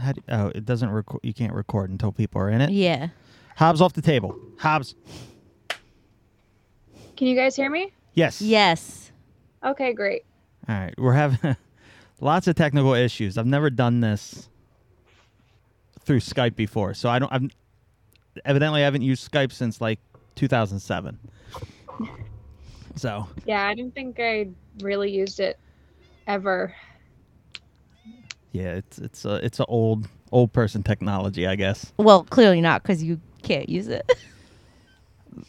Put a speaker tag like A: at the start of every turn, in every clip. A: How do, oh, it doesn't record. You can't record until people are in it.
B: Yeah.
A: Hobbs off the table. Hobbs.
C: Can you guys hear me?
A: Yes.
B: Yes.
C: Okay, great.
A: All right. We're having lots of technical issues. I've never done this through Skype before, so I don't. I've evidently I haven't used Skype since like 2007. So
C: Yeah, I don't think I really used it ever.
A: yeah, it's it's a it's a old old person technology, I guess.
B: Well, clearly not because you can't use it.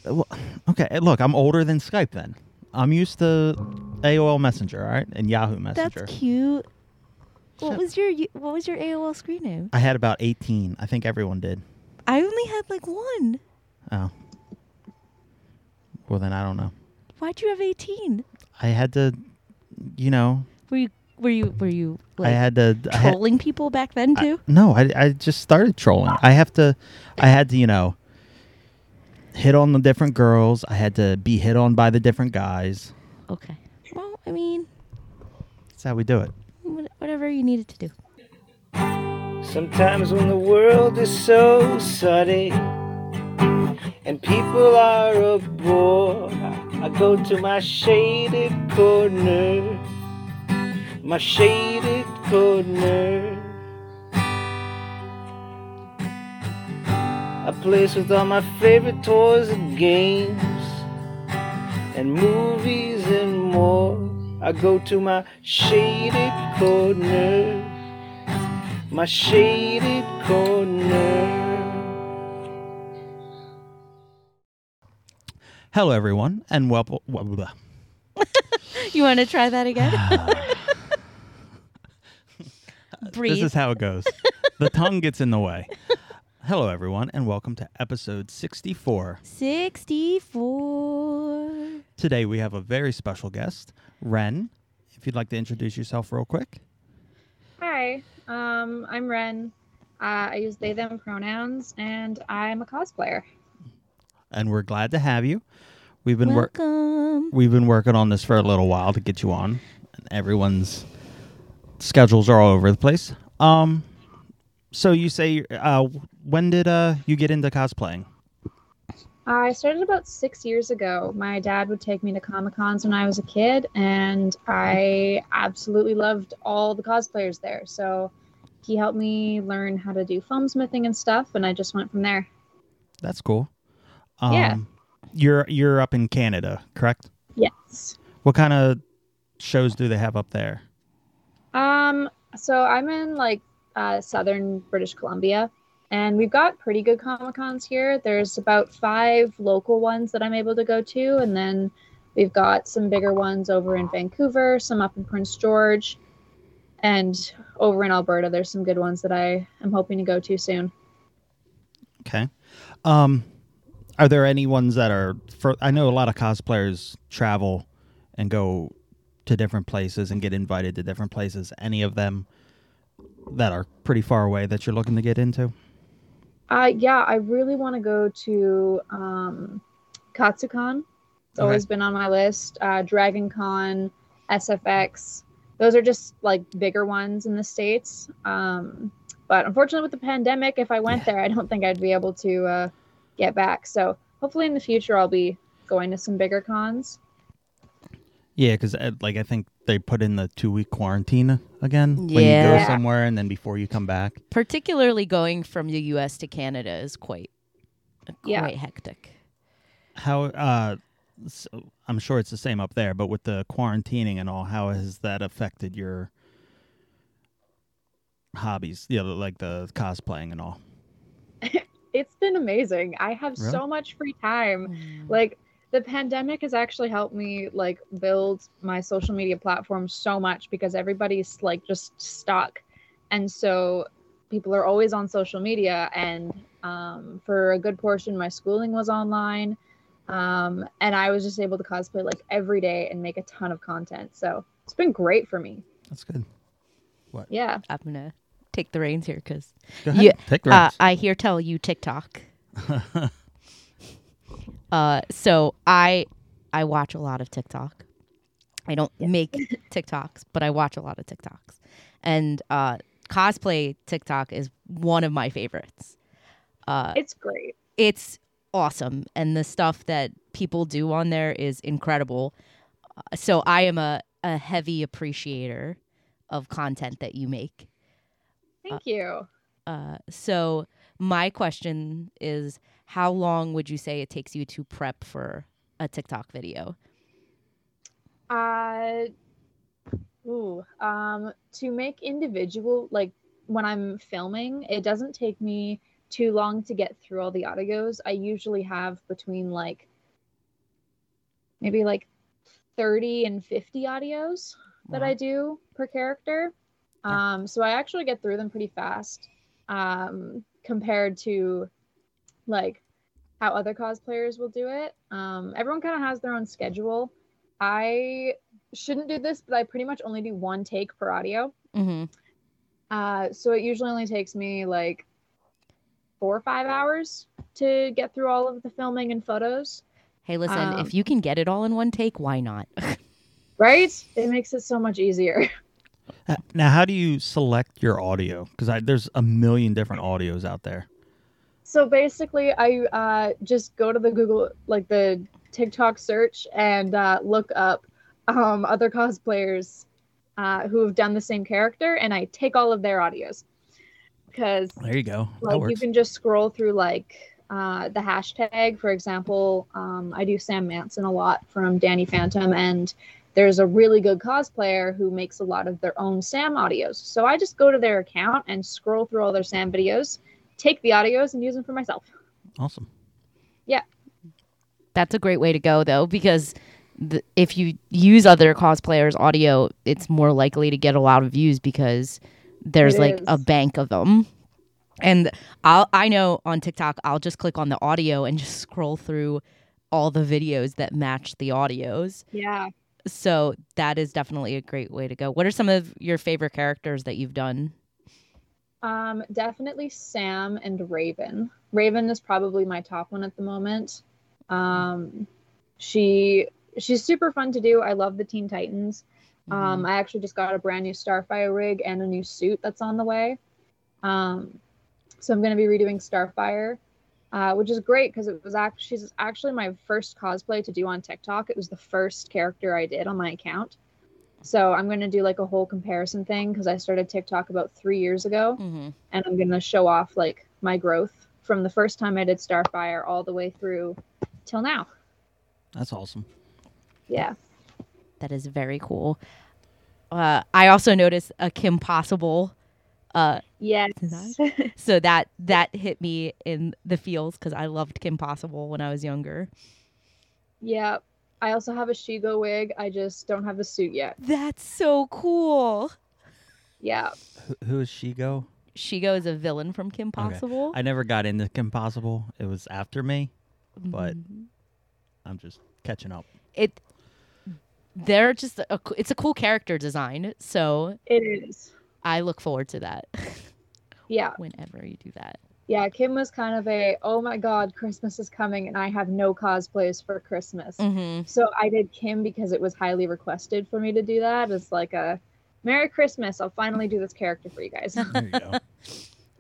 A: Well, okay, eh, look, I'm older than Skype. Then I'm used to AOL Messenger, all right, and Yahoo Messenger.
B: That's cute. What
A: So-
B: was your u- What was your AOL screen name?
A: I had about 18. I think everyone did.
B: I only had like one.
A: Oh, well then I don't know.
B: Why'd you have eighteen?
A: I had to, you know,
B: Were you Were you Were you like
A: I had to I had-
B: trolling people back then too?
A: No, I, I just started trolling. I have to, I had to, you know, hit on the different girls. I had to be hit on by the different guys.
B: okay. Well, I mean,
A: That's how we do it.
B: wha- whatever you needed to do.
D: Sometimes when the world is so sudden and people are a bore, I go to my shaded corner, my shaded corner. A place with all my favorite toys and games and movies and more. I go to my shaded corner my shaded corner.
A: Hello, everyone, and welcome. Blah, blah.
B: You want to try that again?
A: This
B: Breathe.
A: is how it goes. the tongue gets in the way. Hello, everyone, and welcome to episode 64.
B: Sixty-four.
A: Today we have a very special guest, Ren. If you'd like to introduce yourself real quick.
C: Hi, um, I'm Ren. Uh, I use they them pronouns, and I'm a cosplayer.
A: And we're glad to have you. We've been working.
B: Welcome.
A: We've been working on this for a little while to get you on. And everyone's schedules are all over the place. Um, so you say, uh, when did uh you get into cosplaying?
C: I started about six years ago. My dad would take me to Comic Cons when I was a kid, and I absolutely loved all the cosplayers there. So he helped me learn how to do foam smithing and stuff, and I just went from there.
A: That's cool. Um,
C: Yeah.
A: You're you're up in Canada, correct?
C: Yes.
A: What kind of shows do they have up there?
C: Um, so I'm in like uh, southern British Columbia, and we've got pretty good Comic Cons here. There's about five local ones that I'm able to go to, and then we've got some bigger ones over in Vancouver, some up in Prince George, and over in Alberta. There's some good ones that I am hoping to go to soon.
A: Okay. Um, are there any ones that are for? I know a lot of cosplayers travel and go to different places and get invited to different places. Any of them that are pretty far away that you're looking to get into?
C: Uh, yeah, I really want to go to um, Katsucon. It's
A: Okay.
C: always been on my list. Uh, Dragon Con, SFX. Those are just like bigger ones in the States. Um, but unfortunately, with the pandemic, if I went there, I don't think I'd be able to uh, get back. So hopefully in the future, I'll be going to some bigger cons.
A: Yeah, because like I think they put in the two week quarantine again when you go
B: Yeah.
A: somewhere, and then before you come back.
B: Particularly going from the U.S. to Canada is quite, quite
C: Yeah.
B: hectic.
A: How? Uh, so I'm sure it's the same up there, but with the quarantining and all, how has that affected your hobbies? Yeah, like the cosplaying and all.
C: It's been amazing. I have
A: Really?
C: so much free time. like the pandemic has actually helped me like build my social media platform so much because everybody's like just stuck and so people are always on social media and um, for a good portion my schooling was online um, and i was just able to cosplay like every day and make a ton of content so it's been great for me
A: That's good.
C: yeah
B: I'm gonna take the reins here because
A: Go ahead.
B: Yeah,
A: Take the
B: uh,
A: reins.
B: I hear tell you TikTok. uh, so I I watch a lot of TikTok. I don't make TikToks, but I watch a lot of TikToks, and uh, cosplay TikTok is one of my favorites. Uh,
C: It's great.
B: it's awesome and the stuff that people do on there is incredible Uh, so i am a, a heavy appreciator of content that you make
C: Thank you.
B: uh, so my question is how long would you say it takes you to prep for a tiktok video
C: Uh, ooh, um, to make individual like when I'm filming, it doesn't take me too long to get through all the audios. I usually have between like maybe like 30 and 50 audios that
B: Wow.
C: I do per character.
B: Yeah.
C: Um, so I actually get through them pretty fast um, compared to like how other cosplayers will do it. Um, everyone kind of has their own schedule. I shouldn't do this, but I pretty much only do one take per audio.
B: Mhm.
C: Uh, so it usually only takes me like four or five hours to get through all of the filming and photos.
B: hey listen
C: Um,
B: if you can get it all in one take why not
C: Right? It makes it so much easier.
A: Uh, Now, how do you select your audio? Because there's a million different audios out there.
C: So basically, I uh, just go to the Google, like the TikTok search, and uh, look up um, other cosplayers uh, who have done the same character, and I take all of their audios because
A: There you go. That
C: like you
A: works.
C: can just scroll through like uh, the hashtag for example um, i do sam manson a lot from danny phantom and there's a really good cosplayer who makes a lot of their own sam audios so i just go to their account and scroll through all their sam videos take the audios and use them for myself
A: Awesome.
B: That's a great way to go though, because th- if you use other cosplayers' audio, it's more likely to get a lot of views because there's
C: It
B: like a
C: is.
B: bank of them. And I'll I know on TikTok, I'll just click on the audio and just scroll through all the videos that match the audios.
C: yeah
B: So that is definitely a great way to go. What are some of your favorite characters that you've done?
C: um, definitely sam and raven raven is probably my top one at the moment um, she she's super fun to do i love the teen titans
B: Mm-hmm.
C: Um, I actually just got a brand new Starfire rig and a new suit that's on the way. Um, so I'm going to be redoing Starfire, uh, which is great because it was act- she's actually my first cosplay to do on TikTok. It was the first character I did on my account. So I'm going to do like a whole comparison thing because I started TikTok about three years ago
B: Mhm.
C: and I'm going to show off like my growth from the first time I did Starfire all the way through till now.
A: That's awesome.
C: Yeah.
B: That is very cool. Uh, I also noticed a Kim Possible uh,
C: Yes.
B: so that that hit me in the feels because I loved Kim Possible when I was younger.
C: Yeah. I also have a Shigo wig. I just don't have the suit yet.
B: That's so cool.
C: Yeah.
A: Who, who is she go?
B: Shigo is a villain from Kim Possible.
A: I never got into Kim Possible. It was after me. but-
B: Mhm.
A: I'm just catching up.
B: it they're just a, co- it's a cool character design. So
C: It is.
B: I look forward to that
C: Yeah.
B: whenever you do that.
C: Yeah. Kim was kind of a, oh my God, Christmas is coming and I have no cosplays for Christmas.
B: Mm-hmm.
C: So I did Kim because it was highly requested for me to do that. It's like a Merry Christmas. I'll finally do this character for you guys.
A: There you go.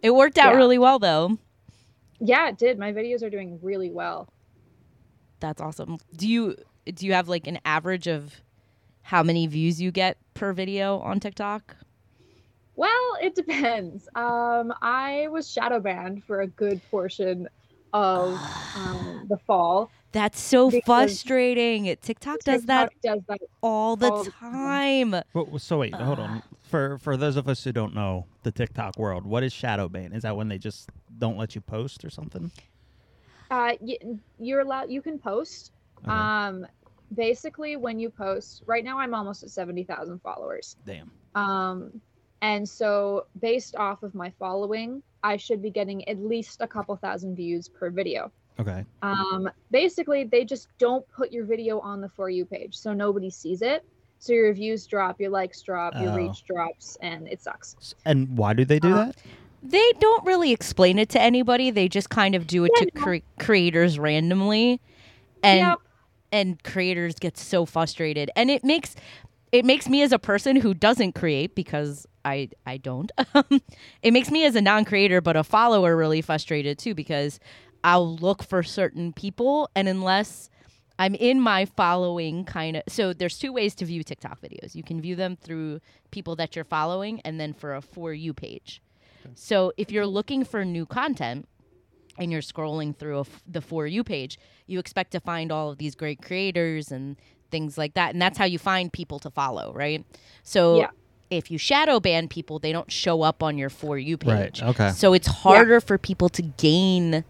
B: It worked out
C: Yeah.
B: really well though.
C: yeah, it did. My videos are doing really well.
B: That's awesome. Do you do you have like an average of how many views you get per video on TikTok?
C: Well, it depends. Um, I was shadow banned for a good portion of um, the fall.
B: That's so
C: Because-
B: frustrating. TikTok does that
C: TikTok does that
B: all the
C: all the
B: time.
A: Well, well, so wait, hold on. For for those of us who don't know the TikTok world, what is shadow ban? Is that when they just don't let you post or something?
C: Uh, y- you're allowed. You can post.
A: Okay.
C: Um, basically, when you post, right now I'm almost at seventy thousand followers.
A: Damn.
C: Um, and so based off of my following, I should be getting at least a couple thousand views per video.
A: Okay.
C: Um, basically, they just don't put your video on the for you page, so nobody sees it. So your views drop, your likes drop, your
A: Oh.
C: reach drops, and it sucks.
A: S- And why do they do
C: Uh,
A: that?
B: They don't really explain it to anybody. They just kind of do it
C: Yeah,
B: to cre- creators randomly, and
C: Yep.
B: and creators get so frustrated. And it makes it makes me as a person who doesn't create because I I don't. it makes me as a non-creator but a follower really frustrated too because I'll look for certain people and unless I'm in my following kind of so there's two ways to view TikTok videos. You can view them through people that you're following and then for a for you page. So if you're looking for new content and you're scrolling through a f- the for you page, you expect to find all of these great creators and things like that and that's how you find people to follow, right? So
C: Yeah.
B: if you shadow ban people, they don't show up on your for you page.
A: Right. Okay.
B: So it's harder for people to gain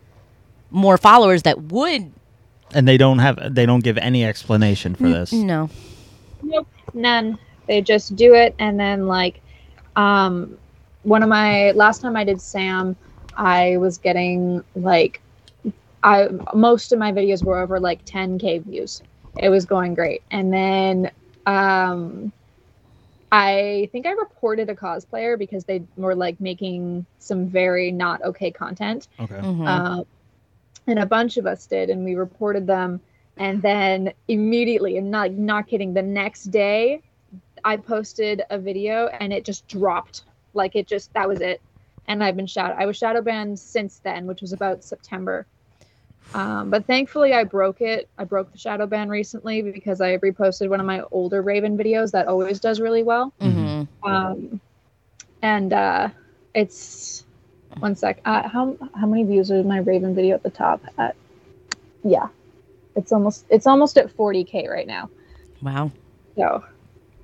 B: more followers that would
A: And they don't have they don't give any explanation for this.
B: no.
C: Nope, none. They just do it, and then like, um, one of my last time I did Sam, I was getting like, I most of my videos were over like 10k views. It was going great, and then um, I think I reported a cosplayer because they were like making some very not okay content.
A: Okay.
B: Mhm.
C: Uh, and a bunch of us did, and we reported them. And then immediately, and not not kidding, the next day, I posted a video, and it just dropped. Like it just that was it. And I've been shadow. I was shadow banned since then, which was about September. Um, but thankfully, I broke it. I broke the shadow ban recently because I reposted one of my older Raven videos that always does really well
B: Mhm.
A: Mm-hmm.
C: um and uh it's one sec uh how how many views is my raven video at the top at yeah it's almost it's almost at 40k right now
B: Wow.
C: so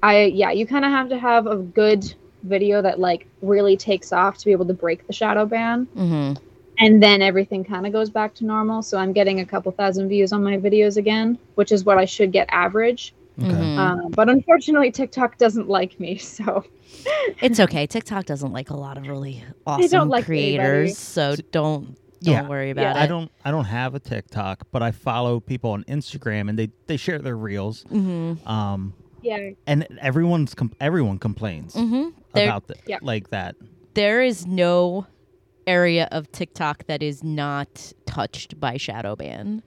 C: i yeah you kind of have to have a good video that like really takes off to be able to break the shadow ban
B: hmm
C: Mm-hmm. and then everything kind of goes back to normal so i'm getting a couple thousand views on my videos again which is what i should get average
B: Mm. Mm-hmm.
A: Okay.
C: um, but unfortunately tiktok doesn't like me so
B: It's okay. TikTok doesn't like a lot of really
C: don't
B: awesome
C: like anybody.
B: creators, so don't don't
A: Yeah.
B: worry about it.
A: I don't I don't have a TikTok, but I follow people on Instagram and they they share their reels.
B: hmm
C: Mm-hmm.
A: Um
C: yeah
A: and everyone's com- everyone complains
B: hmm There,
A: about the,
C: Mm, Yeah.
A: like that.
B: there is no area of TikTok that is not touched by shadow ban.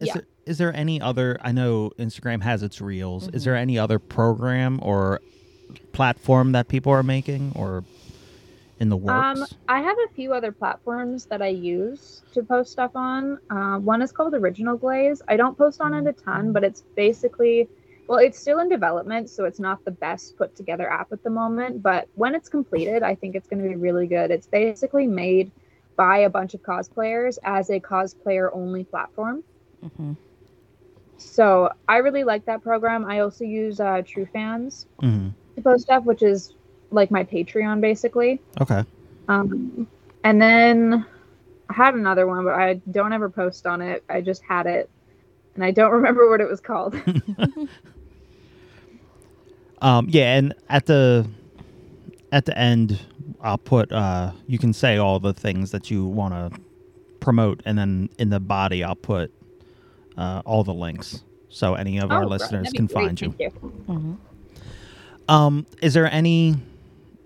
A: Is,
C: Yeah.
A: there, is there any other? I know Instagram has its reels.
C: Mm-hmm.
A: Is there any other program or platform that people are making or in the works?
C: Um, I have a few other platforms that I use to post stuff on. Uh, one is called Original Glaze. I don't post on it a ton, but it's basically, well, it's still in development, so it's not the best put together app at the moment. But when it's completed, I think it's going to be really good. It's basically made by a bunch of cosplayers as a cosplayer only platform. Mm-hmm.
B: hmm
C: So I really like that program. I also use uh, True Fans
A: Mhm.
C: to post stuff, which is like my Patreon basically.
A: Okay.
C: Um, and then I had another one, but I don't ever post on it. I just had it, and I don't remember what it was called.
A: Um, yeah, and at the at the end, I'll put. Uh, you can say all the things that you want to promote, and then in the body, I'll put uh, all the links so any of
C: Oh,
A: our
C: right.
A: listeners
C: That'd be
A: can
C: great.
A: find you.
C: Thank you.
B: hmm
A: Um, is there any?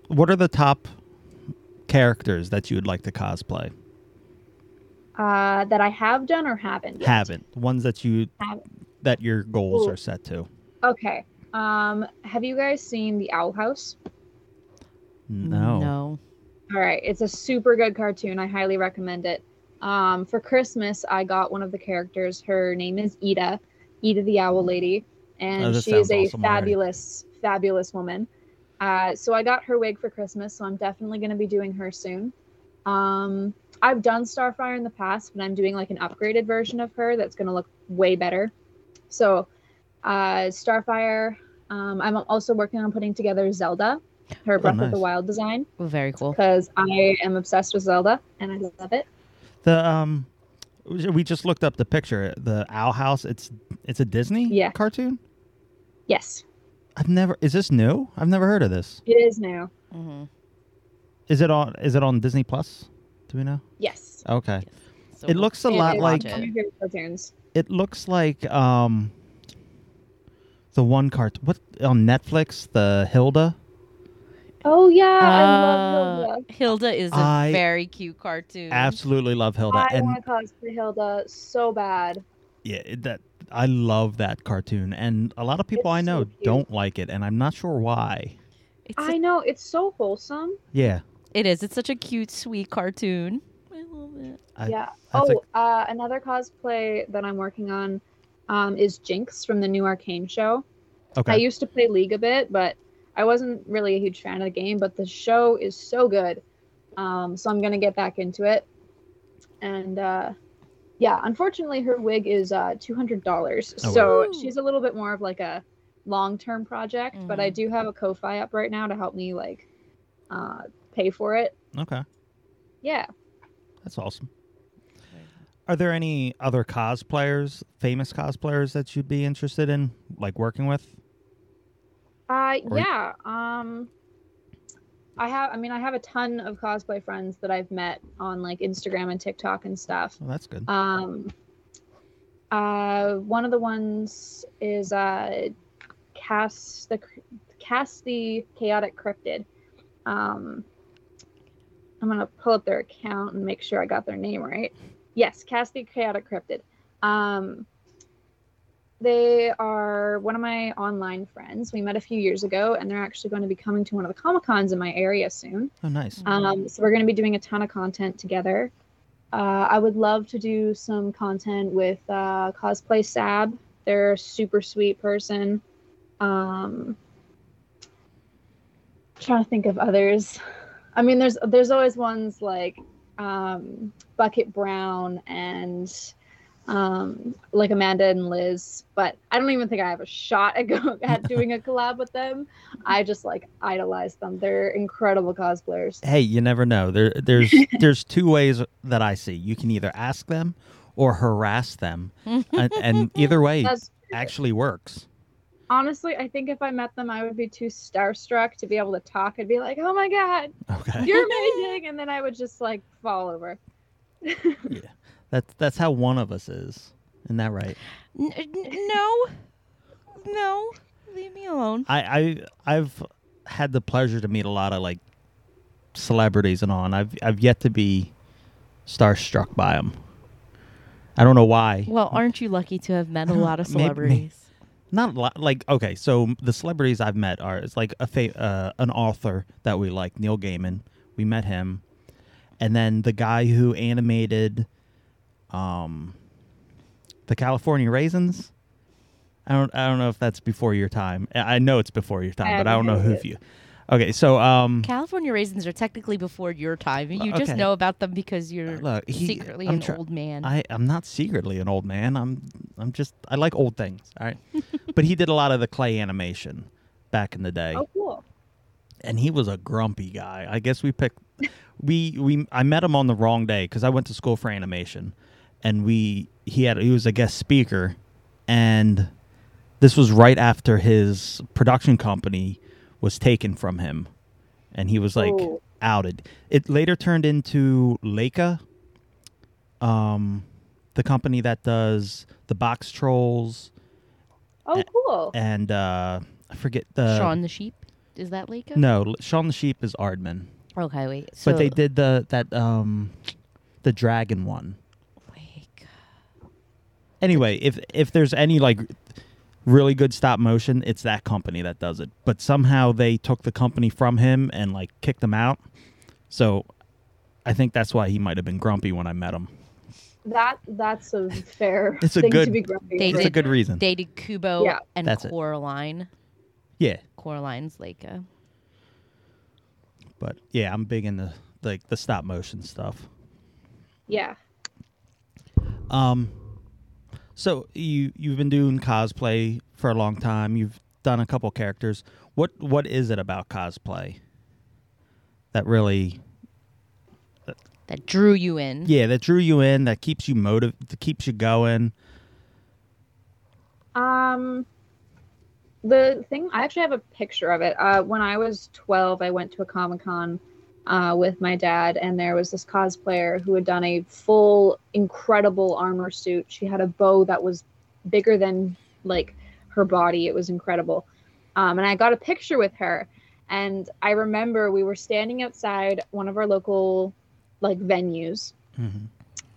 A: What are the top characters that you would like to cosplay?
C: Uh, that I have done or haven't. yet?
A: Haven't ones that you
C: Haven't.
A: that your goals
C: Ooh.
A: are set to?
C: Okay. Um, have you guys seen the Owl House? Mm,
A: No.
B: No.
C: All right, it's a super good cartoon. I highly recommend it. Um, for Christmas, I got one of the characters. Her name is Ida, Ida the Owl Lady, and
A: Oh, that
C: she is
A: sounds
C: a
A: awesome already.
C: fabulous, fabulous woman. Uh, so I got her wig for Christmas, so I'm definitely going to be doing her soon. Um, I've done Starfire in the past, but I'm doing like an upgraded version of her that's going to look way better. So uh, Starfire. Um, I'm also working on putting together Zelda, her Breath of the
A: Oh, nice.
C: Wild design
B: Very cool.
C: because I am obsessed with Zelda and I love it.
A: The um, we just looked up the picture. The Owl House. It's it's a Disney
C: Yeah.
A: cartoon.
C: Yes,
A: I've never. Is this new? I've never heard of this.
C: it is now.
B: hmm
A: Is it on? Is it on Disney Plus? Do we know?
C: Yes,
A: Okay.
B: So
A: It looks a
C: It
A: lot
C: is
A: like
B: Watch
C: one of
B: it.
C: my favorite cartoons.
A: it looks like um. The one cart. What on Netflix? The Hilda.
C: Oh yeah, I
B: Uh,
A: Ah.
C: love Hilda.
B: Hilda is a
A: I
B: very cute cartoon.
A: Absolutely love Hilda.
C: I
A: and
C: want to cosplay Hilda so bad.
A: yeah, it- that I love that cartoon, and a lot of people
C: It's
A: I know
C: so cute.
A: don't like it, and I'm not sure why.
B: It's
C: I know it's so wholesome.
A: Yeah,
B: it is. It's such a cute, sweet cartoon. I love it.
A: I-
C: yeah.
A: I
C: Oh,
A: think-
C: uh, another cosplay that I'm working on um, is Jinx from the new Arcane show. I
A: okay,
C: used to play League a bit, but I wasn't really a huge fan of the game. But the show is so good, um, so I'm gonna get back into it. And uh, yeah, unfortunately, her wig is uh, two hundred dollars,
A: Oh,
C: so
B: wow.
C: she's a little bit more of like a long-term project. But I
B: Mhm.
C: do have a Ko-fi up right now to help me like uh, pay for it.
A: okay,
C: Yeah.
A: that's awesome. Are there any other cosplayers, famous cosplayers that you'd be interested in, like working with?
C: Uh,
A: Or-
C: yeah. Um, I have. I mean, I have a ton of cosplay friends that I've met on like Instagram and TikTok and stuff.
A: Oh, that's good.
C: Um, uh, one of the ones is uh, cast the Cr- cast the chaotic cryptid. Um, I'm gonna pull up their account and make sure I got their name right. Yes, cast the chaotic cryptid. Um, they are one of my online friends. We met a few years ago, and they're actually going to be coming to one of the comic cons in my area soon.
A: Oh, nice.
C: Um, so we're going to be doing a ton of content together. Uh, I would love to do some content with uh, Cosplay Sab. They're a super sweet person. Um, trying to think of others. I mean, there's there's always ones like um, Bucket Brown and um, like Amanda and Liz, but I don't even think I have a shot at, go- at doing a collab with them. I just like idolize them. They're incredible cosplayers.
A: Hey, you never know. There, there's there's two ways that I see. You can either ask them or harass them, and, and either way
C: That's
A: actually works.
C: honestly, I think if I met them, I would be too starstruck to be able to talk. I'd be like, "Oh my god,
A: Okay,
C: you're amazing!" and then I would just like fall over.
A: that's that's how one of us is. Isn't that right?
B: N- n- no, no, leave me alone.
A: I, I I've had the pleasure to meet a lot of like celebrities and all, and I've I've yet to be starstruck by them. I don't know why.
B: Well, aren't you lucky to have met a lot of
A: Maybe-
B: celebrities?
A: Not a lot, like okay, so the celebrities I've met are it's like a fa- uh, an author that we like, Neil Gaiman. We met him, and then the guy who animated, um, the California Raisins. I don't I don't know if that's before your time. I I know it's before your time,
C: I
A: but I don't
C: haven't
A: know
C: heard
A: who
C: of it.
A: you. Okay, so um,
B: California raisins are technically before your time. You
A: Okay.
B: just know about them because you're
A: look, he-
B: secretly
A: I'm
B: an
A: try-
B: old man.
A: I I'm not secretly an old man. I'm I'm just I like old things. All right, but he did a lot of the clay animation back in the day.
C: Oh, cool.
A: and he was a grumpy guy. I guess we picked we we I met him on the wrong day because I went to school for animation, and we he had he was a guest speaker, and this was right after his production company was taken from him, and he was like
C: Oh.
A: outed. It later turned into Leica, um, the company that does the box trolls
C: Oh,
A: Eh,
C: cool.
A: and uh, I forget the
B: Sean the sheep. Is that Leica?
A: No, Sean the Sheep is Ardman.
B: Okay, wait. So
A: but they did the that um the dragon one.
B: Leica.
A: Anyway, if if there's any like really good stop motion, it's that company that does it. But somehow they took the company from him and like kicked him out. So I think that's why he might have been grumpy when I met him.
C: That that's a fair
A: It's a
C: thing
A: good-
C: to be grumpy.
B: They
A: It's
C: over.
A: a
B: did-
A: good reason.
B: They did Kubo
C: Yeah.
B: and
A: That's it.
B: Coraline.
A: yeah,
B: Coraline's Leica.
A: but yeah, I'm big into like the stop motion stuff.
C: Yeah.
A: Um, so you you've been doing cosplay for a long time. You've done a couple characters. What what is it about cosplay that really
B: that drew you in.
A: yeah that drew you in that keeps you motive that keeps you going?
C: Um, the thing I actually have a picture of it. Uh, when I was 12, I went to a comic con uh, with my dad, and there was this cosplayer who had done a full, incredible armor suit. She had a bow that was bigger than like her body. It was incredible. Um, and I got a picture with her, and I remember we were standing outside one of our local like venues,
A: Mm-hmm.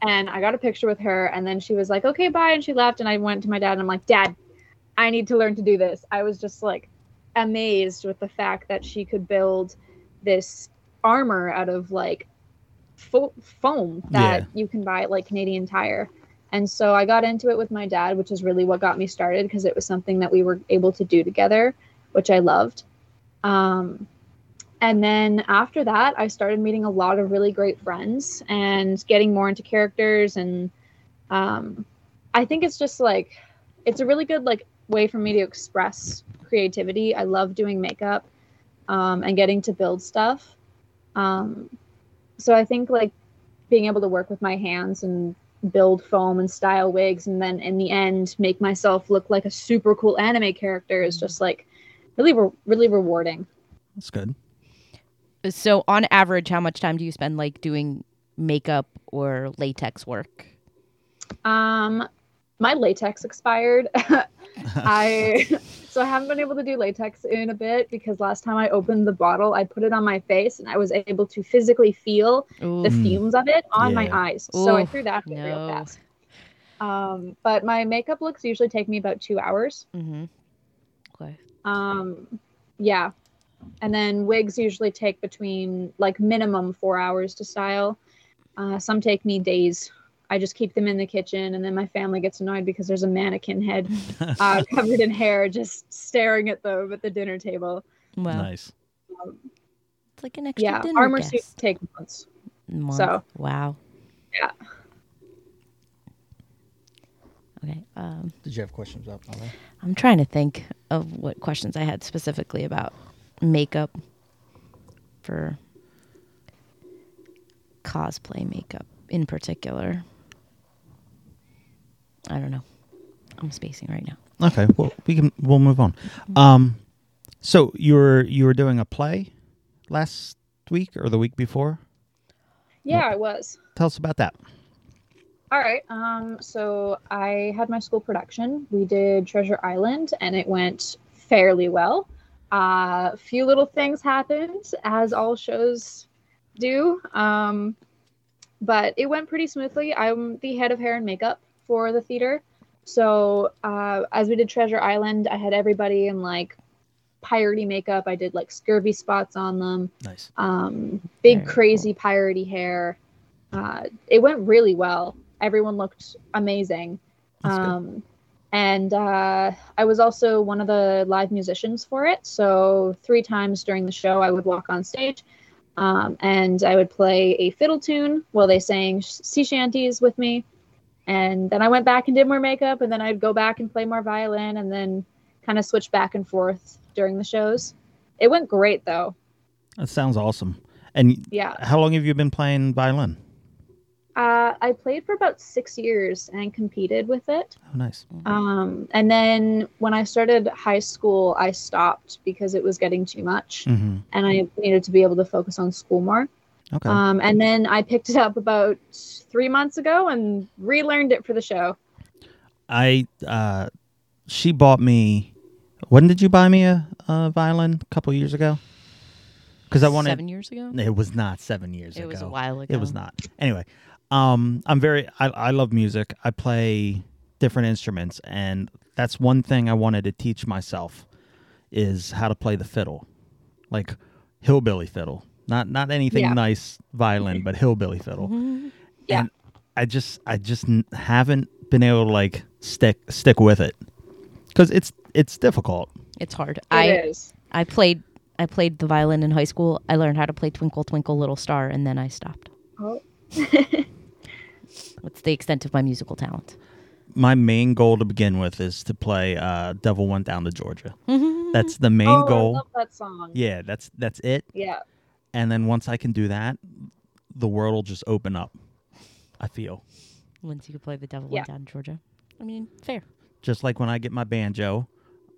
C: and I got a picture with her. And then she was like, okay, bye. And she left. And I went to my dad and I'm like, Dad, I need to learn to do this. I was just like amazed with the fact that she could build this armor out of like fo- foam that
A: Yeah.
C: you can buy at like Canadian Tire. And so I got into it with my dad, which is really what got me started because it was something that we were able to do together, which I loved. Um, and then after that, I started meeting a lot of really great friends and getting more into characters. And um, I think it's just like, it's a really good like way for me to express creativity. I love doing makeup um, and getting to build stuff. Um, so I think like being able to work with my hands and build foam and style wigs and then in the end make myself look like a super cool anime character is just like really re- really rewarding.
A: That's good.
B: So on average, how much time do you spend like doing makeup or latex work?
C: Um, my latex expired. I so I haven't been able to do latex in a bit because last time I opened the bottle, I put it on my face and I was able to physically feel
B: Ooh.
C: the
A: Mm.
C: fumes of it on
A: Yeah.
C: my eyes. So I
B: Oof,
C: threw that away
B: no.
C: real fast. Um, but my makeup looks usually take me about two hours.
B: hmm Okay.
C: Um, yeah, and then wigs usually take between like minimum four hours to style. Uh, some take me days. I just keep them in the kitchen, and then my family gets annoyed because there's a mannequin head uh, covered in hair just staring at them at the dinner table.
B: Well,
A: Nice.
B: it's like an extra
C: Yeah,
B: dinner
C: armor
B: guest
C: suits take months.
B: month.
C: so-
B: wow.
C: Yeah.
B: Okay. Um,
A: Did you have questions up?
B: I'm trying to think of what questions I had specifically about makeup for cosplay makeup in particular. I don't know. I'm spacing right now.
A: Okay. Well, we can. We'll move on. Um, so you were you were doing a play last week or the week before?
C: Yeah, it was.
A: Tell us about that.
C: All right. Um, so I had my school production. We did Treasure Island, and it went fairly well. A uh, few little things happened, as all shows do, um, but it went pretty smoothly. I'm the head of hair and makeup for the theater, so uh, as we did Treasure Island, I had everybody in like piratey makeup. I did like scurvy spots on them
A: Nice.
C: um, big
B: Very
C: crazy piratey hair. Uh, it went really well. Everyone looked amazing.
A: That's good.
C: Um, and uh, I was also one of the live musicians for it. So three times during the show, I would walk on stage, um, and I would play a fiddle tune while they sang sh- sea shanties with me. And then I went back and did more makeup, and then I'd go back and play more violin, and then kind of switch back and forth during the shows. It went great, though.
A: That sounds awesome. And
C: Yeah.
A: how long have you been playing violin?
C: Uh, I played for about six years and competed with it.
A: Oh, nice.
C: Um, and then when I started high school, I stopped because it was getting too much
A: hmm
C: and I needed to be able to focus on school more.
A: Okay.
C: Um, and then I picked it up about three months ago and relearned it for the show.
A: I uh, she bought me. When did you buy me a, a violin? A couple years ago. Because I wanted.
B: seven years ago.
A: It was not seven years
B: It
A: ago.
B: was a while ago.
A: It was not. Anyway, um, I'm very. I, I love music. I play different instruments, and that's one thing I wanted to teach myself is how to play the fiddle, like hillbilly fiddle. Not not anything
C: Yeah. Mm-hmm.
A: nice violin, but hillbilly fiddle.
B: Mhm.
C: Yeah.
A: And I just I just n- haven't been able to like stick stick with it because it's it's difficult.
B: It's hard.
C: It
B: I
C: is.
B: I played I played the violin in high school. I learned how to play Twinkle Twinkle Little Star, and then I stopped.
C: Oh.
B: That's the extent of my musical talent.
A: My main goal to begin with is to play uh, "Devil Went Down to Georgia." That's the main
C: Mm-hmm. oh,
A: goal.
C: I love that song. Yeah.
A: Yeah, that's that's it. And then once I can do that, the world will just open up. I feel
B: Once you could play the devil
C: Yeah.
B: went down to Georgia. I mean, fair.
A: just like when I get my banjo,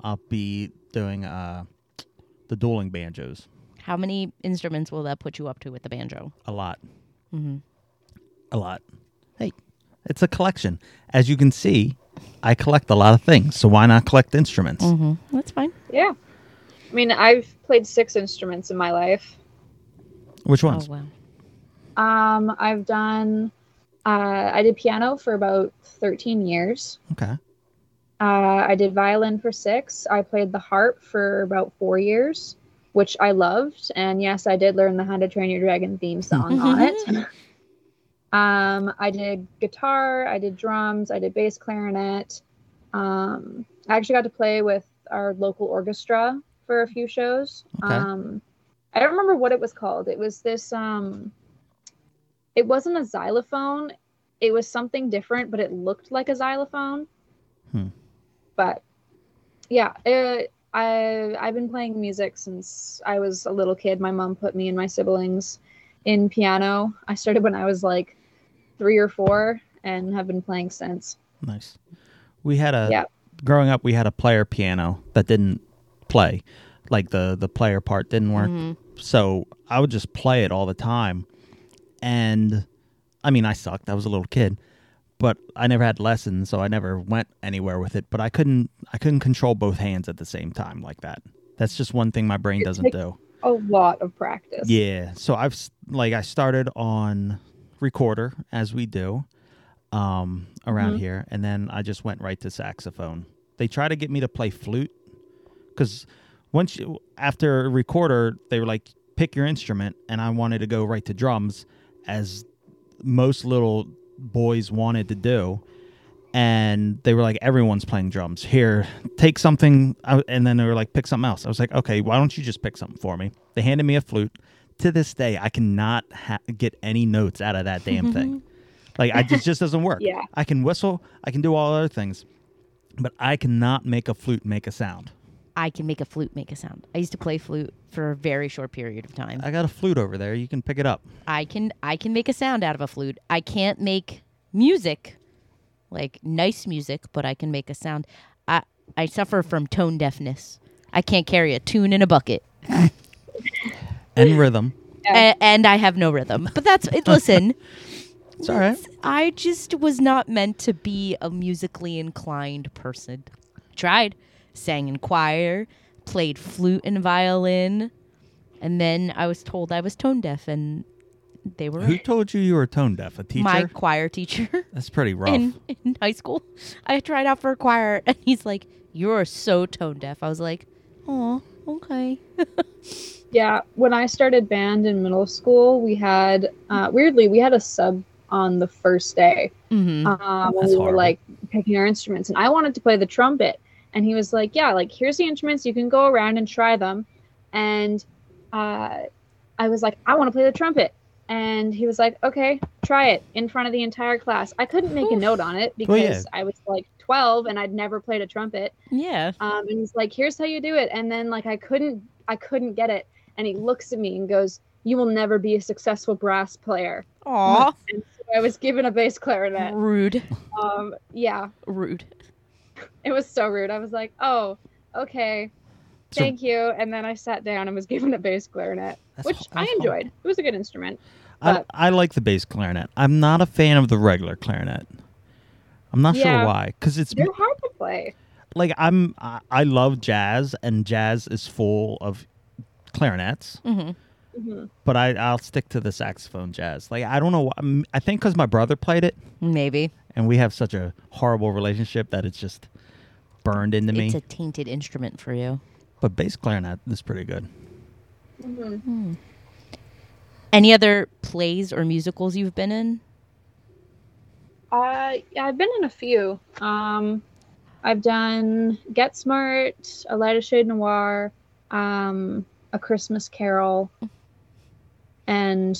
A: I'll be doing uh, the dueling banjos
B: How many instruments will that put you up to with the banjo?
A: a lot,
B: Mm-hmm.
A: a lot. Hey, it's a collection. As you can see, I collect a lot of things. So why not collect instruments?
B: Mm-hmm. That's fine.
C: Yeah. I mean, I've played six instruments in my life.
A: Which ones?
B: Oh wow.
C: Um, I've done Uh, I did piano for about 13 years.
A: Okay.
C: Uh, I did violin for six. I played the harp for about four years, which I loved. And yes, I did learn the How to Train Your Dragon theme song on it. Um, I did guitar, I did drums, I did bass clarinet. Um, I actually got to play with our local orchestra for a few shows.
A: Okay.
C: Um, I don't remember what it was called. It was this. Um, it wasn't a xylophone. It was something different, but it looked like a xylophone.
A: Hmm.
C: But yeah, it, I I've been playing music since I was a little kid. My mom put me and my siblings in piano. I started when I was like three or four, and have been playing since.
A: Nice. We had a
C: Yeah.
A: growing up. We had a player piano that didn't play, like the the player part didn't work.
B: Mhm.
A: So I would just play it all the time, and I mean I sucked. I was a little kid, but I never had lessons, so I never went anywhere with it. But I couldn't I couldn't control both hands at the same time like that. That's just one thing my brain
C: It
A: doesn't
C: takes-
A: do.
C: A lot of practice.
A: Yeah. So I've s- like I started on recorder as we do um around
C: Mhm.
A: here and then I just went right to saxophone. They try to get me to play flute cuz once you after recorder they were like pick your instrument and I wanted to go right to drums as most little boys wanted to do and they were like everyone's playing drums here take something I- and then they were like pick something else i was like okay why don't you just pick something for me they handed me a flute to this day i cannot ha- get any notes out of that damn thing like i just just doesn't work
C: Yeah.
A: i can whistle i can do all other things but i cannot make a flute make a sound
B: I can make a flute make a sound. I used to play flute for a very short period of time.
A: i got a flute over there you can pick it up
B: I can I can make a sound out of a flute. I can't make music, like nice music, but I can make a sound. I I suffer from tone deafness. I can't carry a tune in a bucket,
A: and rhythm
B: A- and, I have no rhythm. But that's it, listen.
A: it's all right
B: I just was not meant to be a musically inclined person. Tried, sang in choir, played flute and violin, and then I was told I was tone deaf, and they were
A: who told you you were tone deaf a teacher
B: my choir teacher.
A: that's pretty rough
B: in, in high school. I tried out for a choir, and he's like, "You're so tone deaf." I was like, "Oh, okay."
C: Yeah, when I started band in middle school, we had uh, weirdly we had a sub on the first day.
B: Mm-hmm.
C: Um, when
A: Mm, That's
C: we were
A: horrible.
C: like picking our instruments, and I wanted to play the trumpet, and he was like, "Yeah, like here's the instruments. You can go around and try them." And uh, I was like, "I want to play the trumpet," and he was like, "Okay, try it in front of the entire class." I couldn't make a
B: Oof.
C: note on it because
A: Well, yeah.
C: I was like 12 and I'd never played a trumpet
B: Yeah.
C: um, and he's like here's how you do it and then like i couldn't i couldn't get it and he looks at me and goes you will never be a successful brass player
B: Aw,
C: and so i was given a bass clarinet
B: rude,
C: um, yeah
B: rude.
C: it was so rude i was like oh okay
A: So-
C: thank you and then i sat down and was given a bass clarinet
A: That's
C: which
A: ho-
C: i
A: that's ho-
C: enjoyed it was a good instrument
A: I,
C: but-
A: I like the bass clarinet. I'm not a fan of the regular clarinet. I'm not
C: Yeah.
A: sure why, because it's
C: they're hard to play
A: like I'm I, I love jazz, and jazz is full of clarinets,
B: hmm
C: Mhm.
A: but I I'll stick to the saxophone jazz. Like I don't know, why- mm, I think because my brother played it,
B: Maybe
A: and we have such a horrible relationship that it's just burned into me.
B: it's a tainted instrument for you.
A: but bass clarinet is pretty good.
C: Mhm.
B: Any other plays or musicals you've been in?
C: Uh, yeah, I've been in a few. Um, I've done Get Smart, A Light of Shade Noir, um, A Christmas Carol, and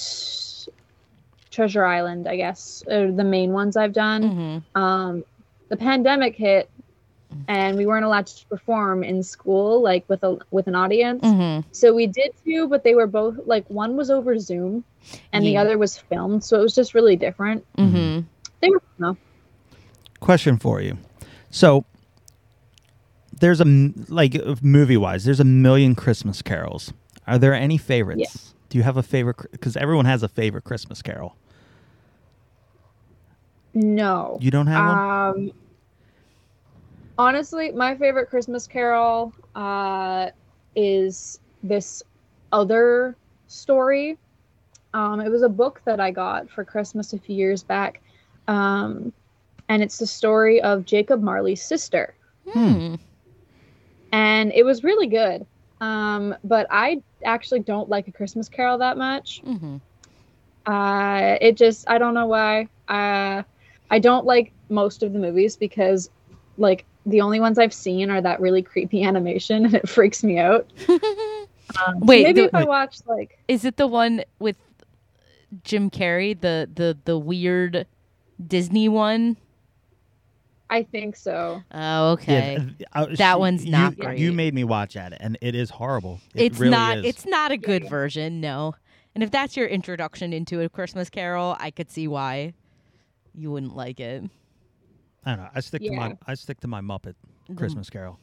C: Treasure Island, I guess, are the main ones I've done.
B: Mm-hmm. Mm.
C: Um, the pandemic hit, and we weren't allowed to perform in school, like with a with an audience.
B: Mm-hmm.
C: So we did two, but they were both like one was over Zoom, and the
B: Yeah.
C: other was filmed. So it was just really different.
B: Mm-hmm.
C: They were fun, though.
A: Question for you. So there's a m- like movie wise, there's a million Christmas carols. Are there any favorites? Do you have a favorite? Because everyone has a favorite Christmas carol.
C: No.
A: You don't have one.
C: Um, honestly, my favorite Christmas Carol uh, is this other story Um, it was a book that I got for Christmas a few years back. Um, and it's the story of Jacob Marley's sister.
B: Mm-hmm.
A: Hmm.
C: And it was really good. Um, but I actually don't like A Christmas Carol that much.
B: Mm-hmm.
C: Uh, it just, I don't know why. Uh, I don't like most of the movies because, like, the only ones I've seen are that really creepy animation and it freaks me out. Um,
B: Wait,
C: maybe
B: the-
C: if I watch, like,
B: Is it the one with Jim Carrey, the the the weird Disney one?
C: I think so.
B: Oh, okay.
A: Yeah, th- I-
B: That one's
A: you-
B: not
A: You
B: great.
A: made me watch at it, and it is horrible. It
B: it's
A: really
B: not
A: is.
B: it's not a good version, no. And if that's your introduction into a Christmas Carol, I could see why you wouldn't like it.
A: I don't know. I stick to
C: Yeah.
A: my I stick to my Muppet
B: The
A: Christmas Carol.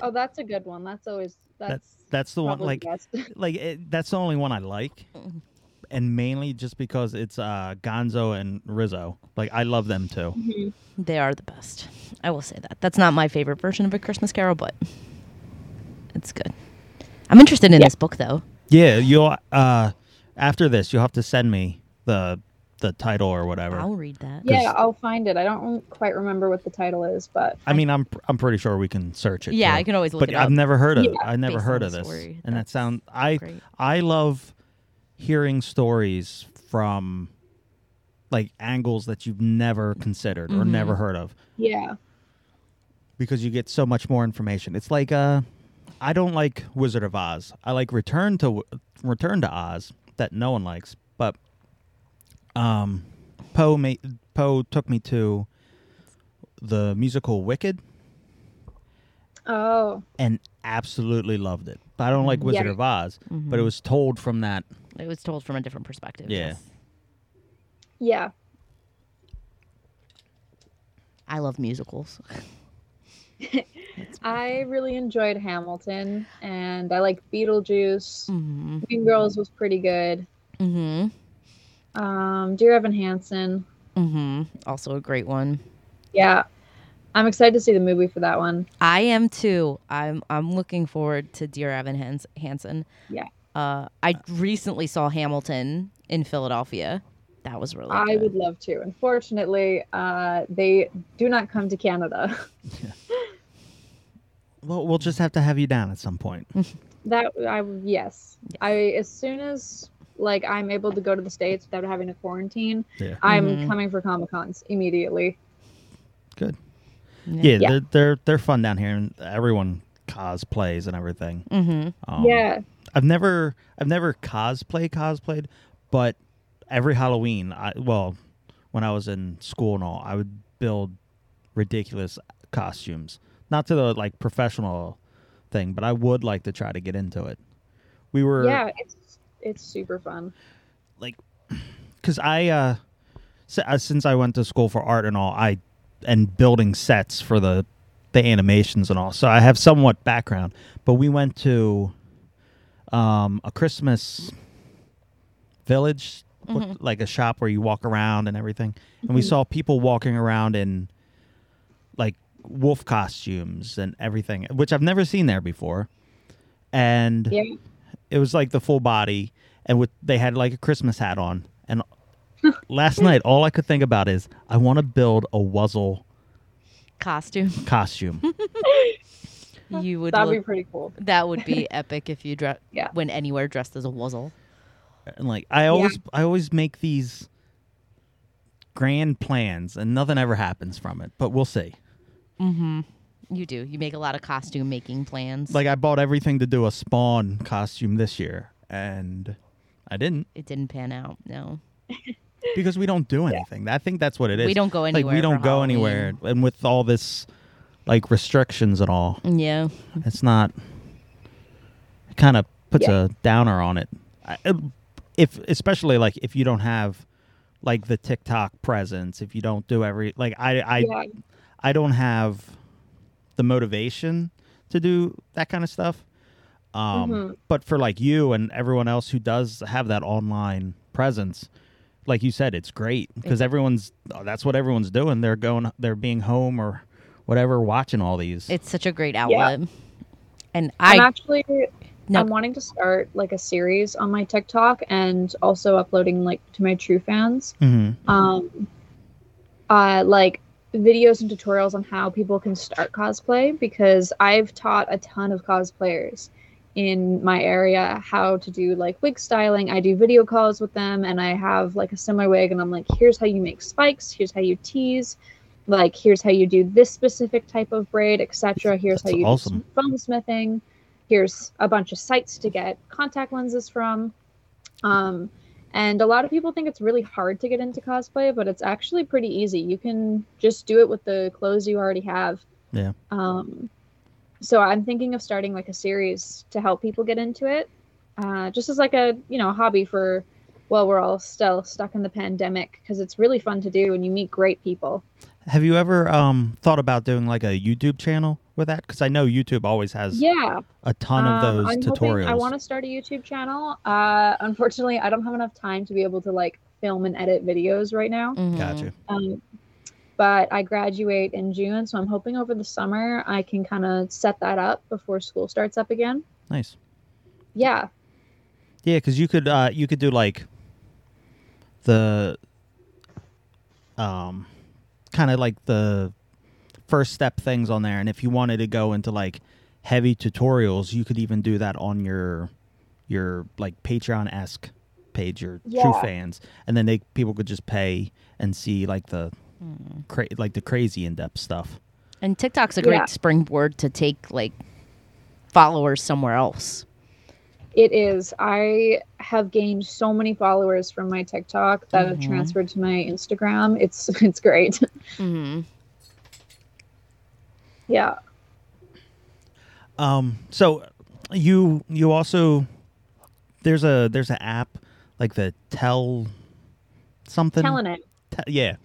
C: Oh, that's a good one. That's always, that's,
A: That's the one.
C: probably
A: Like
C: the best.
A: like it, that's the only one I like,
B: Mhm.
A: and mainly just because it's uh, Gonzo and Rizzo. Like I love them too.
B: They are the best. I will say that. That's not my favorite version of a Christmas Carol, but it's good. I'm interested in this book though.
A: Yeah, you'll uh, after this you'll have to send me the the title or whatever.
B: I'll read that.
C: Yeah, I'll find it. I don't quite remember what the title is, but
A: I mean, I'm I'm pretty sure we can search it.
B: Yeah,
A: too.
B: I can always look
A: But
B: it
A: I've
B: up.
A: never heard of it.
C: Yeah,
A: I never
B: based
A: heard
B: on
A: of
B: the
A: this,
B: story.
A: and that
B: That's
A: sound I
B: great.
A: I love hearing stories from like angles that you've never considered or
B: Mhm.
A: never heard of
C: yeah.
A: because you get so much more information. It's like uh, I don't like Wizard of Oz. I like Return to Return to Oz that no one likes, but um, Poe ma- Poe took me to the musical Wicked.
C: Oh,
A: and absolutely loved it. I don't like Wizard
C: Yeah.
A: of Oz, but it was told from that.
B: It was told from a different perspective.
A: Yeah.
B: yes.
C: yeah.
B: I love musicals.
C: I really enjoyed Hamilton, and I like Beetlejuice.
A: Mm.
B: Mm-hmm.
C: Mean Girls was pretty good.
B: Mm-hmm.
C: Um, Dear Evan Hansen.
B: Mm-hmm. Also a great one.
C: Yeah, I'm excited to see the movie for that one.
B: I am too. I'm I'm looking forward to Dear Evan Hans- Hansen.
C: Yeah.
B: Uh, I recently saw Hamilton in Philadelphia. That was really.
C: I
B: good.
C: would love to. Unfortunately, uh, they do not come to Canada.
A: Well, we'll just have to have you down at some point.
C: That I yes, I as soon as like I'm able to go to the states without having to quarantine,
A: Yeah.
C: I'm
B: Mhm.
C: coming for Comic Cons immediately.
A: Good.
B: Yeah.
A: Yeah,
C: Yeah.
A: They're, they're they're fun down here, and everyone cosplays and everything.
B: Mm-hmm.
A: Um,
C: yeah,
A: I've never I've never cosplay cosplayed, but every Halloween, I well, when I was in school and all, I would build ridiculous costumes. Not to the like professional thing, but I would like to try to get into it. We were
C: yeah, it's it's super fun.
A: because I uh, si- uh, since I went to school for art and all, I and building sets for the the animations and all, so I have somewhat background. But we went to um, a Christmas village, what- like a shop where you walk around and everything, and we saw people walking around in like wolf costumes and everything, which I've never seen there before. And
C: Yeah.
A: it was like the full body and with they had like a christmas hat on and last night all i could think about is i want to build a wuzzle
B: Costume.
A: costume
B: Hmm. You would.
C: That'd
B: look-
C: be pretty cool.
B: That would be epic if you dress
C: Yeah.
B: went anywhere dressed as a wuzzle.
A: and like i always i always make these grand plans and nothing ever happens from it but we'll see
B: Mm-hmm. You do. You make a lot of costume making plans.
A: like i bought everything to do a spawn costume this year and i didn't
B: it didn't pan out. No.
A: because we don't do anything i think that's what it is
B: We don't go
A: like we
B: anywhere
A: don't
B: for
A: go anywhere and with all this like restrictions and all
B: Yeah.
A: it's not it kind of puts
C: Yeah.
A: a downer on it I- it- if especially like if you don't have like the tiktok presence if you don't do every like i i
C: yeah,
A: i don't have the motivation to do that kind of stuff um
C: Mhm.
A: but for like you and everyone else who does have that online presence like you said it's great because everyone's that's what everyone's doing they're going they're being home or whatever watching all these
B: It's such a great outlet. And I
C: I'm actually
B: No.
C: I'm wanting to start like a series on my TikTok and also uploading like to my true fans.
A: hmm
C: Um, uh, like videos and tutorials on how people can start cosplay because I've taught a ton of cosplayers in my area how to do like wig styling. I do video calls with them and I have like a similar wig and I'm like, here's how you make spikes, here's how you tease, like here's how you do this specific type of braid, etc. Here's
A: That's
C: how you
A: awesome.
C: do some foam smithing. Here's a bunch of sites to get contact lenses from. Um, and a lot of people think it's really hard to get into cosplay, but it's actually pretty easy. You can just do it with the clothes you already have.
A: Yeah.
C: Um, so I'm thinking of starting like a series to help people get into it, uh, just as like a you know hobby for while we're all still stuck in the pandemic because it's really fun to do and you meet great people.
A: Have you ever um, thought about doing like a YouTube channel with that? Because I know YouTube always has
C: Yeah,
A: a ton of
C: Um,
A: those
C: I'm
A: tutorials.
C: Hoping I want to start a YouTube channel. Uh, unfortunately, I don't have enough time to be able to like film and edit videos right now.
B: Mhm.
A: Gotcha.
C: Um, but I graduate in June, so I'm hoping over the summer I can kind of set that up before school starts up again.
A: Nice.
C: Yeah,
A: Yeah, because you could uh, you could do like the um kind of like the first step things on there, and if you wanted to go into like heavy tutorials, you could even do that on your your like Patreon esque page, your true
C: Yeah.
A: fans, and then they people could just pay and see like the
B: Mm.
A: cra- like the crazy in depth stuff.
B: And TikTok's a great
C: Yeah.
B: springboard to take like followers somewhere else.
C: it is. I have gained so many followers from my TikTok that have
A: Mm-hmm.
B: Mhm.
C: transferred to my Instagram. It's it's great.
B: Mm-hmm.
C: yeah.
A: Um, so you you also there's a there's an app like the tell something.
C: Telling it.
A: Te- yeah,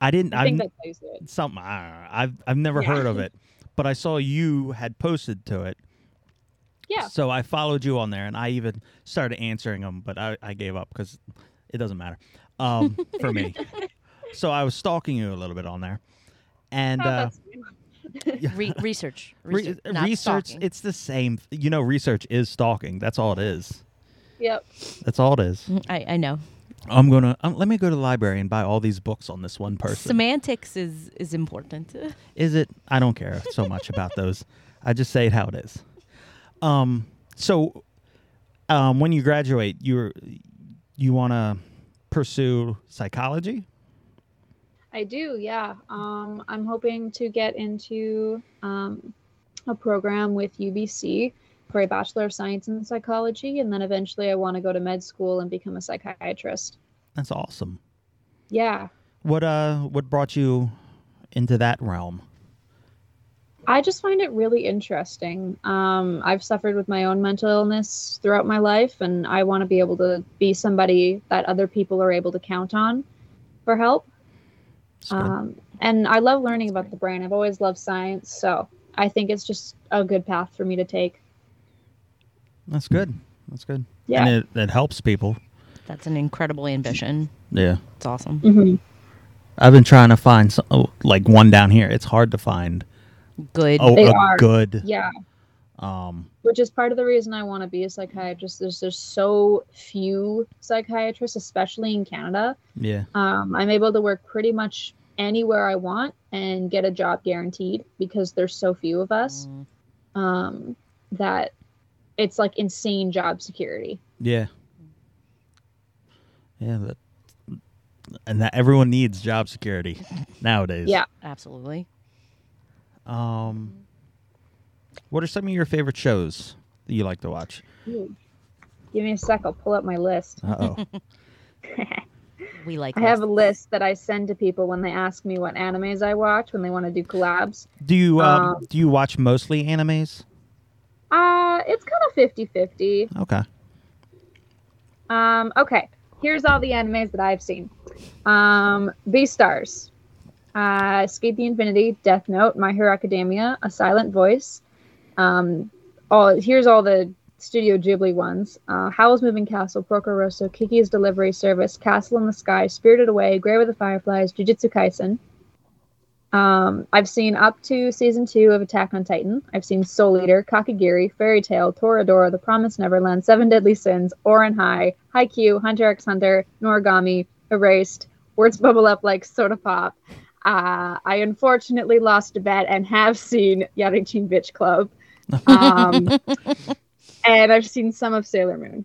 A: I didn't.
C: I think
A: I
C: that's how you say it.
A: something. I don't know. I've I've never
C: Yeah.
A: heard of it, but I saw you had posted to it.
C: Yeah.
A: So I followed you on there, and I even started answering them, but I, I gave up because it doesn't matter um, for me. So I was stalking you a little bit on there, and
C: Oh,
A: uh,
C: that's-
B: Re- research,
A: re- uh,
B: research, not
A: research.
B: stalking.
A: It's the same. You know, research is stalking. That's all it is.
C: yep.
A: That's all it is.
B: Mm, I, I know.
A: I'm gonna um, let me go to the library and buy all these books on this one person.
B: Semantics is is important.
A: Is it? I don't care so much about those. I just say it how it is. Um, so, um, when you graduate, you're you want to pursue psychology.
C: I do, yeah. Um, I'm hoping to get into um, a program with UBC for a Bachelor of Science in Psychology, and then eventually I want to go to med school and become a psychiatrist.
A: That's awesome.
C: Yeah,
A: What uh, what brought you into that realm?
C: I just find it really interesting. Um, I've suffered with my own mental illness throughout my life, and I want to be able to be somebody that other people are able to count on for help.
A: It's good.
C: Um, and I love learning about the brain. I've always loved science, so I think it's just a good path for me to take.
A: That's good. That's good.
C: Yeah.
A: and it, it helps people.
B: That's an incredible ambition.
A: Yeah,
B: It's awesome.
C: Mm-hmm.
A: I've been trying to find some, oh, like one down here. It's hard to find.
B: Good.
A: Oh,
C: They
A: a
C: are.
A: good.
C: Yeah,
A: Um,
C: which is part of the reason I want to be a psychiatrist. There's there's so few psychiatrists, especially in Canada.
A: yeah.
C: Um, I'm able to work pretty much anywhere I want and get a job guaranteed because there's so few of us
B: Mm,
C: um, that it's like insane job security.
A: Yeah. Yeah, that and that everyone needs job security nowadays.
C: Yeah.
B: absolutely.
A: Um what are some of your favorite shows that you like to watch?
C: Ooh. Give me a sec. I'll pull up my list.
A: Uh-oh.
B: We like.
C: I have a
B: lists.
C: list that I send to people when they ask me what animes I watch when they want to do collabs.
A: do you um,
C: Um,
A: do you watch mostly animes?
C: Uh, it's kind of 50 50.
A: Okay.
C: Um, okay, here's all the animes that I've seen. Um, Beastars, uh, Escape the Infinity, Death Note, My Hero Academia, A Silent Voice. Um, all here's all the Studio Ghibli ones: uh, Howl's Moving Castle, Porco Rosso, Kiki's Delivery Service, Castle in the Sky, Spirited Away, Grey with the Fireflies, Jujutsu Kaisen. Um, I've seen up to season two of Attack on Titan. I've seen Soul Eater, Kakagiri, Fairy Tale, Toradora, The Promised Neverland, Seven Deadly Sins, Orin High, Haikyuu, Hunter x Hunter, Noragami, Erased, Words Bubble Up Like Soda Pop. Uh, I unfortunately lost a bet and have seen Yarichin Bitch Club. Um, and I've seen some of Sailor Moon.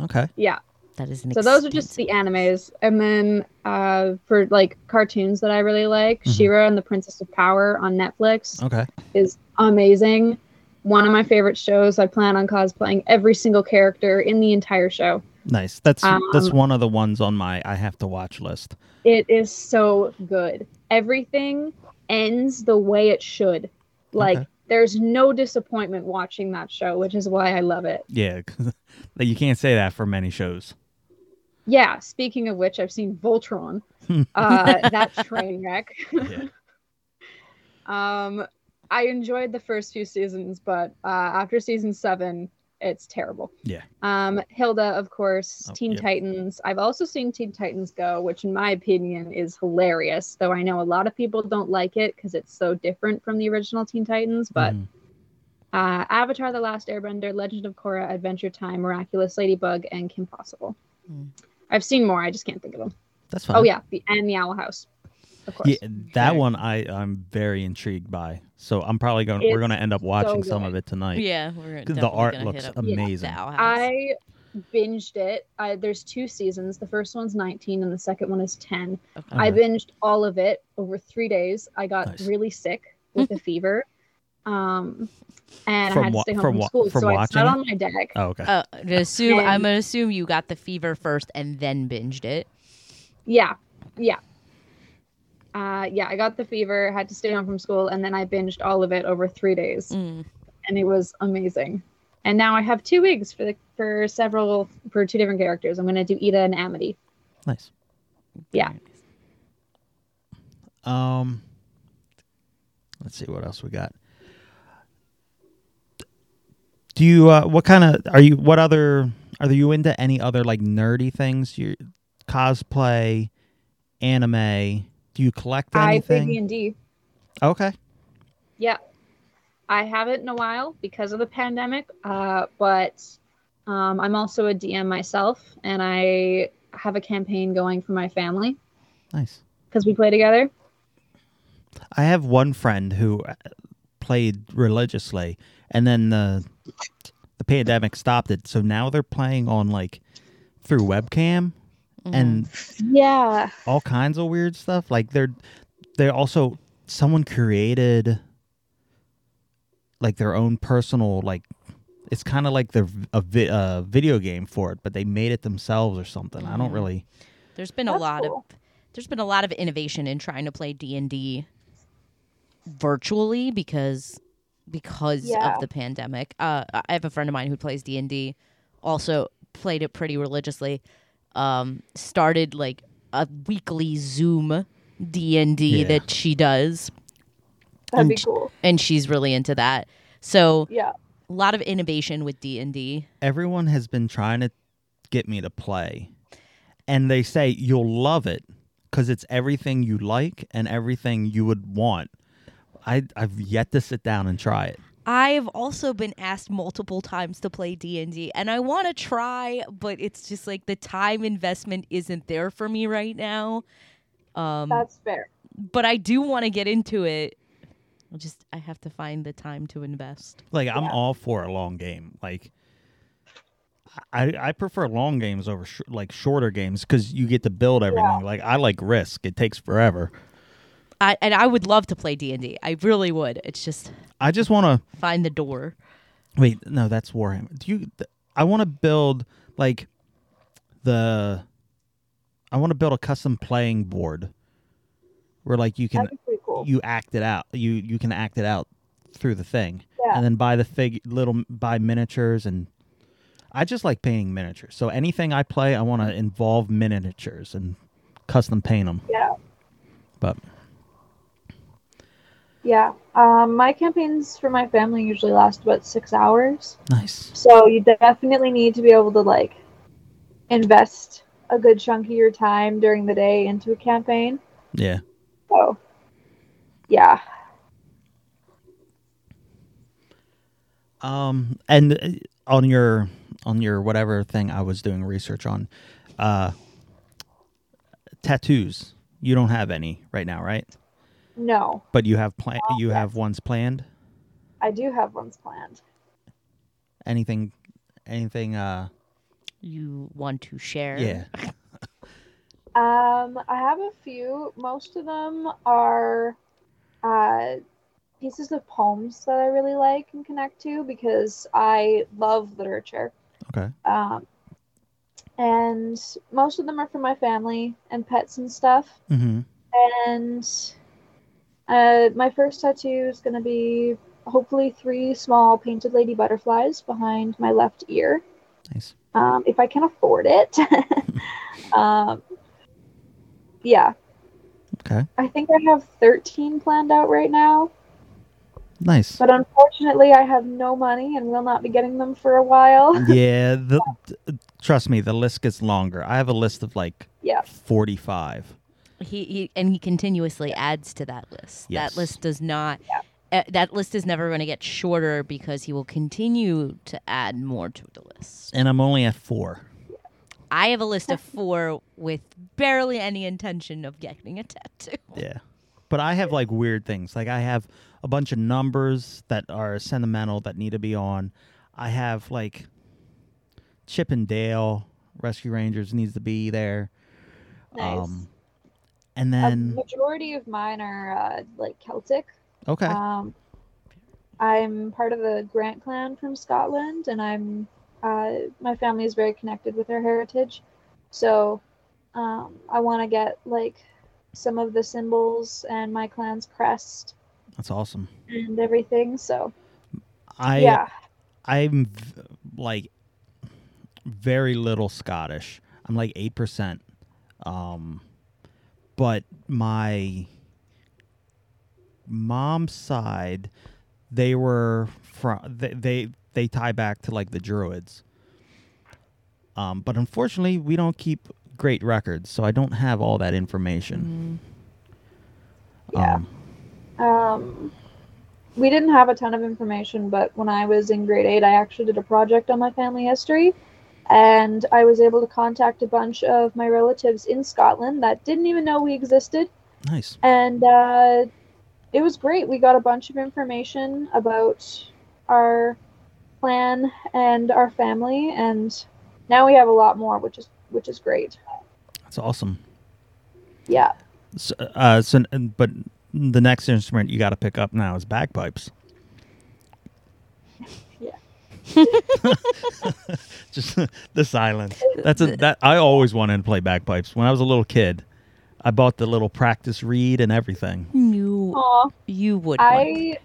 A: Okay.
C: Yeah.
B: That is an
C: So those are just the animes, and then uh, for like cartoons that I really like,
A: Mhm.
C: Shira and the Princess of Power on Netflix
A: Okay.
C: is amazing. One of my favorite shows. I plan on cosplaying every single character in the entire show.
A: Nice. That's that's
C: Um,
A: one of the ones on my I have to watch list.
C: It is so good. Everything ends the way it should. Like
A: Okay.
C: there's no disappointment watching that show, which is why I love it.
A: Yeah, 'cause you can't say that for many shows.
C: Yeah. Speaking of which, I've seen Voltron. uh, that train wreck.
A: Yeah.
C: Um, I enjoyed the first few seasons, but uh, after season seven, it's terrible.
A: Yeah.
C: Um, Hilda, of course,
A: Oh,
C: Teen
A: yep.
C: Titans. I've also seen Teen Titans Go, which, in my opinion, is hilarious. Though I know a lot of people don't like it because it's so different from the original Teen Titans. But
A: Mhm.
C: uh, Avatar: The Last Airbender, Legend of Korra, Adventure Time, Miraculous Ladybug, and Kim Possible.
B: Mm.
C: I've seen more. I just can't think of them.
A: that's fine.
C: Oh yeah, the and the Owl House, of course.
A: Uh-huh. Yeah, that
B: Okay.
A: one I I'm very intrigued by. So I'm probably going. to We're
C: It's
A: going to end up watching
C: so
A: some
C: good.
A: of it tonight.
B: Yeah, we're
A: 'Cause the
B: definitely
A: art
B: gonna
A: looks
B: hit up
A: amazing.
B: the owl house.
C: I binged it. I, there's two seasons. The first one's 19 and the second one is 10.
B: Okay.
A: Okay.
C: I binged all of it over three days. I got
A: Oh, Nice.
C: really sick with a fever. Um, and
A: From
C: I had to
A: wa-
C: stay home
A: from
C: from,
A: wa-
C: school,
A: from
C: so I
A: watching
C: sat
A: it?
C: on my deck.
A: Oh, okay.
B: Uh, to assume
C: And-
B: I'm gonna assume you got the fever first and then binged it.
C: Yeah, yeah. Uh, yeah, I got the fever, had to stay home from school, and then I binged all of it over three days,
B: Mm.
C: and it was amazing. And now I have two wigs for the for several for two different characters. I'm gonna do Ida and Amity.
A: nice.
C: Yeah.
B: Mm.
A: Um, let's see what else we got. Do you? Uh, what kind of are you? What other are you into? Any other like nerdy things? You cosplay, anime. Do you collect
C: I play
A: anything?
C: D and D.
A: okay.
C: Yeah. I haven't in a while because of the pandemic, uh, but um, I'm also a DM myself and I have a campaign going for my family
A: Nice.
C: because we play together.
A: I have one friend who uh, played religiously, and then the the pandemic stopped it. So now they're playing on like through webcam and
C: Yeah.
A: all kinds of weird stuff. Like they're they're also someone created like their own personal like it's kind of like the a vi- uh, video game for it, but they made it themselves or something. I don't
B: Mhm.
A: really.
B: There's been a
C: That's
B: lot
C: cool.
B: of there's been a lot of innovation in trying to play D and D virtually because because
C: Yeah.
B: of the pandemic. Uh, I have a friend of mine who plays D and D, also played it pretty religiously. Um, started like a weekly Zoom D and D
A: Yeah.
B: that she does,
C: That'd
B: And
C: be
B: j-
C: cool.
B: and she's really into that. So
C: Yeah.
B: a lot of innovation with D and D.
A: Everyone has been trying to get me to play, and they say you'll love it because it's everything you like and everything you would want. I I've yet to sit down and try it.
B: I've also been asked multiple times to play D&D and I want to try but it's just like the time investment isn't there for me right now. Um
C: That's fair.
B: but I do want to get into it. I just I have to find the time to invest.
A: Like I'm
C: Yeah.
A: all for a long game. Like I I prefer long games over sh- like shorter games because you get to build everything. Like I like Risk. It takes forever.
B: I and I would love to play D&D. I really would. It's just
A: I just want to
B: find the door.
A: wait. No, that's Warhammer. Do you? th- I want to build like the. I want to build a custom playing board where like you can
C: That'd be pretty cool.
A: you act it out. You you can act it out through the thing,
C: Yeah.
A: and then buy the fig little buy miniatures, and I just like painting miniatures. So anything I play, I want to involve miniatures and custom paint them.
C: Yeah.
A: But
C: Yeah. Um, my campaigns for my family usually last about six hours.
A: nice,
C: So you definitely need to be able to like invest a good chunk of your time during the day into a campaign.
A: yeah.
C: So
E: yeah.
A: Um, and uh, on your on your whatever thing I was doing research on, uh, tattoos. You don't have any right now, right?
E: No,
A: But you have plan. You have ones planned.
E: I do have ones planned.
A: Anything? Anything? Uh,
B: You want to share?
A: yeah.
E: Um, I have a few. Most of them are uh, pieces of poems that I really like and connect to because I love literature.
A: Okay.
E: Um, and most of them are for my family and pets and stuff.
A: Mm-hmm.
E: And uh, my first tattoo is going to be hopefully three small painted lady butterflies behind my left ear
A: Nice.
E: um, if I can afford it. um, yeah.
A: Okay.
E: I think I have 13 planned out right now,
A: Nice.
E: but unfortunately, I have no money and will not be getting them for a while.
A: yeah. The, th- trust me, the list gets longer. I have a list of like
E: Yeah.
A: forty-five.
B: He, he and he continuously adds to that list.
A: Yes.
B: That list does not. Uh, that list is never going to get shorter because he will continue to add more to the list.
A: and I'm only at four.
B: I have a list of four with barely any intention of getting a tattoo.
A: Yeah. But I have like weird things. Like I have a bunch of numbers that are sentimental that need to be on. I have like Chip and Dale Rescue Rangers needs to be there. Um,
E: Nice. Um,
A: and
E: A
A: then
E: majority of mine are uh, like Celtic.
A: okay,
E: Um, I'm part of the Grant clan from Scotland, and I'm uh, my family is very connected with their heritage. So um, I want to get like some of the symbols and my clan's crest
A: that's awesome.
E: and everything. So
A: I
E: yeah,
A: I'm v- like very little Scottish. I'm like eight percent, um, but my mom's side, they were from they, they they tie back to like the Druids. Um, but unfortunately, we don't keep great records, so I don't have all that information.
E: yeah.
A: Um,
E: Um, we didn't have a ton of information, but when I was in grade eight, I actually did a project on my family history. And I was able to contact a bunch of my relatives in Scotland that didn't even know we existed.
A: nice.
E: and uh, it was great. We got a bunch of information about our plan and our family, and now we have a lot more, which is which is great.
A: That's awesome.
E: Yeah,
A: So, uh, so n- but the next instrument you got to pick up now is bagpipes.
E: Yeah.
A: Just the silence. That's a, that I always wanted to play bagpipes. When I was a little kid, I bought the little practice reed and everything.
B: You,
E: Aw,
B: you would. want-
E: I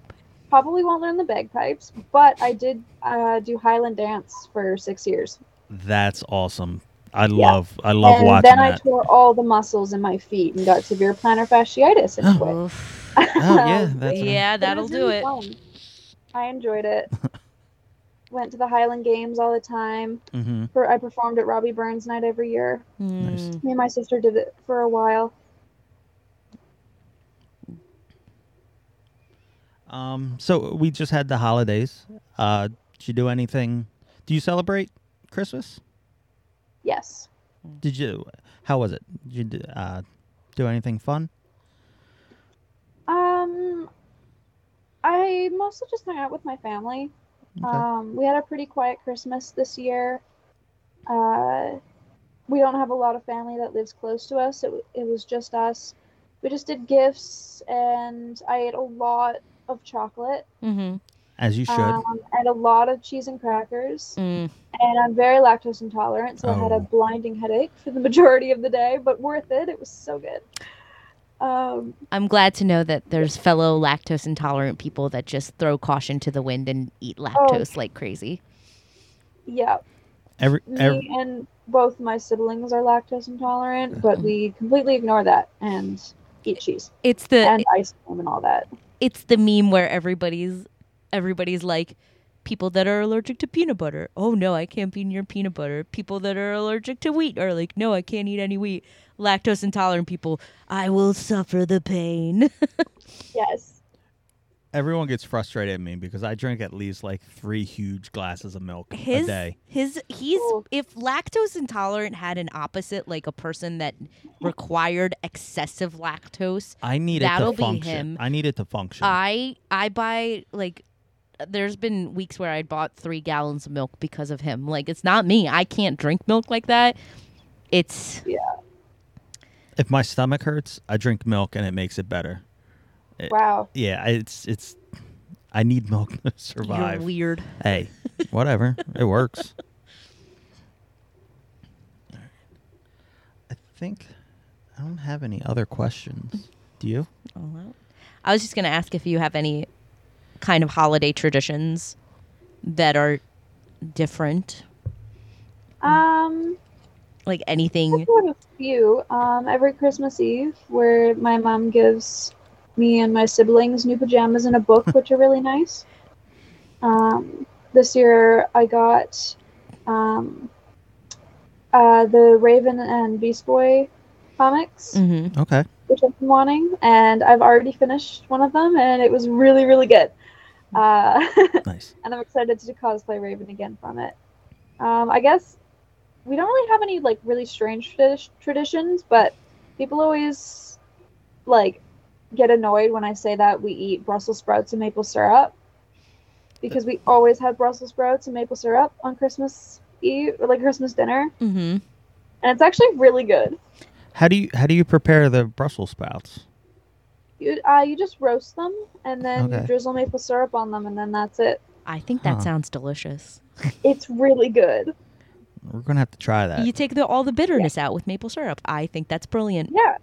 E: probably won't learn the bagpipes, but I did uh, do Highland dance for six years,
A: That's awesome. I
E: Yeah.
A: love I love
E: and
A: watching
E: then I
A: that.
E: tore all the muscles in my feet and got severe plantar fasciitis and quit.
B: Oof.
A: oh yeah, that's a-
B: yeah,
E: But
B: that'll
E: was
B: do
E: really
B: it.
E: fun. I enjoyed it. Went to the Highland Games all the time.
A: mhm.
E: per- I performed at Robbie Burns night every year.
A: Nice.
B: Mm.
E: Me and my sister did it for a while.
A: Um, so we just had the holidays. Uh, did you do anything? Do you celebrate Christmas?
E: Yes.
A: Did you? How was it? Did you do, uh, do anything fun?
E: Um, I mostly just hung out with my family.
A: Okay.
E: Um, we had a pretty quiet Christmas this year. Uh, we don't have a lot of family that lives close to us. It, w- it was just us. We just did gifts, and I ate a lot of chocolate
B: hmm
A: As you should.
E: um, and a lot of cheese and crackers.
B: Mm.
E: and I'm very lactose intolerant, so I had
A: Oh.
E: a blinding headache for the majority of the day, but worth it. It was so good. Um,
B: I'm glad to know that there's fellow lactose intolerant people that just throw caution to the wind and eat
A: Oh.
B: lactose like crazy.
E: yeah,
A: every,
E: me
A: every
E: and both my siblings are lactose intolerant, but we completely ignore that and eat cheese
B: It's the
E: and ice cream and all that.
B: it's the meme where everybody's everybody's like people that are allergic to peanut butter. Oh no, I can't be near peanut butter. People that are allergic to wheat are like, no, I can't eat any wheat. Lactose intolerant people, I will suffer the pain.
E: Yes.
A: Everyone gets frustrated at me because I drink at least like three huge glasses of milk a
B: his
A: day.
B: his he's
E: Oh.
B: if lactose intolerant had an opposite like a person that required excessive lactose
A: I need it
B: that'll
A: to
B: be
A: function.
B: him. Uh,
A: I need it to function.
B: i i buy like there's been weeks where i bought three gallons of milk because of him like it's not me i can't drink milk like that it's
A: if my stomach hurts, I drink milk and it makes it better.
E: Wow.
A: Yeah, I- it's it's. I need milk to survive.
B: you're weird
A: Hey, whatever, it works. I think I don't have any other questions. Do you?
B: i was just going to ask if you have any kind of holiday traditions that are different
E: Um.
B: like
E: I
B: anything
E: do have a few. Um, every Christmas Eve, where my mom gives me and my siblings new pajamas and a book, which are really nice. Um, this year, I got um, uh, the Raven and Beast Boy comics,
B: mm-hmm.
A: Okay.
E: which I've been wanting, and I've already finished one of them, and it was really, really good. Uh,
A: Nice.
E: and I'm excited to cosplay Raven again from it. Um, I guess we don't really have any like really strange tradi- traditions, but people always like get annoyed when I say that we eat Brussels sprouts and maple syrup because we always have Brussels sprouts and maple syrup on Christmas Eve or like Christmas dinner,
B: Mm-hmm.
E: and it's actually really good.
A: How do you how do you prepare the Brussels sprouts?
E: You uh, you just roast them and then you
A: Okay.
E: drizzle maple syrup on them, and then that's it.
B: I think that
A: Huh.
B: sounds delicious.
E: It's really good.
A: We're gonna have to try that.
B: You take the, all the bitterness out with maple syrup. I think that's brilliant.
E: Yeah.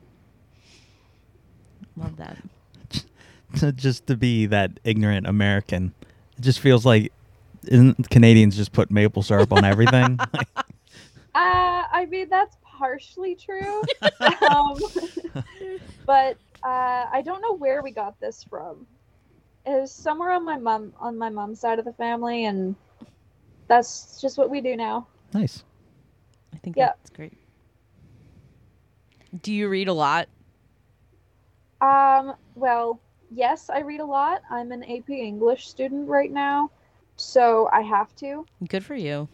B: Love that.
A: just to be that ignorant American, it just feels like isn't Canadians just put maple syrup on everything? Like,
E: Uh, I mean, that's partially true. um, but uh, I don't know where we got this from. It was somewhere on my mom on my mom's side of the family, and that's just what we do now.
A: nice.
B: I think
E: Yeah.
B: that's great. Do you read a lot?
E: Um, well, yes, I read a lot. I'm an AP English student right now, so I have to.
B: Good for you.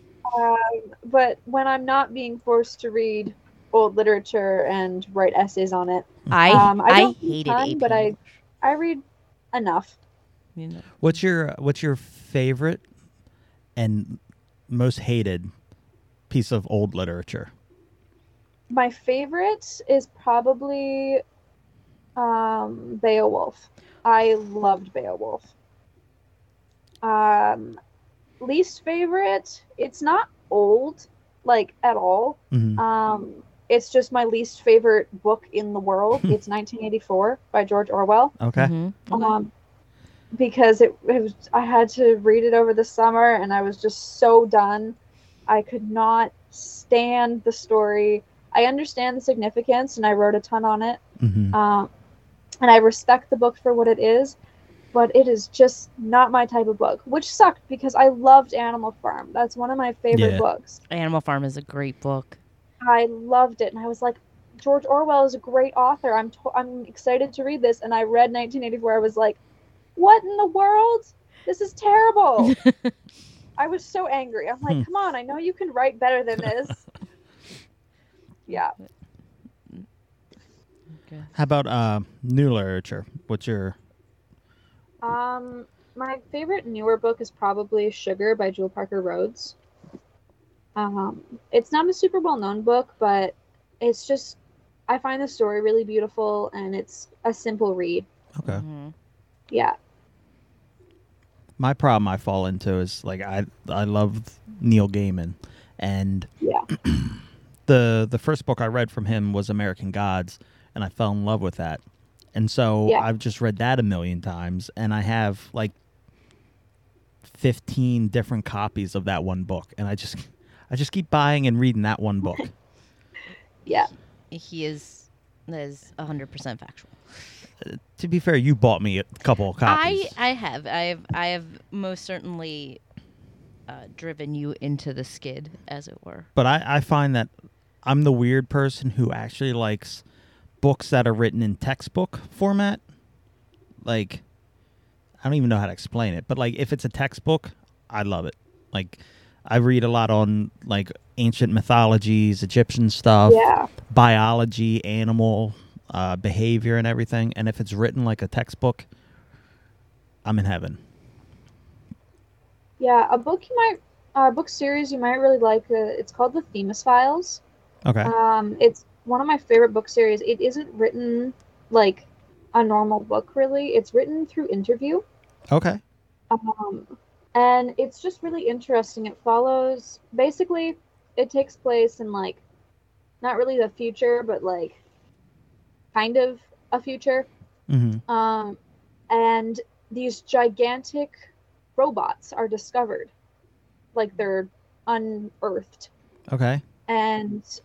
E: But when I'm not being forced to read old literature and write essays on it,
A: Mm-hmm.
B: I
E: Um, I
B: I,
E: don't read
B: hated
E: ton,
B: AP
E: but I-
B: English,
E: I read enough.
B: you know.
A: What's your what's your favorite and most hated piece of old literature?
E: My favorite is probably um, Beowulf. I loved Beowulf. Um, least favorite, it's not old, like at all.
A: Mhm.
E: Um, it's just my least favorite book in the world. it's 1984 by George Orwell.
A: Okay.
B: Mhm.
E: Um, because it, it was, I had to read it over the summer and I was just so done. I could not stand the story. I understand the significance and I wrote a ton on it.
A: Mhm.
E: Um, and I respect the book for what it is, but it is just not my type of book, which sucked because I loved Animal Farm. That's one of my favorite
A: Yeah.
E: books.
B: Animal Farm is a great book.
E: I loved it, and I was like, George Orwell is a great author. I'm to- I'm excited to read this, and I read 1984. I was like, what in the world? This is terrible. I was so angry. I'm
A: Hmm.
E: like, come on, I know you can write better than this. yeah.
A: How about uh, new literature? What's your
E: Um, my favorite newer book is probably Sugar by Jewel Parker Rhodes. Um, it's not a super well known book, but it's just I find the story really beautiful, and it's a simple read.
A: okay?
B: Mhm.
E: Yeah.
A: My problem I fall into is like I I love Neil Gaiman, and
E: Yeah.
A: the the first book I read from him was American Gods, and I fell in love with that, and so
E: Yeah.
A: I've just read that a million times, and I have like fifteen different copies of that one book, and I just I just keep buying and reading that one book.
E: Yeah.
B: He is that is hundred percent factual.
A: to be fair, you bought me a couple of copies.
B: I I have I have I have most certainly uh, driven you into the skid, as it were.
A: But I, I find that I'm the weird person who actually likes books that are written in textbook format. Like, I don't even know how to explain it, but like if it's a textbook, I love it. Like, I read a lot on like ancient mythologies, Egyptian stuff,
E: Yeah.
A: biology, animal uh, behavior, and everything. And if it's written like a textbook, I'm in heaven.
E: Yeah. A book you might, a book series you might really like. Uh, it's called The Themis Files.
A: Okay.
E: Um, it's one of my favorite book series. It isn't written like a normal book, really. It's written through interview.
A: okay.
E: Um, and it's just really interesting. It follows basically, it takes place in like not really the future, but like kind of a future.
A: hmm
E: Um, and these gigantic robots are discovered, like they're unearthed,
A: Okay.
E: and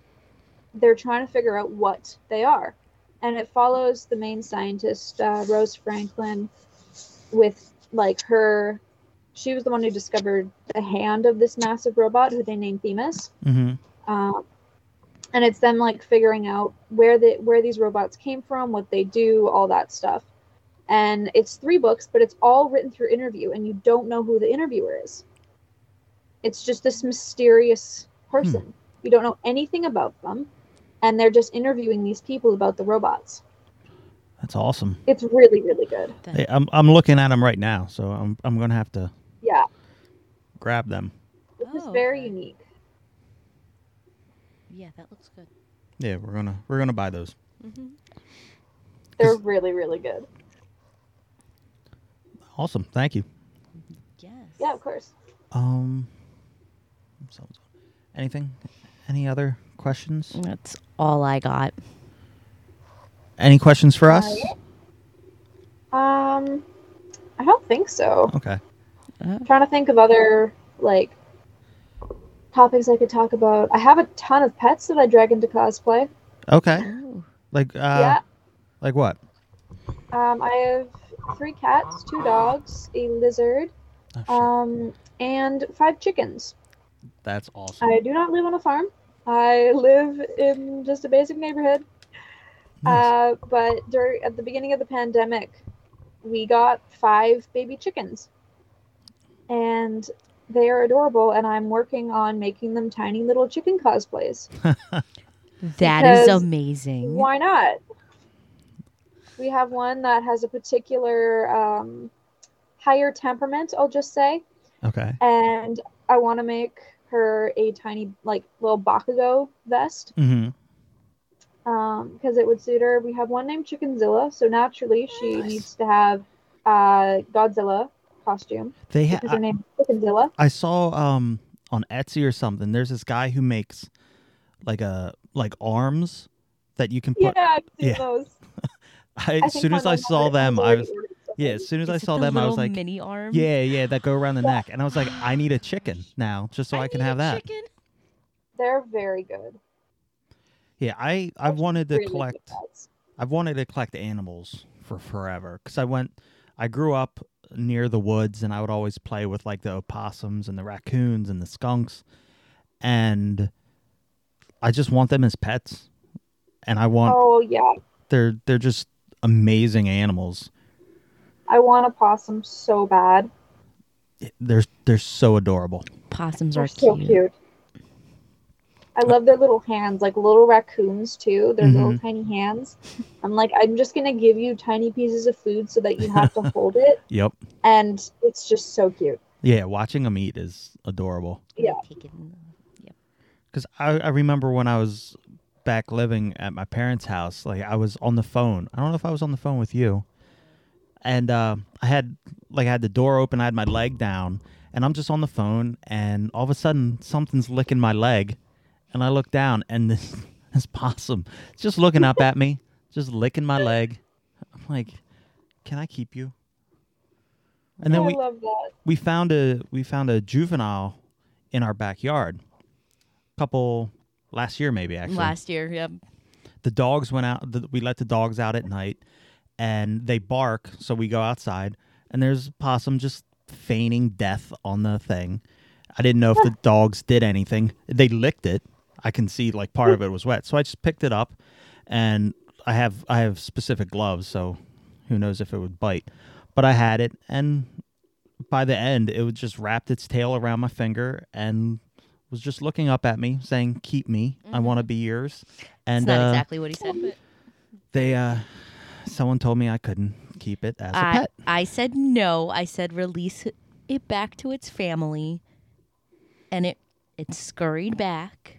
E: they're trying to figure out what they are. And it follows the main scientist, uh, Rose Franklin, with like her. She was the one who discovered the hand of this massive robot who they named Themis
A: hmm
E: um, and it's them like figuring out where the where these robots came from, what they do, all that stuff. And it's three books, but it's all written through interview, and you don't know who the interviewer is. It's just this mysterious person.
B: Hmm.
E: You don't know anything about them, and they're just interviewing these people about the robots.
A: That's awesome.
E: It's really, really good.
A: Hey, I'm I'm looking at them right now, so I'm I'm gonna have to
E: Yeah,
A: grab them.
E: it's just
B: Oh,
E: very
B: okay.
E: unique.
B: Yeah, that looks good.
A: Yeah, we're gonna we're gonna buy those.
E: They're really, really good.
A: Awesome, thank you.
B: Yes.
E: Yeah, of course.
A: Um, so- anything? Any other questions?
B: That's all I got.
A: Any questions for us?
E: Um, I don't think so.
A: Okay.
E: trying to think of other like topics I could talk about. I have a ton of pets that I drag into cosplay.
A: Okay. Like uh,
E: yeah.
A: like what?
E: Um, I have three cats, two dogs, a lizard,
A: Oh, shit.
E: um, and five chickens.
A: That's awesome.
E: I do not live on a farm. I live in just a basic neighborhood.
A: Nice.
E: Uh, but during at the beginning of the pandemic, we got five baby chickens, and they are adorable. And I'm working on making them tiny little chicken cosplays.
B: That is
E: Because
B: amazing.
E: Why not? We have one that has a particular um, higher temperament, I'll just say,
A: okay.
E: and I want to make her a tiny, like, little Bakugo vest
A: Mm-hmm.
E: because it would suit her. We have one named Chickenzilla, so naturally she
A: Nice.
E: needs to have uh, Godzilla costume
A: They ha-
E: because her
A: I,
E: name is Chickenzilla.
A: I saw um on Etsy or something. There's this guy who makes like a like arms that you can put.
E: Yeah, I've seen
A: yeah.
E: those.
A: I,
E: I
A: as
E: think
A: soon
E: my
A: as I
E: mom
A: saw
E: ordered-
A: them, I
E: already
A: was
E: ordered something.
A: yeah. As soon as
B: Is
A: I
B: it
A: saw
B: the
A: them, I was
B: little
A: like,
B: mini arm.
A: Yeah, yeah, that go around the neck. And I was like, I need a chicken now just so I, can
B: need a
A: have that.
B: chicken.
E: They're very good.
A: Yeah, I I've wanted to
E: Really good
A: collect
E: pets.
A: I've wanted to collect animals for forever cuz I went I grew up near the woods and I would always play with like the opossums and the raccoons and the skunks and I just want them as pets. And I want
E: Oh yeah,
A: they're they're just amazing animals.
E: I want a possum so bad.
A: They're they're so adorable.
B: Possums
E: They're
B: are
E: so
B: cute.
E: cute. I love their little hands, like little raccoons too. Their little
A: Mm-hmm.
E: tiny hands. I'm like, I'm just gonna give you tiny pieces of food so that you have to hold it,
A: Yep.
E: and it's just so cute.
A: Yeah, watching them eat is adorable.
E: Yeah.
B: Take it in the- yep.
A: Because I, I remember when I was back living at my parents' house, like I was on the phone. I don't know if I was on the phone with you. And uh, I had like I had the door open, I had my leg down, and I'm just on the phone, and all of a sudden something's licking my leg, and I look down, and this this possum is just looking up at me, just licking my leg. I'm like, "Can I keep you?" And then
E: I
A: we
E: love that.
A: we found a we found a juvenile in our backyard. Couple last year maybe actually.
B: Last year, yep.
A: The dogs went out. The, we let the dogs out at night, and they bark. So we go outside, and there's a possum just feigning death on the thing, I didn't know if the dogs did anything. They licked it. I can see like part of it was wet. So I just picked it up and I have I have specific gloves, so who knows if it would bite. But I had it and by the end it was just wrapped its tail around my finger and was just looking up at me saying, "Keep me. I want to be yours." And
B: Mm-hmm. it's not
A: uh,
B: exactly what he said, but
A: they uh someone told me I couldn't keep it as a
B: I,
A: pet.
B: I said no. I said release it back to its family, and it it scurried back.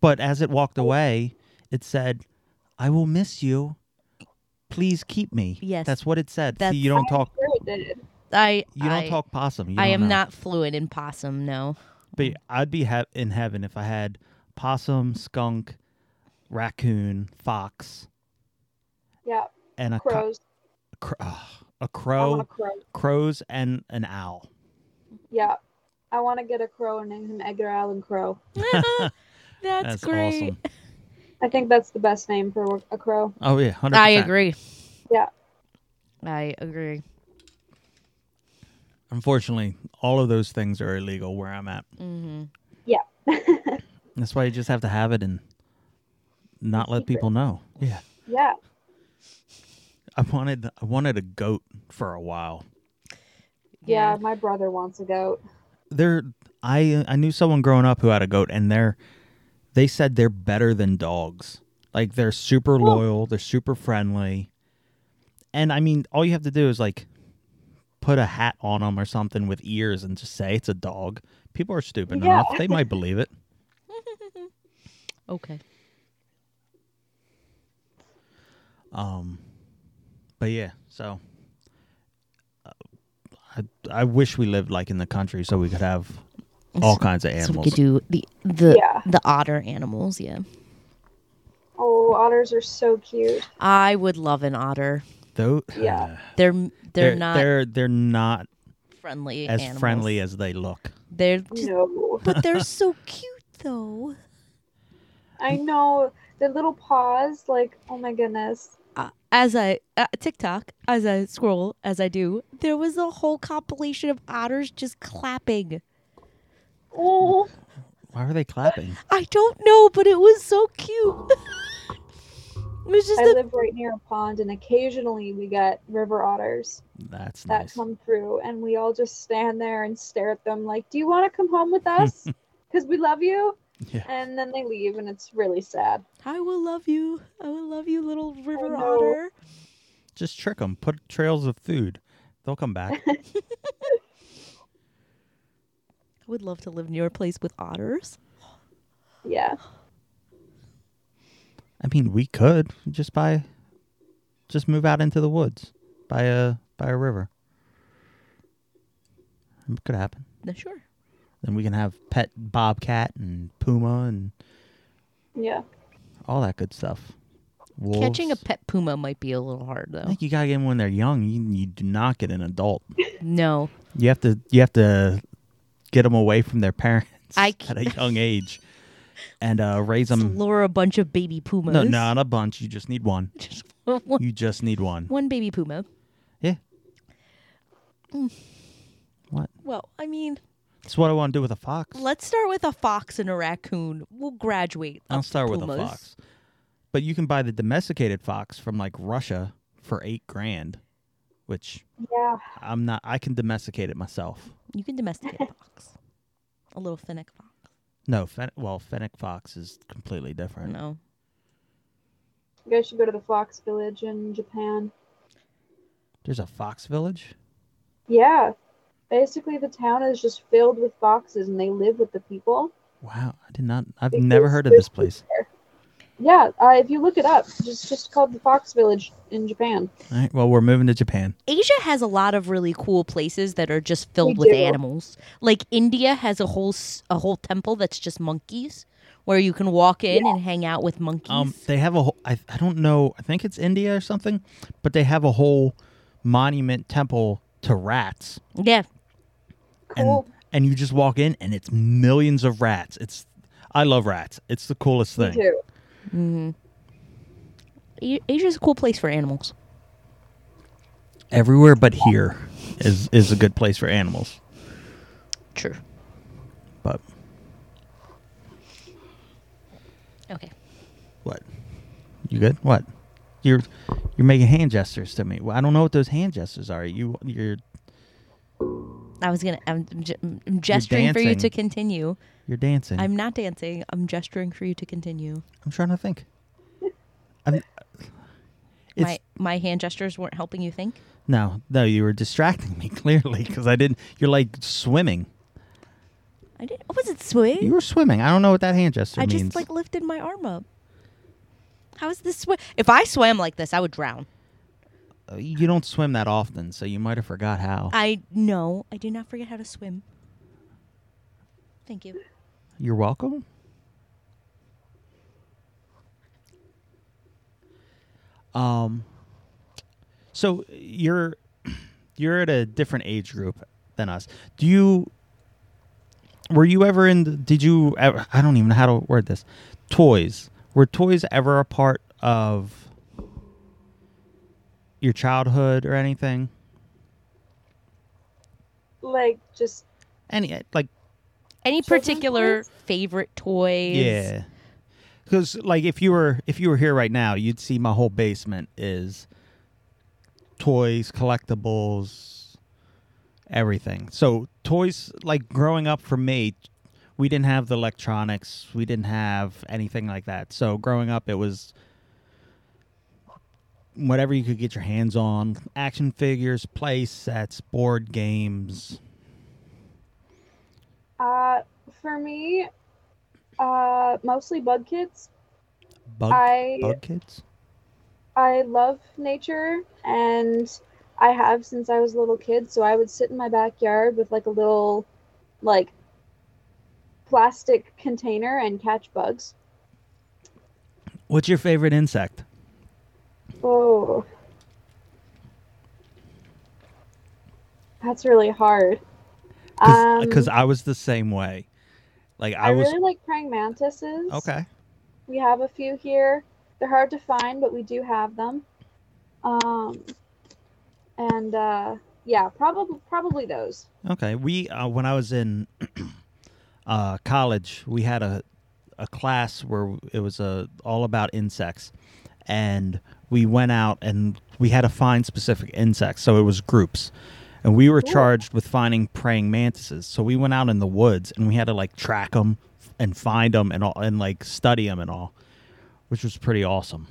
A: But as it
B: Oh.
A: walked away, it said, "I will miss you. Please keep me."
B: Yes.
A: that's what it said.
B: That's-
A: See, you don't talk.
E: Sure it did.
B: I
A: You don't
B: I,
A: talk possum. You
B: I
A: don't
B: am
A: know.
B: not fluent in possum. No,
A: But I'd be ha- in heaven if I had possum, skunk, raccoon, fox,
E: Yeah,
A: and a co-
E: crows.
A: cr- ah, a
E: I want
A: crow,
E: a crow.
A: crows, and an owl.
E: Yeah, I want to get a crow and name him Edgar Allan Crow.
B: that's,
A: That's
B: great.
A: awesome.
E: I think that's the best name for a crow.
A: Oh yeah, 100%.
B: I agree.
E: Yeah.
B: I agree.
A: Unfortunately, all of those things are illegal where I'm at.
B: hmm
A: That's why you just have to have it and not let people know. Yeah.
E: Yeah.
A: I wanted I wanted a goat for a while.
E: Yeah, my brother wants a goat.
A: There I I knew someone growing up who had a goat and they're they said they're better than dogs. Like they're super loyal, they're super friendly. And I mean, all you have to do is like put a hat on them or something with ears and just say it's a dog. People are stupid
E: Yeah.
A: enough. They might believe it.
B: Okay.
A: Um, but yeah, so uh, I I wish we lived like in the country so we could have all kinds of
B: So we
A: animals.
B: could do the the
E: Yeah.
B: the otter animals. Yeah.
E: Oh, otters are so cute.
B: I would love an otter.
A: Though,
E: Yeah.
B: They're they're, not
A: they're they're not
B: friendly.
A: as
B: animals.
A: friendly as they look.
B: They're just,
E: No.
B: but they're so cute though.
E: I know. The little paws, like, oh my goodness.
B: Uh, as I uh, TikTok, as I scroll, as I do, there was a whole compilation of otters just clapping.
E: Oh,
A: Why are they clapping?
B: I don't know, but it was so cute. it was just
E: I
B: a
E: live right near a pond, and occasionally we get river otters
A: That's
E: that
A: nice.
E: come through, and we all just stand there and stare at them, like, do you want to come home with us? Because we love you.
A: Yeah.
E: And then they leave, and it's really sad.
B: I will love you. I will love you, little river
E: know.
B: otter.
A: Just trick them. Put trails of food. They'll come back.
B: I would love to live near a place with otters.
E: Yeah.
A: I mean, we could just buy, just move out into the woods by a by a river. It could happen.
B: No, sure.
A: Then we can have pet bobcat and puma and
E: Yeah.
A: all that good stuff. Wolves.
B: Catching a pet puma might be a little hard
A: I
B: though.
A: think you gotta get them when they're young. You, you do not get an adult.
B: No.
A: You have to you have to get them away from their parents
B: I
A: at a young age, and uh, raise
B: Just
A: them.
B: lure a bunch of baby pumas.
A: No, not a bunch. You just need one.
B: Just one,
A: You just need one.
B: one baby puma.
A: Yeah. What?
B: Well, I mean,
A: That's what I want to do with a fox.
B: let's start with a fox and a raccoon. We'll graduate. up
A: I'll
B: to
A: start with a
B: pumas.
A: fox. But you can buy the domesticated fox from like Russia for eight grand, which
E: Yeah.
A: I'm not. I can domesticate it myself.
B: You can domesticate a fox. A little finnick fox.
A: No, fen- well, fennec fox is completely
B: I
A: different.
B: know.
E: You guys should go to the fox village in Japan.
A: There's a fox village.
E: Yeah. Basically, the town is just filled with foxes and they live with the people.
A: Wow, I did not. I've
E: Because
A: never heard of
E: there's
A: this place.
E: Yeah, uh, if you look it up, it's just called the Fox Village in Japan.
A: All right, well, we're moving to Japan.
B: Asia has a lot of really cool places that are just filled
E: They
B: with
E: do.
B: animals. Like India has a whole s- a whole temple that's just monkeys, where you can walk in and hang out with monkeys.
A: Um, they have a whole. I, I don't know. I think it's India or something, but they have a whole monument temple to rats,
B: yeah,
E: Cool.
A: and and you just walk in and it's millions of rats. It's I love rats. It's the coolest
E: Me
A: thing.
E: too.
B: A- Asia's a cool place for animals.
A: Everywhere but here is is a good place for animals.
B: True.
A: But
B: Okay.
A: what? You good? What? You're you're making hand gestures to me. Well, I don't know what those hand gestures are. You you're
B: I was gonna. I'm, I'm ge- I'm gesturing for you to
A: dancing.
B: continue.
A: you're dancing.
B: I'm not dancing. I'm gesturing for you to continue.
A: I'm trying to think. I'm, it's
B: my my hand gestures weren't helping you think.
A: no, no. You were distracting me clearly because I didn't. You're like swimming.
B: I didn't. oh, Was it swing?
A: You were swimming. I don't know what that hand gesture
B: I
A: means.
B: just like lifted my arm up. How is this swim? If I swam like this, I would drown.
A: Uh, you don't swim that often, so you might have forgot how.
B: I no, I do not forget how to swim. Thank you.
A: You're welcome. Um so you're you're at a different age group than us. Do you were you ever in the- did you ever I don't even know how to word this. Toys. Were toys ever a part of your childhood or anything?
C: Like just
A: Any like
B: Any
C: Children's
B: particular
C: toys?
B: favorite toys?
A: Yeah. Because like if you were if you were here right now, you'd see my whole basement is toys, collectibles, everything. So toys like growing up for me, we didn't have the electronics, we didn't have anything like that. So growing up it was whatever you could get your hands on, action figures, play sets, board games.
C: uh for me, uh mostly bug kids.
A: Bug
C: I
A: bug kids?
C: I love nature and I have since I was a little kid, so I would sit in my backyard with like a little like plastic container and catch bugs.
A: What's your favorite insect?
C: Oh. That's really hard. Um,
A: because uh, I was the same way. Like I,
C: I
A: was
C: really like praying mantises.
A: okay.
C: We have a few here. They're hard to find, but we do have them. Um, and uh, yeah, probably probably those.
A: Okay, we uh, when I was in uh, college, we had a a class where it was uh, all about insects, and we went out and we had to find specific insects. So it was groups, and we were
C: Cool.
A: charged with finding praying mantises. So we went out in the woods and we had to like track them and find them and all and like study them and all, which was pretty awesome.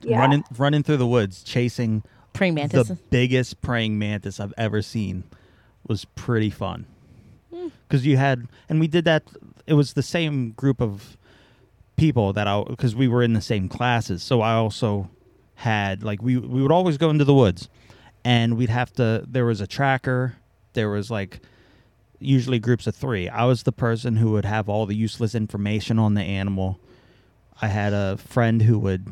C: Yeah.
A: Running running through the woods, chasing
B: Praying mantis.
A: the biggest praying mantis I've ever seen was pretty fun.
B: Hmm.
A: Because you had, and we did that. It was the same group of people that I, because we were in the same classes. So I also had like we we would always go into the woods, and we'd have to. There was a tracker. There was like usually groups of three. I was the person who would have all the useless information on the animal. I had a friend who would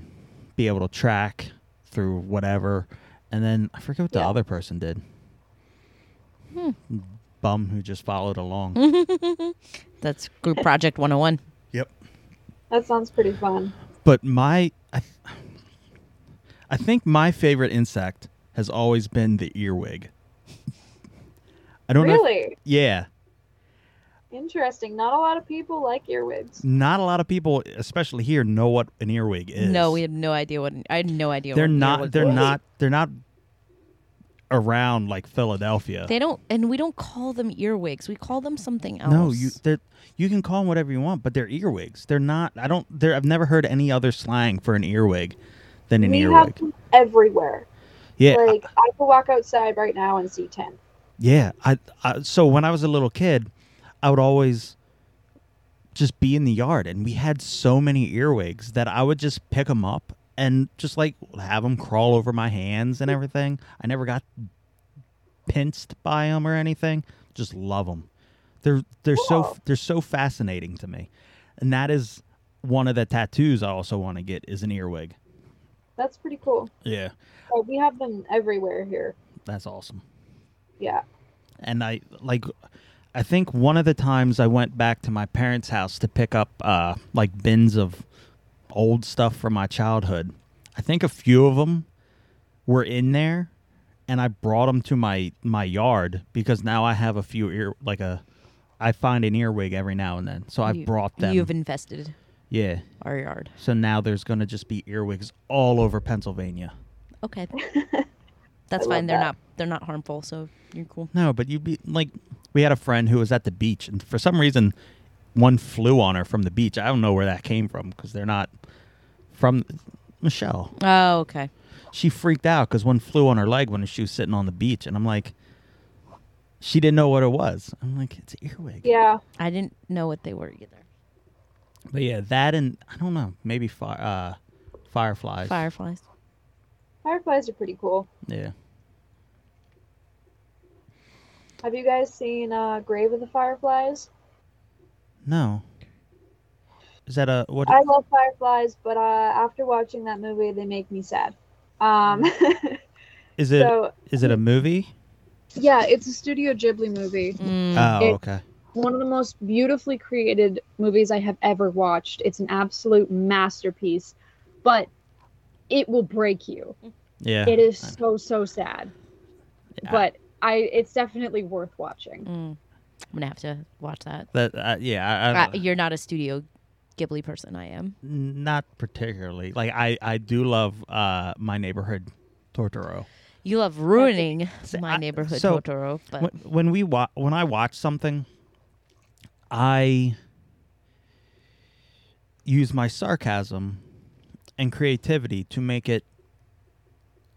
A: be able to track through whatever, and then I forget what the
C: Yeah.
A: other person did. Bum who just followed along.
B: That's group project 101.
A: yep.
C: That sounds pretty fun.
A: But my, I, th- I think my favorite insect has always been the earwig. I don't know. If,
C: Really
A: yeah.
C: interesting. Not a lot of people like earwigs.
A: Not a lot of people, especially here, know what an earwig is.
B: No, we had no idea what I had no idea.
A: they're
B: what
A: not.
B: what-
A: They're
C: Really?
A: not. They're not around like Philadelphia.
B: They don't, and we don't call them earwigs. We call them something else.
A: no, you they're- you can call them whatever you want, but they're earwigs. They're not. I don't. They're, I've never heard any other slang for an earwig than an
C: we have
A: earwig.
C: them everywhere.
A: yeah, I-
C: Like I could walk outside right now and see ten.
A: Yeah, I, I so when I was a little kid, I would always just be in the yard, and we had so many earwigs that I would just pick them up and just like have them crawl over my hands and everything. I never got pinched by them or anything. Just love them. They're they're so
C: Cool.
A: they're so fascinating to me, and that is one of the tattoos I also want to get is an earwig.
C: That's pretty cool.
A: Yeah,
C: Like, we have them everywhere here.
A: that's awesome.
C: Yeah.
A: and I like I think one of the times I went back to my parents' house to pick up uh like bins of old stuff from my childhood. I think a few of them were in there and I brought them to my my yard because now I have a few ear like a I find an earwig every now and then. So I
B: You-
A: brought them.
B: You've invested
A: yeah.
B: our yard.
A: So now there's going to just be earwigs all over Pennsylvania.
B: Okay. That's
C: I
B: fine.
C: love
B: They're
C: that.
B: not they're not harmful, so you're cool.
A: No, but you'd be like, we had a friend who was at the beach, and for some reason, one flew on her from the beach. I don't know where that came from because they're not from Michelle.
B: Oh, okay.
A: She freaked out because one flew on her leg when she was sitting on the beach, and I'm like, she didn't know what it was. I'm like, it's an earwig.
C: Yeah.
B: I didn't know what they were either.
A: But yeah, that and I don't know, maybe fire, uh, fireflies.
B: Fireflies.
C: Fireflies are pretty cool.
A: Yeah.
C: Have you guys seen uh, Grave of the Fireflies?
A: No. Is that a what?
C: I love fireflies, but uh, after watching that movie, they make me sad. Um,
A: Is it? Is
C: so
A: it a movie?
C: yeah, it's a Studio Ghibli movie.
B: Mm.
A: Oh,
C: It-
A: okay.
C: One of the most beautifully created movies I have ever watched. It's an absolute masterpiece, but it will break you.
A: Yeah.
C: It is
A: I-
C: so so sad,
A: Yeah.
C: but I it's definitely worth watching.
B: Mm. I'm gonna have to watch that.
A: That uh, yeah, I, I,
B: Uh, you're not a Studio Ghibli person. I am.
A: not particularly. Like I, I do love uh my neighborhood Tortoro.
B: You love ruining
A: See,
B: my
A: I-
B: neighborhood
A: so,
B: Totoro, but
A: When, when we wa- when I watch something, I use my sarcasm and creativity to make it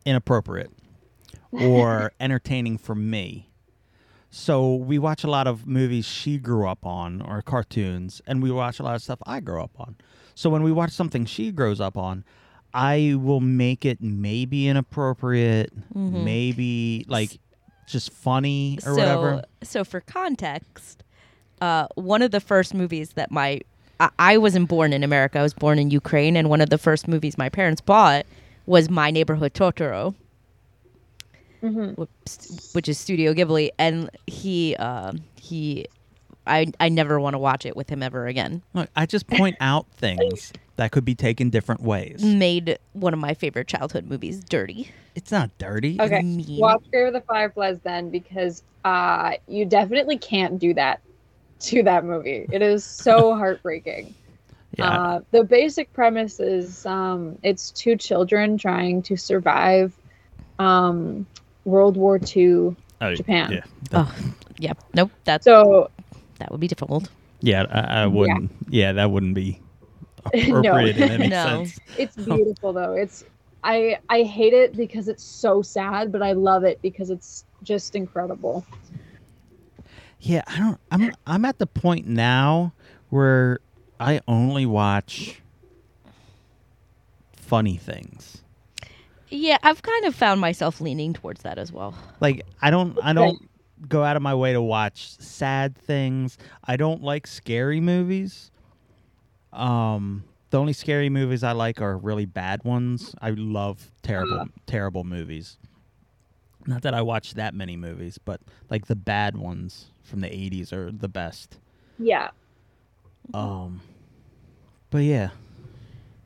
A: inappropriate or entertaining for me. So we watch a lot of movies she grew up on or cartoons, and we watch a lot of stuff I grew up on. So when we watch something she grows up on, I will make it maybe inappropriate,
B: Mhm.
C: Mm-hmm.
A: maybe like just funny or
B: so
A: whatever.
B: so for context, uh, one of the first movies that my I, I wasn't born in America. I was born in Ukraine, and one of the first movies my parents bought was My Neighborhood Totoro,
C: hmm
B: Mm-hmm. whoops, which is Studio Ghibli, and he um, he. I, I never want to watch it with him ever again.
A: Look, I just point out things that could be taken different
C: Mm.
A: ways.
B: Made one of my favorite childhood movies dirty.
A: It's not dirty.
C: Okay,
B: mean.
C: watch Grave of the Fireflies then, because uh, you definitely can't do that to that movie. It is so heartbreaking.
A: Yeah.
C: Uh, the basic premise is um, it's two children trying to survive um, World War II.
A: Oh,
C: Japan.
A: Yeah. That-
B: Oh, yep. Nope. That's
C: So
B: that would be difficult.
A: yeah, I, I wouldn't. Yeah. that wouldn't be
C: No.
A: appropriate in any
B: No.
A: sense.
C: it's beautiful though. It's I I hate it because it's so sad, but I love it because it's just incredible.
A: Yeah, I don't. I'm I'm at the point now where I only watch funny things.
B: Yeah, I've kind of found myself leaning towards that as well.
A: Like I don't I don't go out of my way to watch sad things. I don't like scary movies. Um the only scary movies I like are really bad ones. I love terrible terrible movies. Not that I watch that many movies, but like the bad ones from the 80s are the best.
C: Yeah,
A: Um but yeah.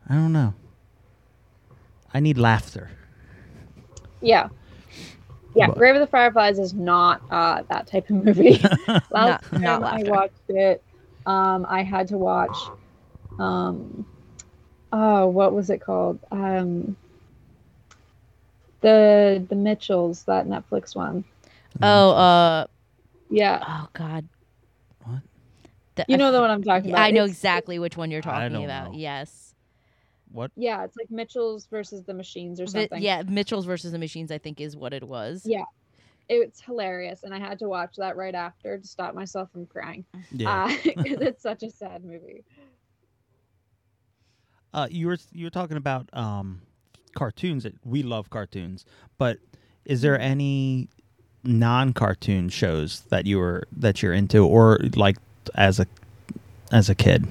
A: I don't know. I need laughter.
C: yeah. Yeah,
A: But-
C: Grave of the Fireflies is not uh, that type of movie.
B: Not-
C: Last time
B: not
C: I
B: laughter.
C: watched it, um, I had to watch, um, oh, what was it called? Um, the the Mitchells, that Netflix one.
B: Oh, uh,
C: Yeah,
B: oh God.
A: What?
B: The-
C: you know
B: I-
C: the one I'm talking about.
B: I know
C: It's-
B: exactly which one you're
A: I
B: talking
A: don't
B: about.
A: know.
B: Yes.
A: what?
C: Yeah, it's like Mitchells versus the Machines or
B: Vi-
C: something.
B: yeah, Mitchell's versus the Machines, I think, is what it was.
C: Yeah. it's hilarious, and I had to watch that right after to stop myself from crying
A: Yeah.
C: because it's such a sad movie.
A: Uh, you were you were talking about um, cartoons. We love cartoons, but is there any non-cartoon shows that you were that you're into, or like as a as a kid?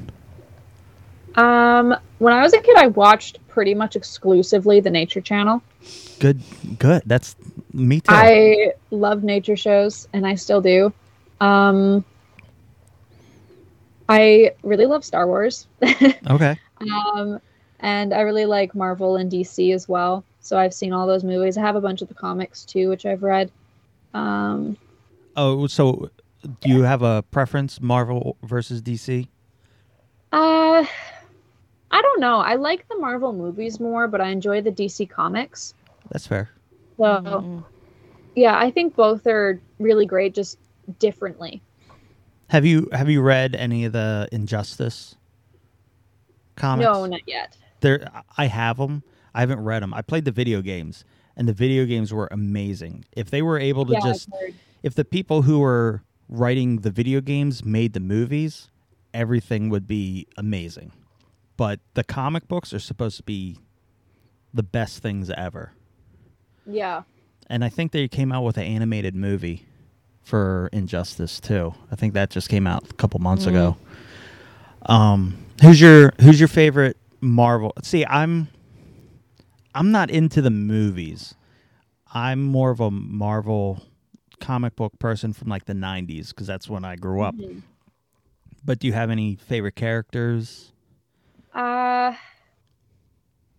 C: Um, when I was a kid, I watched pretty much exclusively the Nature Channel.
A: Good, good. That's me too.
C: I love nature shows, and I still do. Um, I really love Star Wars,
A: okay.
C: um, and I really like Marvel and DC as well. So I've seen all those movies. I have a bunch of the comics too, which I've read. Um,
A: Oh, so do you have a preference, Marvel versus DC?
C: uh, I don't know. I like the Marvel movies more, but I enjoy the DC comics.
A: That's fair.
C: So
A: Mm-hmm.
C: yeah, I think both are really great, just differently.
A: Have you have you read any of the Injustice comics?
C: No, not yet.
A: There, I have them. I haven't read them. I played the video games, and the video games were amazing. If they were able to
C: Yeah, I've
A: just,
C: heard.
A: if the people who were writing the video games made the movies, everything would be amazing. But the comic books are supposed to be the best things ever.
C: yeah.
A: And I think they came out with an animated movie for Injustice too. I think that just came out a couple months ago.
C: Mm.
A: Um, who's your who's your favorite Marvel? See, I'm I'm not into the movies. I'm more of a Marvel comic book person from like the 90s because that's when I grew up.
C: Mhm.
A: But do you have any favorite characters?
C: Uh,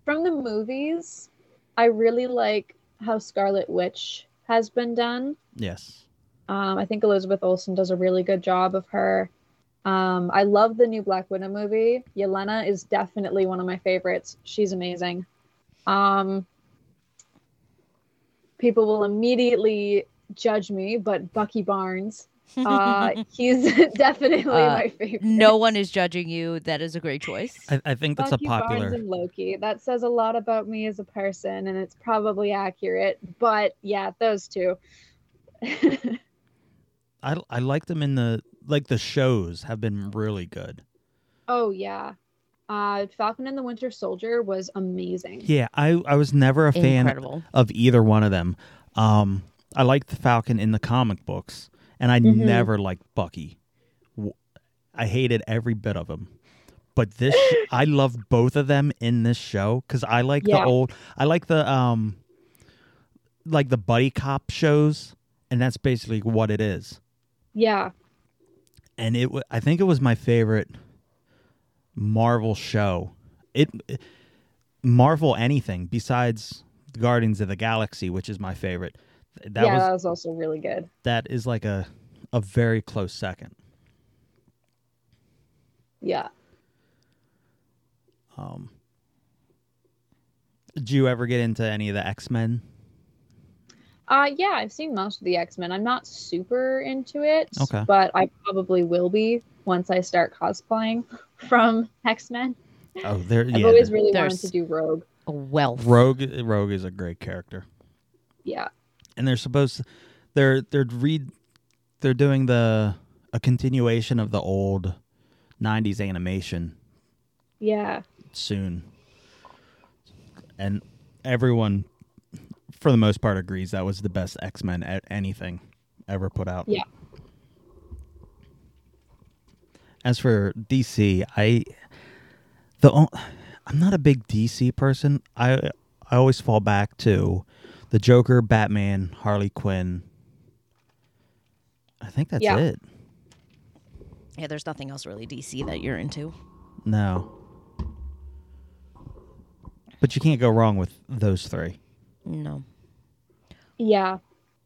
C: from the movies, I really like how Scarlet Witch has been done.
A: Yes.
C: Um, I think Elizabeth Olsen does a really good job of her. Um, I love the new Black Widow movie. Yelena is definitely one of my favorites. She's amazing. Um, people will immediately judge me, but Bucky Barnes, uh, he's definitely
B: Uh,
C: my favorite.
B: Mm-hmm. no one is judging you. That is a great choice.
A: I, I think that's a
C: Bucky Barnes
A: popular.
C: and Loki. That says a lot about me as a person, and it's probably accurate. But yeah, those two.
A: I, I like them in the like the shows have been really good.
C: oh yeah, uh, Falcon and the Winter Soldier was amazing.
A: Yeah, I, I was never a fan
B: Incredible.
A: of either one of them. Um, I liked the Falcon in the comic books, and I
C: Mhm.
A: never liked Bucky. W- I hated every bit of him. But this, I love both of them in this show because I like
C: Yeah.
A: the old, I like the um, like the buddy cop shows, and that's basically what it is.
C: Yeah,
A: And it, wa- I think it was my favorite Marvel show. It Marvel anything besides Guardians of the Galaxy, which is my favorite. Th- That
C: yeah,
A: was
C: that was also really good.
A: that is like a a very close second.
C: Yeah.
A: Um, do you ever get into any of the X Men?
C: Uh, yeah, I've seen most of the X Men. I'm not super into it,
A: Okay.
C: but I probably will be once I start cosplaying from X Men.
A: Oh, there.
C: I've
A: Yeah,
C: always
A: the-
C: really
B: There's-
C: wanted to do Rogue.
B: A wealth.
A: Rogue. Rogue is a great character,
C: Yeah.
A: and they're supposed to, they're they're read they're doing the a continuation of the old '90s animation
C: Yeah.
A: soon, and everyone for the most part agrees that was the best X Men at anything ever put out.
C: Yeah.
A: as for DC, I the o- I'm not a big DC person. I I always fall back to the Joker, Batman, Harley Quinn. I think that's
C: Yeah.
A: it.
B: Yeah, there's nothing else really DC that you're into.
A: No. But you can't go wrong with those three.
B: No.
C: Yeah.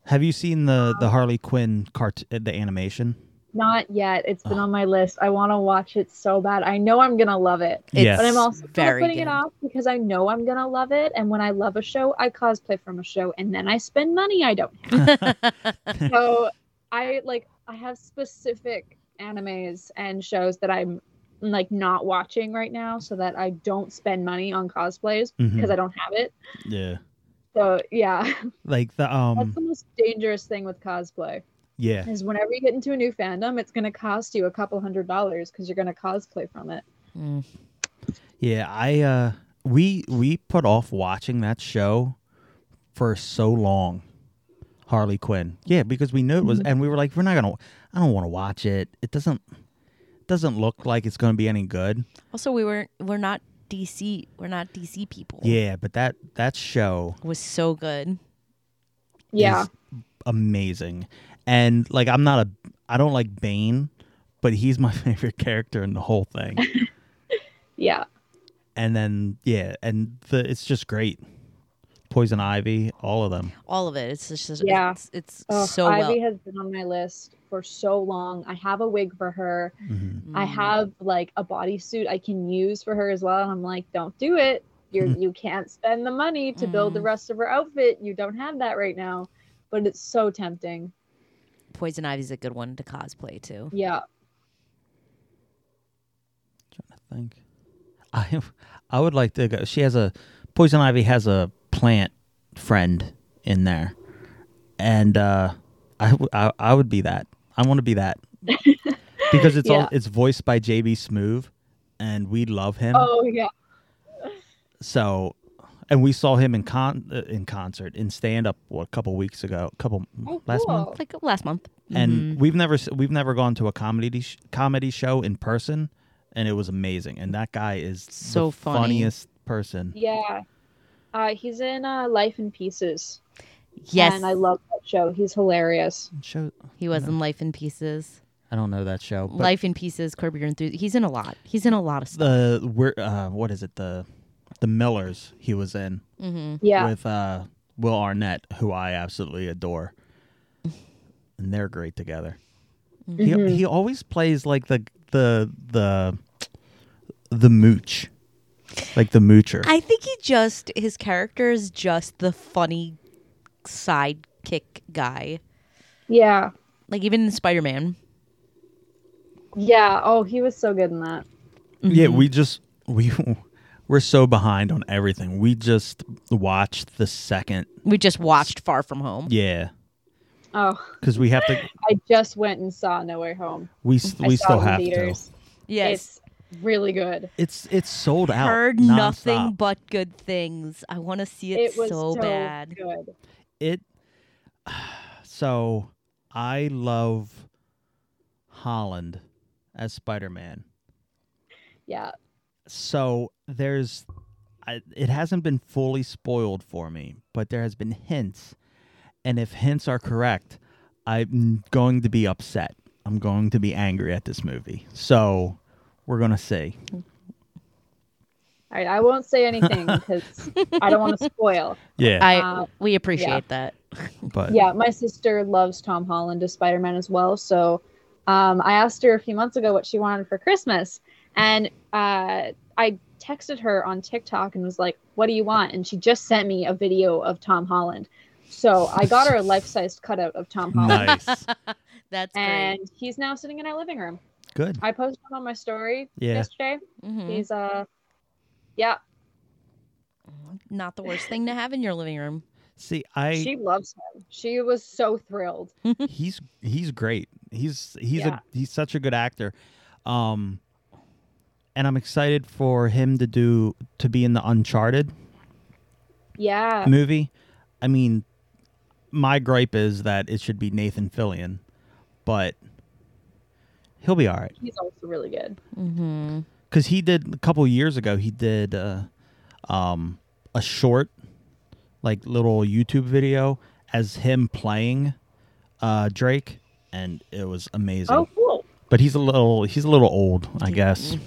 A: Have you seen the the Harley Quinn cart uh, the animation?
C: Not yet. It's
A: Ah.
C: been on my list. I want to watch it so bad. I know I'm gonna love it.
A: Yes.
C: But I'm
A: It's
C: also kinda
B: very
C: putting
B: good.
C: it off because I know I'm gonna love it. And when I love a show, I cosplay from a show, and then I spend money I don't have. so I like I have specific animes and shows that I'm like not watching right now, so that I don't spend money on cosplays
A: Mhm.
C: because I don't have it.
A: Yeah.
C: So yeah,
A: Like the
C: that's
A: um
C: the most dangerous thing with cosplay
A: yeah.
C: is whenever you get into a new fandom, it's gonna cost you a couple hundred dollars because you're gonna cosplay from it.
B: Mm.
A: Yeah, I uh we we put off watching that show for so long. Harley Quinn. Yeah, because we knew it was and we were like we're not going to I don't want to watch it. It doesn't doesn't look like it's going to be any good.
B: Also, we weren't. We're not DC. We're not DC people.
A: Yeah, but that that show
B: Was so good.
C: Yeah,
A: is amazing. And like I'm not a I don't like Bane, but he's my favorite character in the whole thing.
C: yeah,
A: and then yeah, and the it's just great. Poison Ivy, all of them.
B: all of it. It's just
C: Yeah.
B: it's, it's
C: Ugh,
B: so Oh, well.
C: Ivy has been on my list for so long. I have a wig for her.
A: hmm
C: I
B: Mm.
C: have like a bodysuit I can use for her as well. And I'm like, don't do it. You're you can't spend the money to build the
B: Hmm. Mm.
C: rest of her outfit. You don't have that right now. But it's so tempting.
B: Poison Ivy's a good one to cosplay too.
C: Yeah.
A: I think. I I would like to go. She has a Poison Ivy has a plant friend in there, and uh, I, w- I I would be that. I want to be that because it's all
C: Yeah.
A: it's voiced by JB Smoove, and we love him
C: Oh yeah.
A: so. And we saw him in con uh, in concert in stand up a couple weeks ago, a couple
C: Oh,
A: last month.
C: cool.
B: Like last month.
C: Mm-hmm.
B: Mm-hmm.
A: and we've never s- we've never gone to a comedy sh- comedy show in person and it was amazing and that guy is
B: So
A: the
B: funny.
A: funniest person
C: Yeah. Uh, he's in uh, Life in Pieces.
B: yes,
C: And I love that show. He's hilarious.
A: show
B: he was in Life in Pieces.
A: i don't know that show but
B: Life in Pieces, Curb Your Enthusiasm. He's in a lot. He's in a lot of stuff.
A: the we're uh what is it the the millers he was in
B: hmm
C: Yeah.
A: with uh will arnett who i absolutely adore and they're great together
C: Mhm.
B: Mm-hmm.
A: he, he always plays like the the the the mooch like the moocher
B: I think he just his character is just the funny sidekick guy.
C: Yeah.
B: Like even in Spider Man.
C: Yeah. Oh, he was so good in that.
A: Yeah, we just we we're so behind on everything. We just watched the second.
B: We just watched Far From Home.
A: Yeah,
C: Oh,
A: because we have to.
C: I just went and saw No Way Home.
A: We s-
C: I
A: we
C: saw
A: still
C: it in
A: have
C: theaters.
B: Yes.
C: It's really good.
A: to. It's it's sold out.
B: Heard nothing
A: nonstop.
B: but good things. I want to see it,
C: It was
B: so,
C: so
B: bad.
C: good.
A: It. So I love Holland as Spider Man.
C: Yeah.
A: So there's, I, it hasn't been fully spoiled for me, but there has been hints, and if hints are correct, I'm going to be upset. I'm going to be angry at this movie. So we're gonna see.
C: All right, I won't say anything because I don't want to spoil.
A: Yeah,
B: I
C: Uh,
B: we appreciate that.
A: but
C: Yeah, my sister loves Tom Holland as Spider Man as well. So um, I asked her a few months ago what she wanted for Christmas. And uh, I texted her on TikTok and was like, What do you want? And she just sent me a video of Tom Holland. So I got her a life sized cutout of Tom Holland.
A: nice,
B: That's great.
C: And he's now sitting in our living room.
A: good.
C: I posted him on my story
A: Yeah.
C: yesterday.
B: Mhm.
C: He's uh, yeah,
B: Not the worst thing to have in your living room.
A: See, I
C: she loves him. She was so thrilled.
A: he's he's great. He's he's
C: Yeah.
A: a he's such a good actor. Um, and I'm excited for him to do to be in the Uncharted.
C: Yeah,
A: movie. I mean, my gripe is that it should be Nathan Fillion, but he'll be all right
C: he's also really good.
B: Mm-hmm.
A: because he did a couple years ago. He did uh, um, a short, like little YouTube video as him playing uh, Drake, and it was amazing.
C: Oh, cool.
A: But he's a little he's a little old, I guess,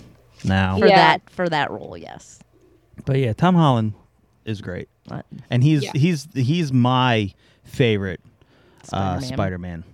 A: now.
B: For
C: Yeah.
B: that for that role, yes.
A: But yeah, Tom Holland is great,
B: But
A: and he's
C: Yeah.
A: he's he's my favorite uh,
B: Spider-Man.
A: Spider-Man.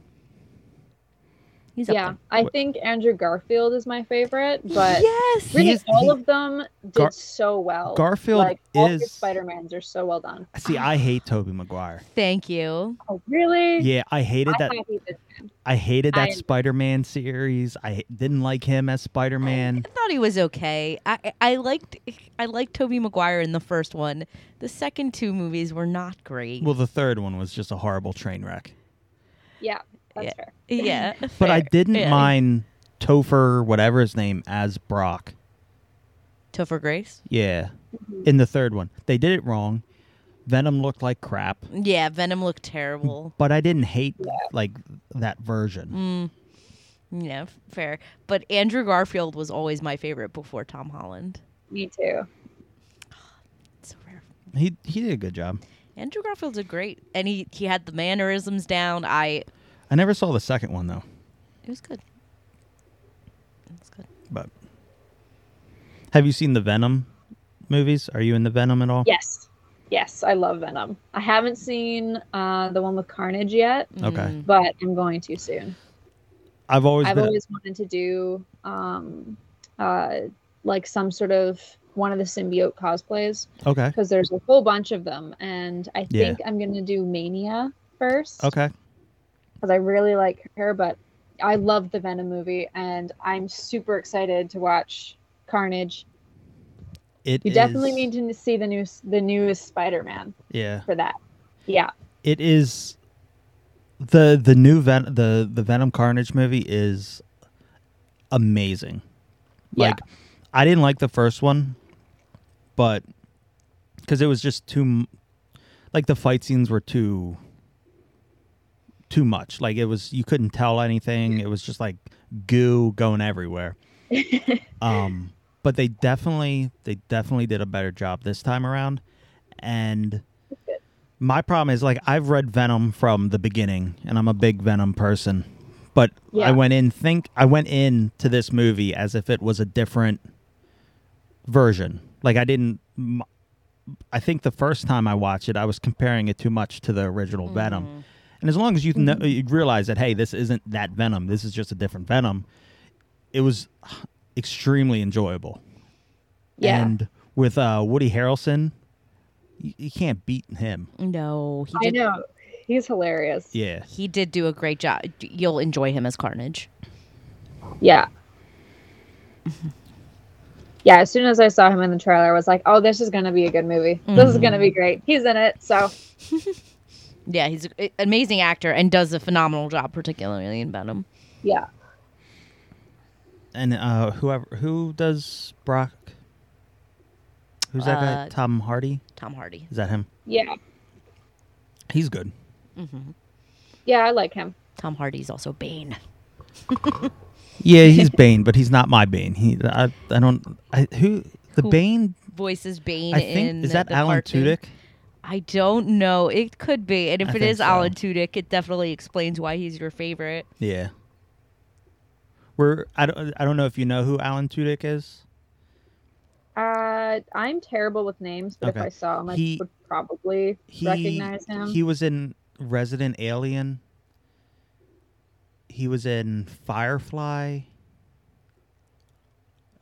B: He's up
C: Yeah,
B: there.
C: I
A: What-
C: think Andrew Garfield is my favorite, but
B: yes.
C: really
A: He's-
C: all
A: he-
C: of them did
A: Gar-
C: so well.
A: Garfield
C: Oh, like, all three
A: is-
C: Spider-Mans are so well done.
A: See, I hate Toby Maguire.
B: Thank you.
C: Oh, really?
A: Yeah, I hated
C: I
A: that.
C: hated this man.
A: I hated that
C: I-
A: Spider-Man series. I h- didn't like him as Spider-Man.
B: I thought he was okay. I I liked I liked Toby Maguire in the first one. The second two movies were not great.
A: Well, the third one was just a horrible train wreck.
C: Yeah, that's
B: Yeah.
C: fair.
B: yeah.
A: But I
B: fair.
A: didn't
B: Yeah.
A: mind Topher, whatever his name, as Brock.
B: Topher Grace.
A: Yeah, in the third one, they did it wrong. Venom looked like crap,
B: Yeah, Venom looked terrible.
A: but I didn't hate like that version.
B: Mm. Yeah, f- fair. But Andrew Garfield was always my favorite before Tom Holland.
C: Me too.
B: So rare.
C: Mm.
A: He he did a good job.
B: Andrew Garfield's a great, and he he had the mannerisms down. I
A: I never saw the second one though.
B: it was good. It was good.
A: But have you seen the Venom movies? Are you in the Venom at all?
C: Yes. Yes, I love Venom. I haven't seen uh, the one with Carnage yet,
A: Okay.
B: Mm.
C: but I'm going to soon.
A: I've always
C: Mm-hmm. I've
A: been
C: always wanted to do um, uh, like some sort of one of the symbiote cosplays
A: okay.
C: because there's a whole bunch of them, and I
A: Yeah.
C: think I'm gonna do Mania first.
A: Okay.
C: because I really like her, but I love the Venom movie, and I'm super excited to watch Carnage.
A: It
C: You definitely
A: is-
C: need to see the new the newest Spider-Man
A: Yeah.
C: for that. Yeah,
A: It is the the new Ven- the the Venom Carnage movie is amazing.
C: Yeah.
A: Like I didn't like the first one, but cuz it was just too m- like the fight scenes were too too much. Like it was you couldn't tell anything. It was just like goo going everywhere. um but they definitely they definitely did a better job this time around and my problem is like I've read Venom from the beginning, and I'm a big Venom person. But
C: Yeah.
A: I went in think I went in to this movie as if it was a different version. Like I didn't. m- I think the first time I watched it, I was comparing it too much to the original Venom. And as long as you,
B: Mm-hmm.
A: know, you realize that hey, this isn't that Venom. This is just a different Venom. It was extremely enjoyable.
C: yeah.
A: And with uh, Woody Harrelson, you, you can't beat him.
B: No, he
C: I
B: did.
C: know he's hilarious. Yeah.
A: Yeah.
B: He did do a great job. You'll enjoy him as Carnage.
C: yeah. as soon as I saw him in the trailer, I was like, "Oh, this is gonna be a good movie. This is gonna be
A: Mm-hmm.
C: great. He's in it." So,
B: Yeah, he's an amazing actor and does a phenomenal job, particularly in Venom.
C: yeah,
A: and uh whoever who does Brock? Who's that guy?
B: Uh,
A: Tom Hardy?
B: Tom Hardy.
A: Is that him?
C: yeah,
A: He's good.
C: yeah. I like him.
B: Tom Hardy's also Bane.
A: Yeah, he's Bane, but he's not my Bane. He I I don't I who the
B: Who-
A: Bane
B: Voices Bane
A: I
B: in
A: think is that
B: the
A: Alan
B: cartoon.
A: Tudyk?
B: I don't know. It could be. And if
A: I
B: it
A: think
B: is Alan
A: so.
B: Tudyk, it definitely explains why he's your favorite.
A: Yeah. We're I don't I don't know if you know who Alan Tudyk is.
C: Uh, I'm terrible with names, but if
A: Okay.
C: I saw him, I
A: He-
C: would probably
A: He
C: recognize him.
A: he was in Resident Alien. He was in Firefly.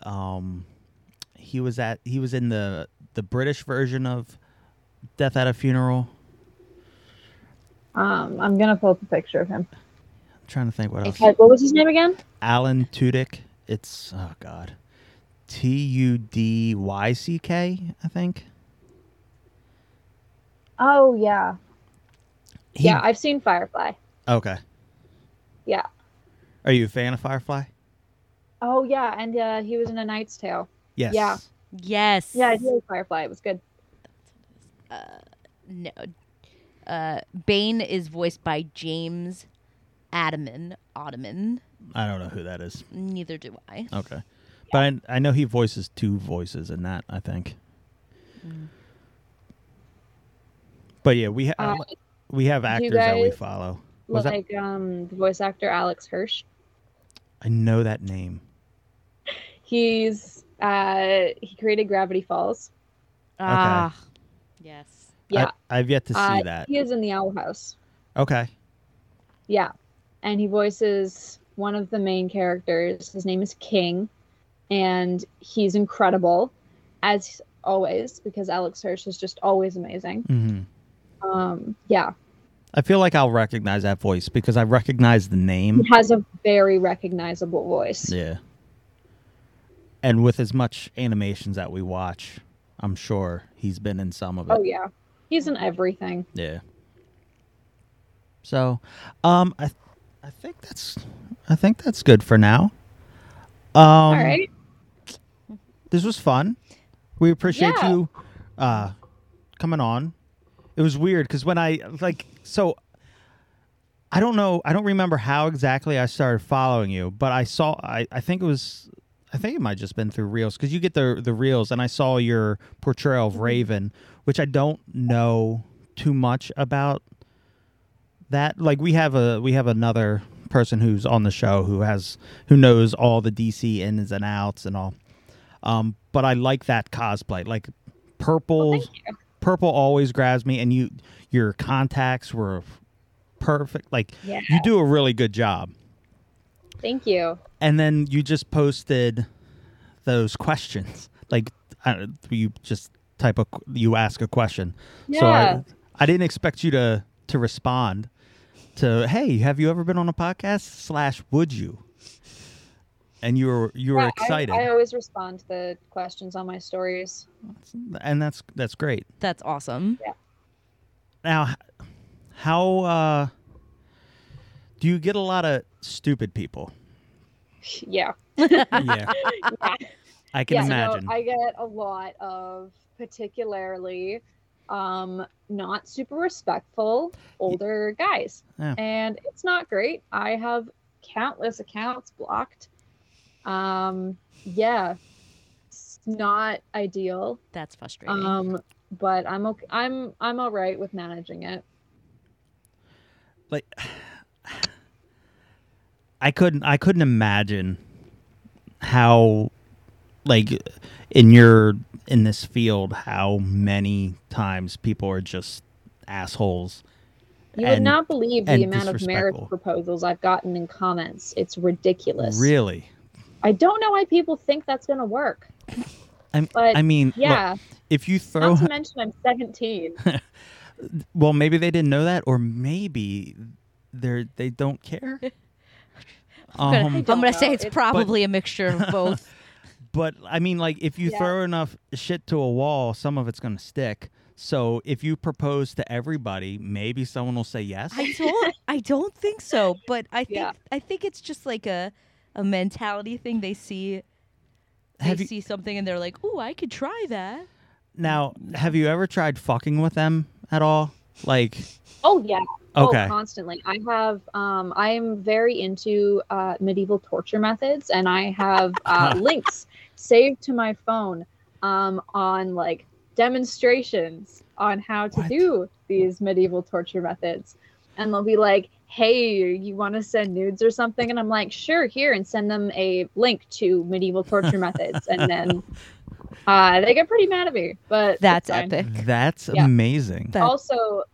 A: Um he was at he was in the the British version of Death at a Funeral.
C: Um, I'm gonna pull up a picture of him.
A: I'm trying to think what else.
B: If you-
C: what was his name again?
A: Alan Tudyk. It's oh god. T U D Y C K, I think.
C: Oh yeah,
A: He-
C: yeah. I've seen Firefly.
A: Okay.
C: Yeah.
A: Are you a fan of Firefly?
C: Oh yeah, and uh, he was in A Knight's Tale.
A: Yes.
C: Yeah.
B: Yes.
C: Yeah, I did like Firefly. It was good.
B: No. Uh, Bane is voiced by James Adaman. Ottoman.
A: I don't know who that is.
B: Neither do I.
A: Okay. But I, I know he voices two voices in that, I think.
C: Mm.
A: But yeah, we ha-
C: Uh,
A: we have
C: you
A: actors that we
C: guys
A: follow. Was that-
C: Like um, the voice actor Alex Hirsch.
A: I know that name.
C: He's uh, he created Gravity Falls.
B: Ah. Yes.
C: Yeah,
A: I, have yet to see
C: uh,
A: that.
C: he is in the Owl House.
A: Okay.
C: Yeah, and he voices one of the main characters. His name is King, and he's incredible, as always, because Alex Hirsch is just always amazing.
A: hmm
C: Um, yeah,
A: I feel like I'll recognize that voice because I recognize the name.
C: he has a very recognizable voice.
A: Yeah. And with as much animations that we watch, I'm sure he's been in some of it.
C: Oh yeah, he's in everything.
A: Yeah. So, um, I, I think that's, I think that's good for now. Um,
C: All right.
A: this was fun. We appreciate
C: Yeah.
A: you, uh, coming on. It was weird because when I like so. I don't know. I don't remember how exactly I started following you, but I saw. I, I think it was. I think it might have just been through reels because you get the the reels, and I saw your portrayal of Raven, which I don't know too much about. That like we have a we have another person who's on the show who has who knows all the DC ins and outs and all. Um, but I like that cosplay, like purple,
C: you.
A: purple always grabs me, and you your contacts were perfect. Like
C: Yeah.
A: you do a really good job.
C: Thank you.
A: And then you just posted those questions. Like I don't, you just type a qu- you ask a question. So
C: Yeah.
A: I, I didn't expect you to to respond to hey, have you ever been on a podcast? Slash, would you? And you were you were
C: Yeah, I-
A: excited,
C: I, always respond to the questions on my stories.
A: and that's that's great.
B: That's awesome.
A: Now, h- how uh, do you get a lot of stupid people?
C: Yeah.
A: yeah,
C: Yeah.
A: I can
C: yeah, no,
A: imagine.
C: I get a lot of particularly um not super respectful older guys.
A: Yeah.
C: And it's not great. I have countless accounts blocked. Um yeah. It's not ideal.
B: That's frustrating.
C: Um but I'm okay I'm I'm all right with managing it.
A: like, I couldn't. I couldn't imagine how, like, in your in this field, how many times people are just assholes.
C: You
A: and-
C: would not believe the
A: and
C: amount of marriage
A: disrespectful.
C: proposals I've gotten in comments. It's ridiculous.
A: Really,
C: I don't know why people think that's going to work.
A: I,
C: But,
A: I mean, look,
C: Yeah.
A: if you throw
C: Not to mention I'm 17.
A: Well, maybe they didn't know that, or maybe they're they don't care.
B: I'm gonna,
A: um,
C: don't
B: say
C: know.
B: it's
C: It's-
B: probably a mixture of both.
A: but I mean, like, if you
C: Yeah.
A: throw enough shit to a wall, some of it's gonna stick. So if you propose to everybody, maybe someone will say yes.
B: I don't. I don't think so. But I think
C: Yeah.
B: I think it's just like a a mentality thing. They see they
A: Have you-
B: see something and they're like, "Oh, I could try that."
A: now, have you ever tried fucking with them at all? Like,
C: Oh yeah.
A: okay,
C: Oh, constantly. I have. Um, I am very into uh, medieval torture methods, and I have uh, links saved to my phone um, on like demonstrations on how to
A: What?
C: do these medieval torture methods, and they'll be like. Hey, you want to send nudes or something? And I'm like, sure, here, and send them a link to medieval torture methods. And then uh, they get pretty mad at me, but it's
B: That's
C: fine
B: epic.
A: that's
C: Yeah.
A: amazing.
B: That-
C: also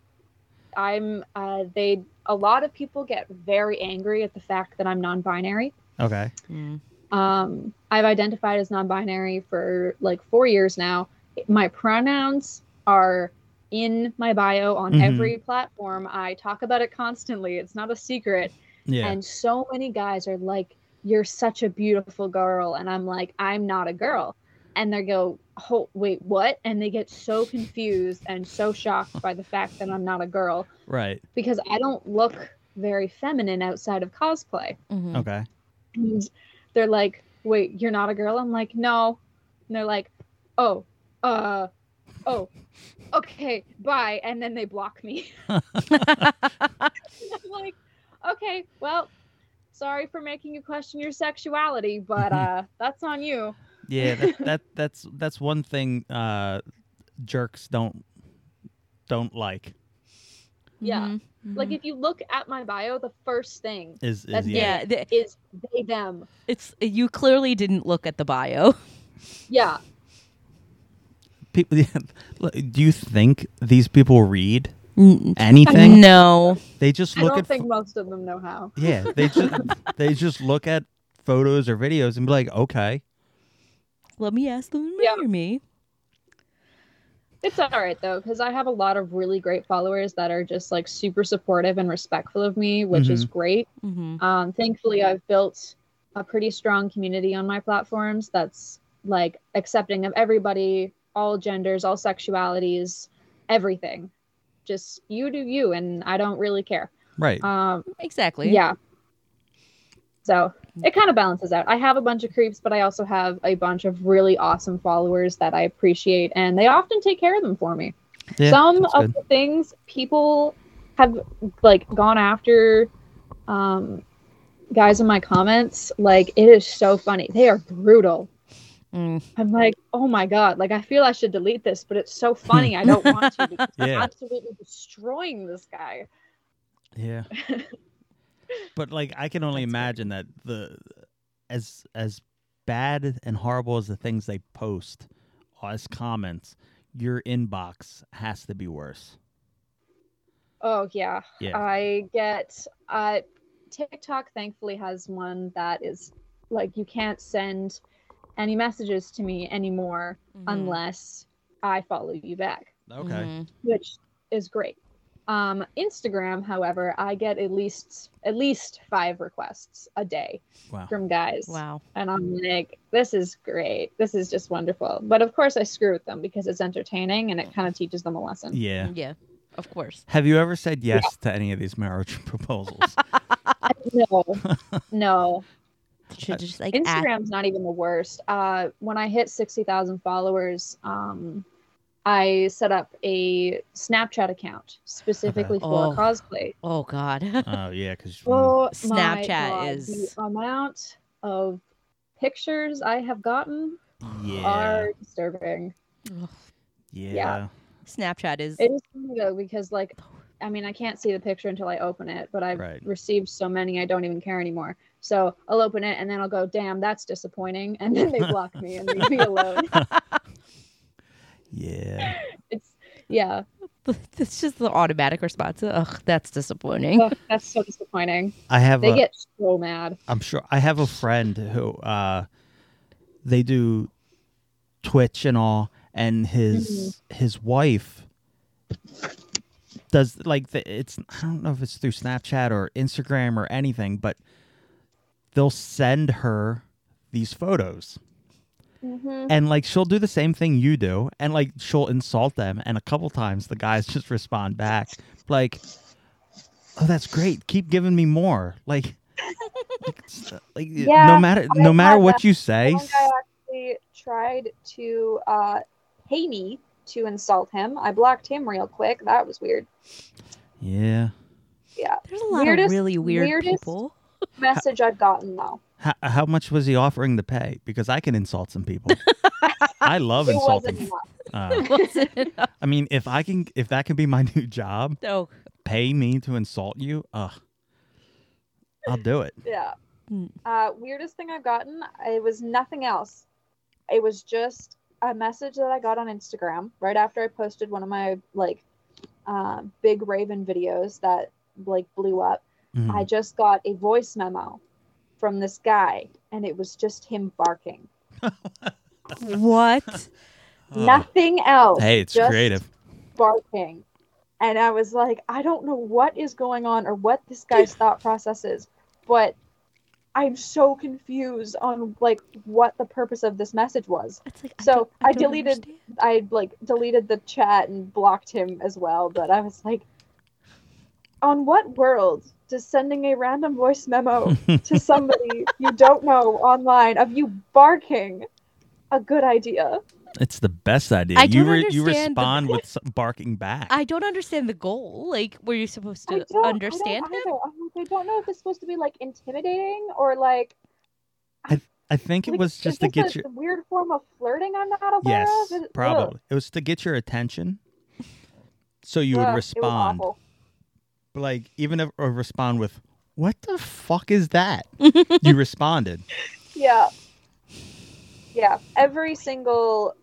C: i'm uh, they a lot of people get very angry at the fact that i'm non-binary
A: okay,
B: Mm.
C: um, i've identified as non-binary for like four years now my pronouns are in my bio on
A: Mhm.
C: every platform i talk about it constantly it's not a secret
A: yeah,
C: and so many guys are like you're such a beautiful girl and i'm like i'm not a girl and they go oh, wait what and they get so confused and so shocked by the fact that i'm not a girl
A: right,
C: because I don't look very feminine outside of cosplay.
B: Mhm.
A: okay,
C: And they're like, "Wait, you're not a girl?" I'm like, "No." And they're like, "Oh, uh, oh, okay, bye." And then they block me. I'm like, "Okay, well, sorry for making you question your sexuality, but
A: Mm-hmm.
C: uh, that's on you."
A: yeah. That, that that's that's one thing uh, jerks don't don't like.
C: Yeah.
B: Mhm.
C: Like,
B: Mhm.
C: if you look at my bio, the first thing
A: Is is
C: That's-
A: yeah.
B: Mm-hmm. yeah, th-
C: is they them.
B: it's you clearly didn't look at the bio.
C: Yeah.
A: people do you think these people read
B: Mm,
A: anything
B: No.
A: they just
C: I
A: look
C: don't
A: at
C: think most of them know how.
A: yeah they just they just look at photos or videos and be like okay
B: Let me ask them to
C: Yeah.
B: marry me.
C: It's all right though, because I have a lot of really great followers that are just like super supportive and respectful of me, which is great.
B: hmm
C: Um, thankfully, I've built a pretty strong community on my platforms that's like accepting of everybody, all genders, all sexualities, everything. Just you do you, and I don't really care.
A: right
C: Um,
B: Exactly.
C: yeah. So it kind of balances out. I have a bunch of creeps, but I also have a bunch of really awesome followers that I appreciate, and they often take care of them for me
A: yeah,
C: some
A: that's
C: of
A: good.
C: the things people have like gone after um guys in my comments like it is so funny they are brutal
B: Mm.
C: i'm like oh my god like i feel i should delete this but it's so funny i don't want to because
A: Yeah.
C: i'm absolutely destroying this guy
A: yeah but like i can only
B: That's great.
A: imagine that the as as bad and horrible as the things they post as comments your inbox has to be worse.
E: Oh yeah.
A: Yeah.
C: Uh,
E: I get uh TikTok thankfully has one that is like you can't send any messages to me anymore
B: Mm-hmm.
E: unless I follow you back,
A: okay.
E: which is great. Um Instagram, however, I get at least at least 5 requests a day
A: Wow.
E: from guys.
B: Wow.
E: And I'm like, this is great. This is just wonderful. But of course I screw with them because it's entertaining and it kind of teaches them a lesson.
B: Yeah.
A: Yeah.
B: Of course.
A: Have you ever said yes to any of these marriage proposals?
E: No. no.
B: Should just like ask-
E: Instagram's not even the worst. Uh, when I hit 60,000 followers, um, I set up a Snapchat account specifically for
B: Oh.
E: cosplay.
B: Oh God.
A: oh yeah, because
E: Oh, my
B: Snapchat
E: God,
B: is-
E: the amount of pictures I have gotten
A: yeah,
C: uh,
E: are disturbing.
B: Ugh.
A: yeah,
E: yeah.
B: Snapchat is
E: It is funny though because like, I mean, I can't see the picture until I open it, but I've
A: Right.
E: received so many I don't even care anymore. So I'll open it and then I'll go, "Damn, that's disappointing," and then they block me and leave me alone.
A: yeah.
E: It's yeah.
B: it's just the automatic response. Ugh, that's disappointing.
E: Ugh, that's so disappointing.
A: I have.
E: They
A: A,
E: get so mad.
A: I'm sure I have a friend who uh, they do Twitch and all, and his his wife does like the, it's I don't know if it's through Snapchat or Instagram or anything, but they'll send her these photos.
C: mm-hmm.
A: and like she'll do the same thing you do and like she'll insult them and a couple times the guys just respond back like oh that's great keep giving me more like like, s- like, no
E: Yeah,
A: matter
E: I Oh
A: no matter
E: had
A: what you say
E: One guy actually tried to uh, pay me to insult him. I blocked him real quick. That was weird.
A: yeah
E: Yeah.
B: There's a lot
E: Weirdest-
B: of really weird
E: weirdest-
B: people.
E: Message I've gotten though.
A: how, how much was he offering to pay because i can insult some people i love
E: It wasn't
A: insulting
E: enough.
A: uh,
B: Wasn't it?
A: i mean if i can if that can be my new job
B: oh,
A: pay me to insult you uh i'll do it
E: Yeah.
B: Hmm.
E: Uh, weirdest thing I've gotten. It was nothing else. It was just a message that I got on Instagram right after I posted one of my like uh, big Raven videos that like blew up.
A: Mhm.
E: I just got a voice memo from this guy, and it was just him barking.
B: what?
A: Oh.
E: Nothing else.
A: hey it's
E: just
A: creative
E: Barking. And I was like, I don't know what is going on or what this guy's thought process is, but I'm so confused on like what the purpose of this message was.
B: It's like,
E: So,
B: don't-
E: I
B: don't
E: deleted-
B: understand.
E: I like deleted the chat and blocked him as well, but I was like, on what world does sending a random voice memo to somebody you don't know online of you barking a good idea?
A: It's the best idea.
B: I
A: you
B: don't
A: you
B: understand the-
A: respond with some barking back.
B: I don't understand the goal. Like, were you supposed
E: I
B: to
E: don't
B: understand
E: I
B: him?
E: don't, either. I'm like, I don't know if it's supposed to be like intimidating or like.
A: I think it
E: like,
A: was
E: is
A: just to
E: this
A: get
E: a
A: your
E: weird form of flirting. I'm not aware
A: yes,
E: of. It- ugh.
A: probably. It was to get your attention, so you
E: Ugh,
A: would
E: it was
A: respond,
E: awful.
A: But, like even if, or respond with, "What the fuck is that?" you responded.
E: Yeah. Yeah. Every single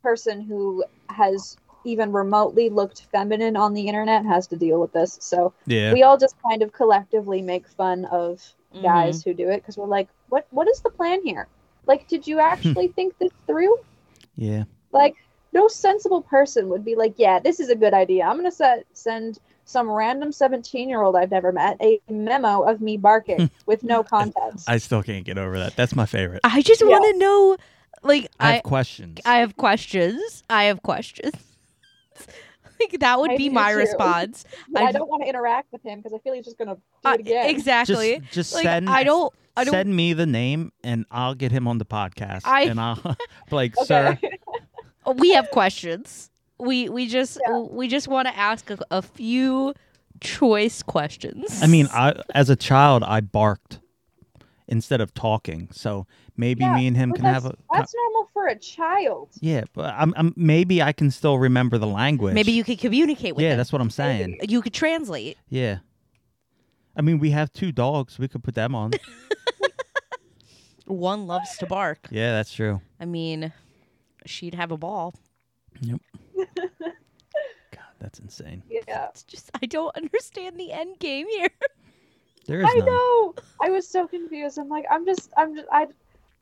E: person who has even remotely looked feminine on the internet has to deal with this. So
A: Yeah,
E: we all just kind of collectively make fun of
B: Mm.
E: guys who do it because we're like, what what is the plan here? Like, did you actually think this through?
A: yeah.
E: Like, no sensible person would be like, yeah, this is a good idea. I'm gonna set, send some random 17 year old I've never met a memo of me barking with no context.
A: I still can't get over that. That's my favorite.
B: I just
E: Yeah.
B: want to know. Like,
A: I
B: I
A: have questions.
B: I have questions. I have questions. like that would
E: I
B: be
E: do
B: my
E: too.
B: response.
E: But I,
B: I-
E: don't want to interact with him because I feel he's just gonna do
B: I-
E: it again.
B: Uh, exactly.
A: Just, just
B: like
A: send.
B: I don't. I don't.
A: send me the name, and I'll get him on the podcast.
B: I-
A: and I'll like,
E: Okay.
A: sir,
B: we have questions. We we just
E: Yeah.
B: we just want to ask a, a few choice questions.
A: I mean, I as a child, I barked instead of talking. So maybe
E: Yeah,
A: me and him
E: But
A: can have a
E: that's, that's normal for a child.
A: yeah. But I'm, I'm maybe I can still remember the language.
B: maybe you could communicate with
A: Yeah,
B: them.
A: that's what I'm saying.
B: you could translate.
A: Yeah, I mean we have two dogs. We could put them on.
B: One loves to bark.
A: yeah, that's true.
B: I mean, she'd have a ball.
A: Yep. insane.
E: Yeah.
B: It's just I don't understand the end game here.
A: There is
E: I
A: none.
E: know. I was so confused. I'm like, I'm just, I'm just, I,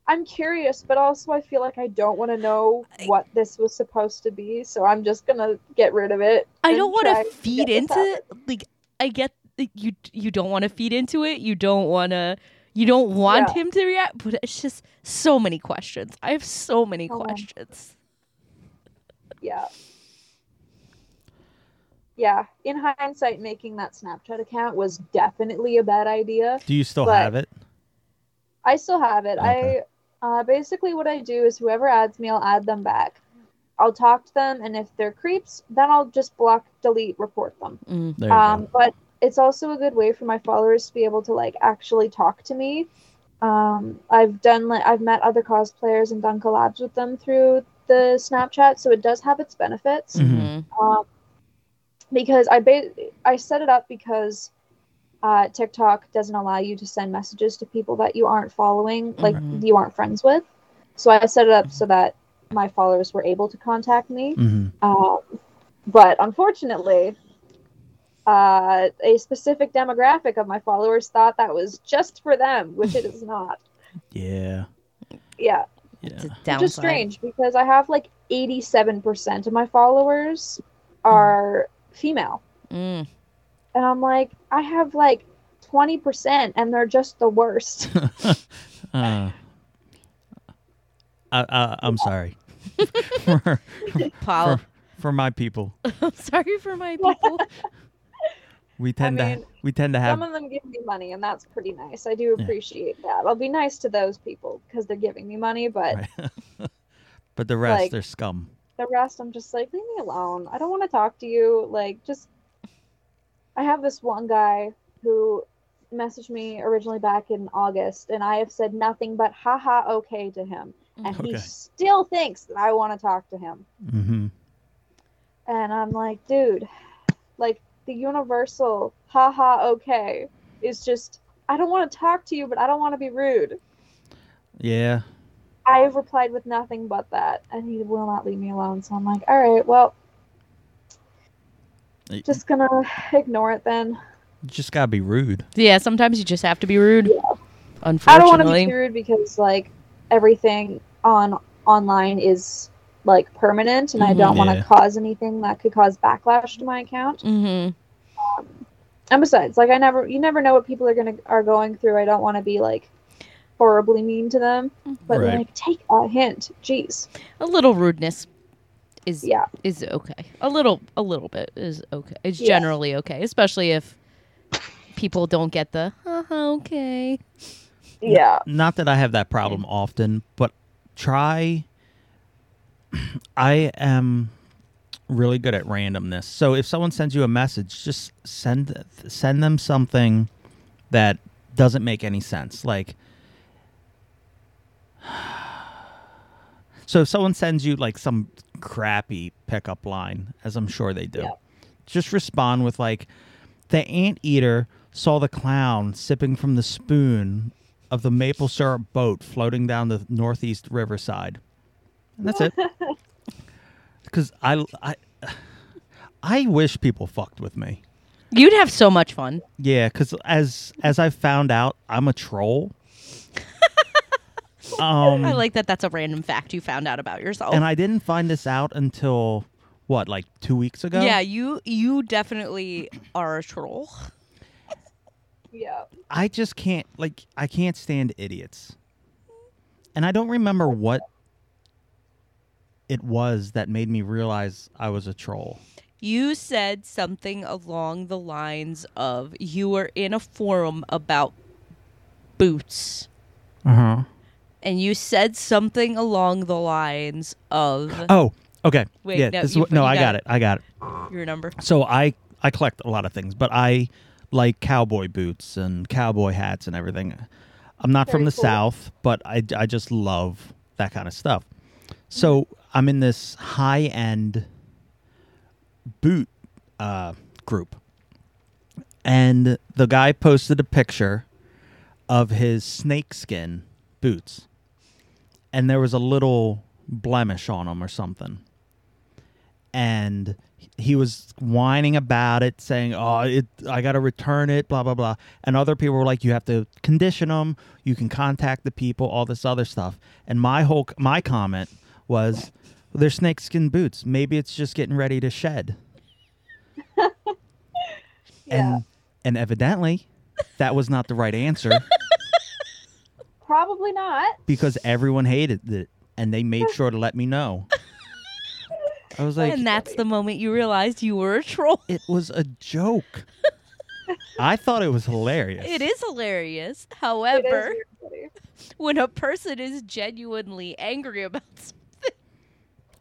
E: I'm curious, but also I feel like I don't want to know
B: I-
E: what this was supposed to be, so I'm just gonna get rid of it.
B: I
E: and
B: don't want
E: try
B: to
E: and
B: feed
E: get
B: into
E: without it.
B: it. like I get like, you you don't want to feed into it. You don't want to you don't want him to react, but it's just so many questions. I have so many
E: Oh.
B: questions.
E: Yeah. Yeah. In hindsight, making that Snapchat account was definitely a bad idea.
A: Do you still
E: But-
A: have it?
E: I still have it.
A: Okay.
E: I uh, basically what I do is whoever adds me, I'll add them back. I'll talk to them, and if they're creeps, then I'll just block, delete, report them.
B: Mm.
A: There you
E: Um,
A: go.
E: but it's also a good way for my followers to be able to like actually talk to me. Um, I've done like I've met other cosplayers and done collabs with them through the Snapchat, so it does have its benefits
B: Mm-hmm.
A: Mhm.
E: um, because I ba- I set it up because uh, TikTok doesn't allow you to send messages to people that you aren't following, like
B: Mhm.
E: you aren't friends with. So I set it up so that my followers were able to contact me.
A: hmm
E: Um, but unfortunately, uh, a specific demographic of my followers thought that was just for them, which it is not.
A: Yeah.
E: Yeah.
A: Yeah.
B: It's a
E: Which is
B: downside.
E: strange because I have like 87% of my followers are female.
B: Mm.
E: And I'm like, I have like 20% and they're just the worst.
A: Uh, I, I, I'm sorry for,
B: Paul,
A: for, for my people.
B: I'm sorry for my people.
A: We tend to
E: mean,
A: we tend to have
E: Some of them give me money and that's pretty nice. I do appreciate that. I'll be nice to those people because they're giving me money, but
A: Right. but the rest,
E: Like-
A: they're scum.
E: the rest I'm just like, leave me alone. I don't want to talk to you. Like, just. I have this one guy who messaged me originally back in August, and I have said nothing but haha okay to him. And
A: Okay.
E: he still thinks that I want to talk to him.
A: hmm
E: And I'm like, dude, like the universal haha okay is just, I don't want to talk to you, but I don't want to be rude.
A: Yeah.
E: I have replied with nothing but that, and he will not leave me alone. So I'm like, all right, well,
A: Y-
E: just gonna ignore it then.
A: You just gotta be rude.
B: Yeah, sometimes you just have to be rude.
E: Yeah. I don't
B: Unfortunately.
E: want to be too rude because like everything on online is like permanent, and I
B: Mhm.
E: don't want
A: Yeah.
E: to cause anything that could cause backlash to my account.
B: Mhm.
E: And besides, like I never, you never know what people are gonna are going through. I don't want to be like horribly mean to them, but
A: Right.
E: like take a hint. Jeez,
B: A little rudeness is
E: yeah,
B: is okay. A little, a little bit is okay. It's
E: Yeah.
B: generally okay, especially if people don't get the "Uh-huh, okay.
E: yeah,
A: Not that I have that problem often, but try. I am really good at randomness. So if someone sends you a message, just send send them something that doesn't make any sense. Like So if someone sends you like some crappy pickup line, as I'm sure they do,
E: Yeah.
A: just respond with like the anteater saw the clown sipping from the spoon of the maple syrup boat floating down the northeast riverside. And that's it. Cuz I I I wish people fucked with me.
B: You'd have so much fun.
A: Yeah, because as as I found out, I'm a troll. um,
B: I like that. That's a random fact you found out about yourself.
A: and I didn't find this out until what, like two weeks ago.
B: yeah, you you definitely are a troll.
E: yeah.
A: I just can't like I can't stand idiots. And I don't remember what it was that made me realize I was a troll.
B: You said something along the lines of you were in a forum about boots,
A: Uh huh.
B: and you said something along the lines of
A: Oh, okay.
B: Wait,
A: yeah,
B: no,
A: this is
B: you-
A: what, no,
B: you
A: I
B: got
A: got
B: it.
A: it. I got it.
B: your number.
A: So I I collect a lot of things, but I like cowboy boots and cowboy hats and everything. I'm not from
E: Very
A: the
E: cool.
A: South, but I, I just love that kind of stuff.
E: Mm-hmm.
A: So I'm in this high end boot uh, group. And the guy posted a picture of his snakeskin boots. And there was a little blemish on them or something. And he was whining about it, saying, "Oh, it, I got to return it," blah blah blah. And other people were like, "You have to condition them. You can contact the people. All this other stuff." And my whole my comment was, "They're snakeskin boots. Maybe it's just getting ready to shed."
E: Yeah.
A: And and evidently, that was not the right answer
E: Probably not.
A: because everyone hated it, and they made sure to let me know. I was like,
B: and that's the moment you realized you were a troll.
A: It was a joke. I thought it was hilarious.
B: It is hilarious.
E: It is
B: However,
E: really funny.
B: when a person is genuinely angry about something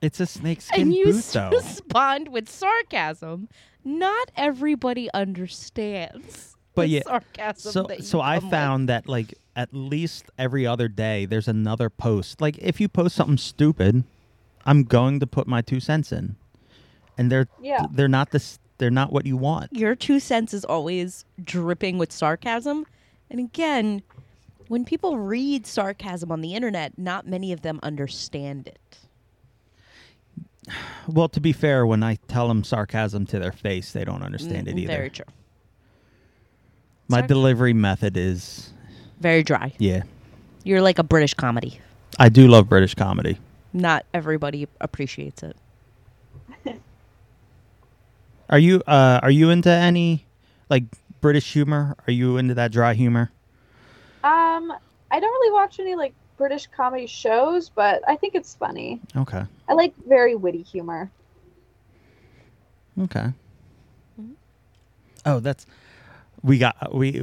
A: It's a snakeskin
B: and you
A: boot,
B: s-
A: though.
B: respond with sarcasm, not everybody understands.
A: But
B: the
A: yeah,
B: sarcasm.
A: So,
B: that you
A: so I
B: come with.
A: found that like at least every other day, there's another post. Like if you post something stupid, I'm going to put my two cents in, and they're
E: Yeah.
A: they're not this they're not what you want.
B: your two cents is always dripping with sarcasm. And again, when people read sarcasm on the internet, not many of them understand it.
A: Well, to be fair, when I tell them sarcasm to their face, they don't understand it
B: Mm,
A: either.
B: Very true.
A: My
B: Sarc-
A: delivery method is
B: Very dry.
A: yeah.
B: You're like a British comedy.
A: I do love British comedy.
B: Not everybody appreciates it.
A: Are you uh are you into any like British humor? Are you into that dry humor?
E: Um, I don't really watch any like British comedy shows, but I think it's funny.
A: Okay.
E: I like very witty humor.
A: Okay. Oh, that's we got we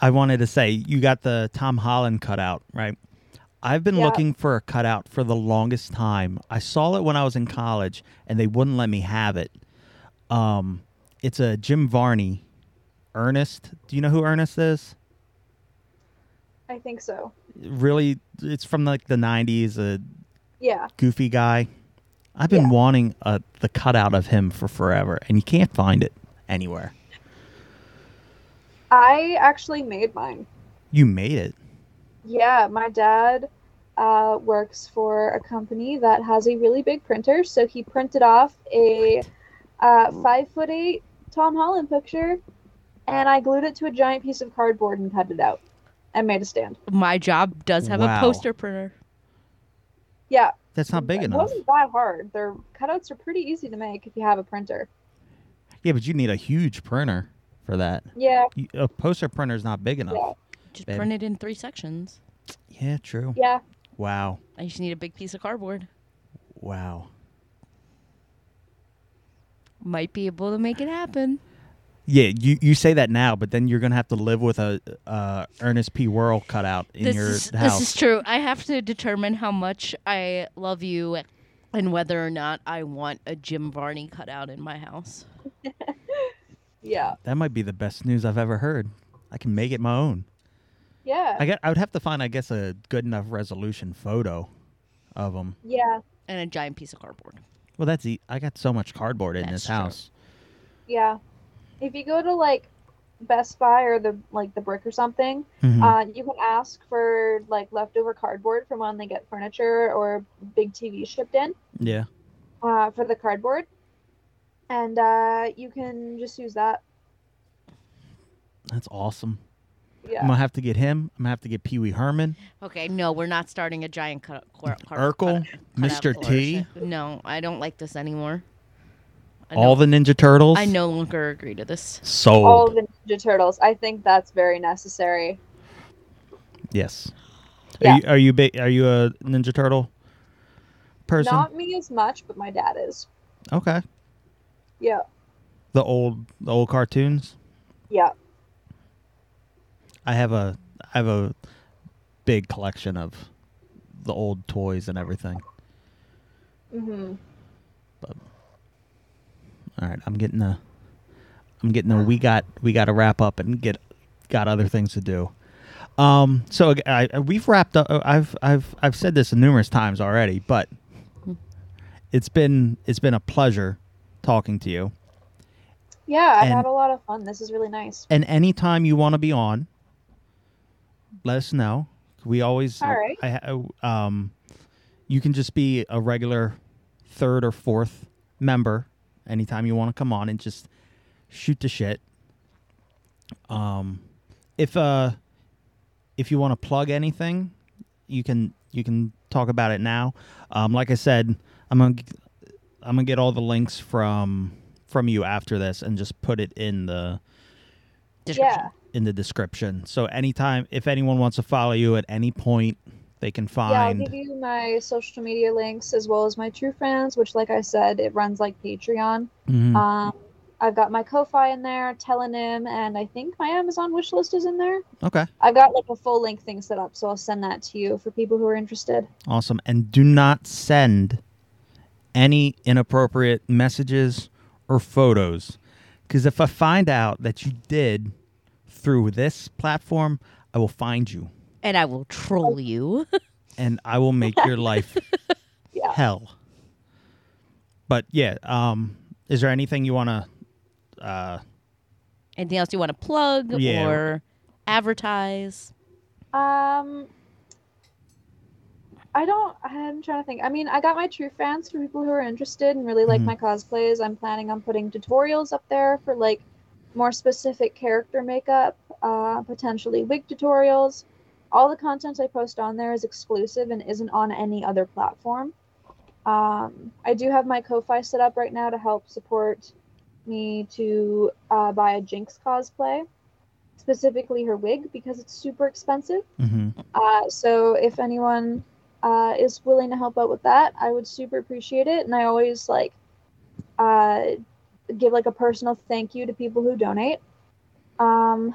A: I wanted to say you got the Tom Holland cutout, right? I've been
E: Yeah.
A: looking for a cutout for the longest time. I saw it when I was in college and they wouldn't let me have it. Um it's a Jim Varney. Ernest. Do you know who Ernest is?
E: I think so.
A: Really it's from like the 90s, a
E: Yeah.
A: goofy guy. I've been
E: Yeah.
A: wanting uh, the cutout of him for forever, and you can't find it anywhere.
E: I actually made mine.
A: You made it.
E: Yeah, my dad uh, works for a company that has a really big printer, so he printed off a uh,
A: Mm.
E: five foot eight Tom Holland picture, and I glued it to a giant piece of cardboard and cut it out, and made a stand.
B: My job does have
A: Wow.
B: a poster printer.
E: Yeah,
A: That's not big
E: it
A: enough.
E: wasn't that hard. Their cutouts are pretty easy to make if you have a printer.
A: Yeah, but you need a huge printer for that.
E: Yeah,
A: You, a poster printer is not big enough.
B: Just
A: Baby.
B: print it in three sections.
A: Yeah, true.
E: yeah.
A: Wow.
B: I just need a big piece of cardboard.
A: Wow.
B: Might be able to make it happen.
A: Yeah, you, you say that now, but then you're gonna have to live with a uh, Ernest P. Worrell cutout in
B: this
A: your
B: is,
A: house.
B: This is true. I have to determine how much I love you and whether or not I want a Jim Varney cutout in my house.
E: Yeah,
A: that might be the best news I've ever heard. I can make it my own.
E: yeah,
A: I get. I would have to find, I guess, a good enough resolution photo of him.
E: yeah,
B: And a giant piece of cardboard.
A: Well, that's e- I got so much cardboard in
B: That's
A: this
B: true.
A: house.
E: yeah. If you go to like Best Buy or the like the brick or something,
A: Mhm.
E: uh, you can ask for like leftover cardboard from when they get furniture or big TV shipped in
A: yeah.
E: uh, for the cardboard, and uh, you can just use that.
A: That's awesome. I'm
E: Yeah,
A: gonna have to get him. I'm gonna have to get Pee Wee Herman,
B: Okay, no, we're not starting a giant cut, cor- car-
A: Urkel,
B: cutout
A: Mr.
B: for
A: T,
B: shit. No, I don't like this anymore. I
A: all
B: no,
A: the Ninja Turtles.
B: I no longer agree to this.
A: Sold.
E: all the Ninja Turtles. I think that's very necessary.
A: yes.
E: Yeah.
A: Are you are you, ba- are you a Ninja Turtle person?
E: Not me as much, but my dad is.
A: Okay.
E: Yeah,
A: The old the old cartoons.
E: yeah.
A: I have a I have a big collection of the old toys and everything.
E: hmm
A: All right, I'm getting a, I'm getting a. We got we got to wrap up and get got other things to do. Um, so ag- I, I- we've wrapped up. uh, I've I've I've said this numerous times already, but it's been it's been a pleasure talking to you.
E: Yeah, I
A: And-
E: had a lot of fun. This is really nice.
A: And anytime you want to be on, let us know. We always
E: All right.
A: I, I- um, you can just be a regular third or fourth member anytime you want to come on and just shoot the shit. Um, if uh, if you want to plug anything, you can you can talk about it now. Um, like I said, I'm gonna g- I'm gonna get all the links from from you after this and just put it in the
B: Description.
A: in the description. So anytime if anyone wants to follow you at any point, they can
E: Yeah, I'll
A: find.
E: give you my social media links as well as my True Friends, which, like I said, it runs like Patreon.
A: Mhm.
E: Um, I've got my Ko-fi in there, Telenim, and I think my Amazon wish list is in there.
A: okay,
E: I've got like a full length thing set up, so I'll send that to you for people who are interested.
A: awesome. And do not send any inappropriate messages or photos, because if I find out that you did through this platform, I will find you
B: And I will troll you.
A: and I will make your life
E: Yeah.
A: hell. But yeah, um, is there anything you want to? Uh,
B: Anything else you want to plug
A: Yeah.
B: or advertise?
E: Um, I don't. I'm trying to think. I mean, I got my True Friends for people who are interested and really like
A: Mhm.
E: my cosplays. I'm planning on putting tutorials up there for like more specific character makeup, uh, potentially wig tutorials. All the content I post on there is exclusive and isn't on any other platform. Um, I do have my Ko-fi set up right now to help support me to uh, buy a Jinx cosplay, specifically her wig because it's super expensive.
A: mhm.
E: Uh, so if anyone uh, is willing to help out with that, I would super appreciate it. And I always like uh, give like a personal thank you to people who donate. Um,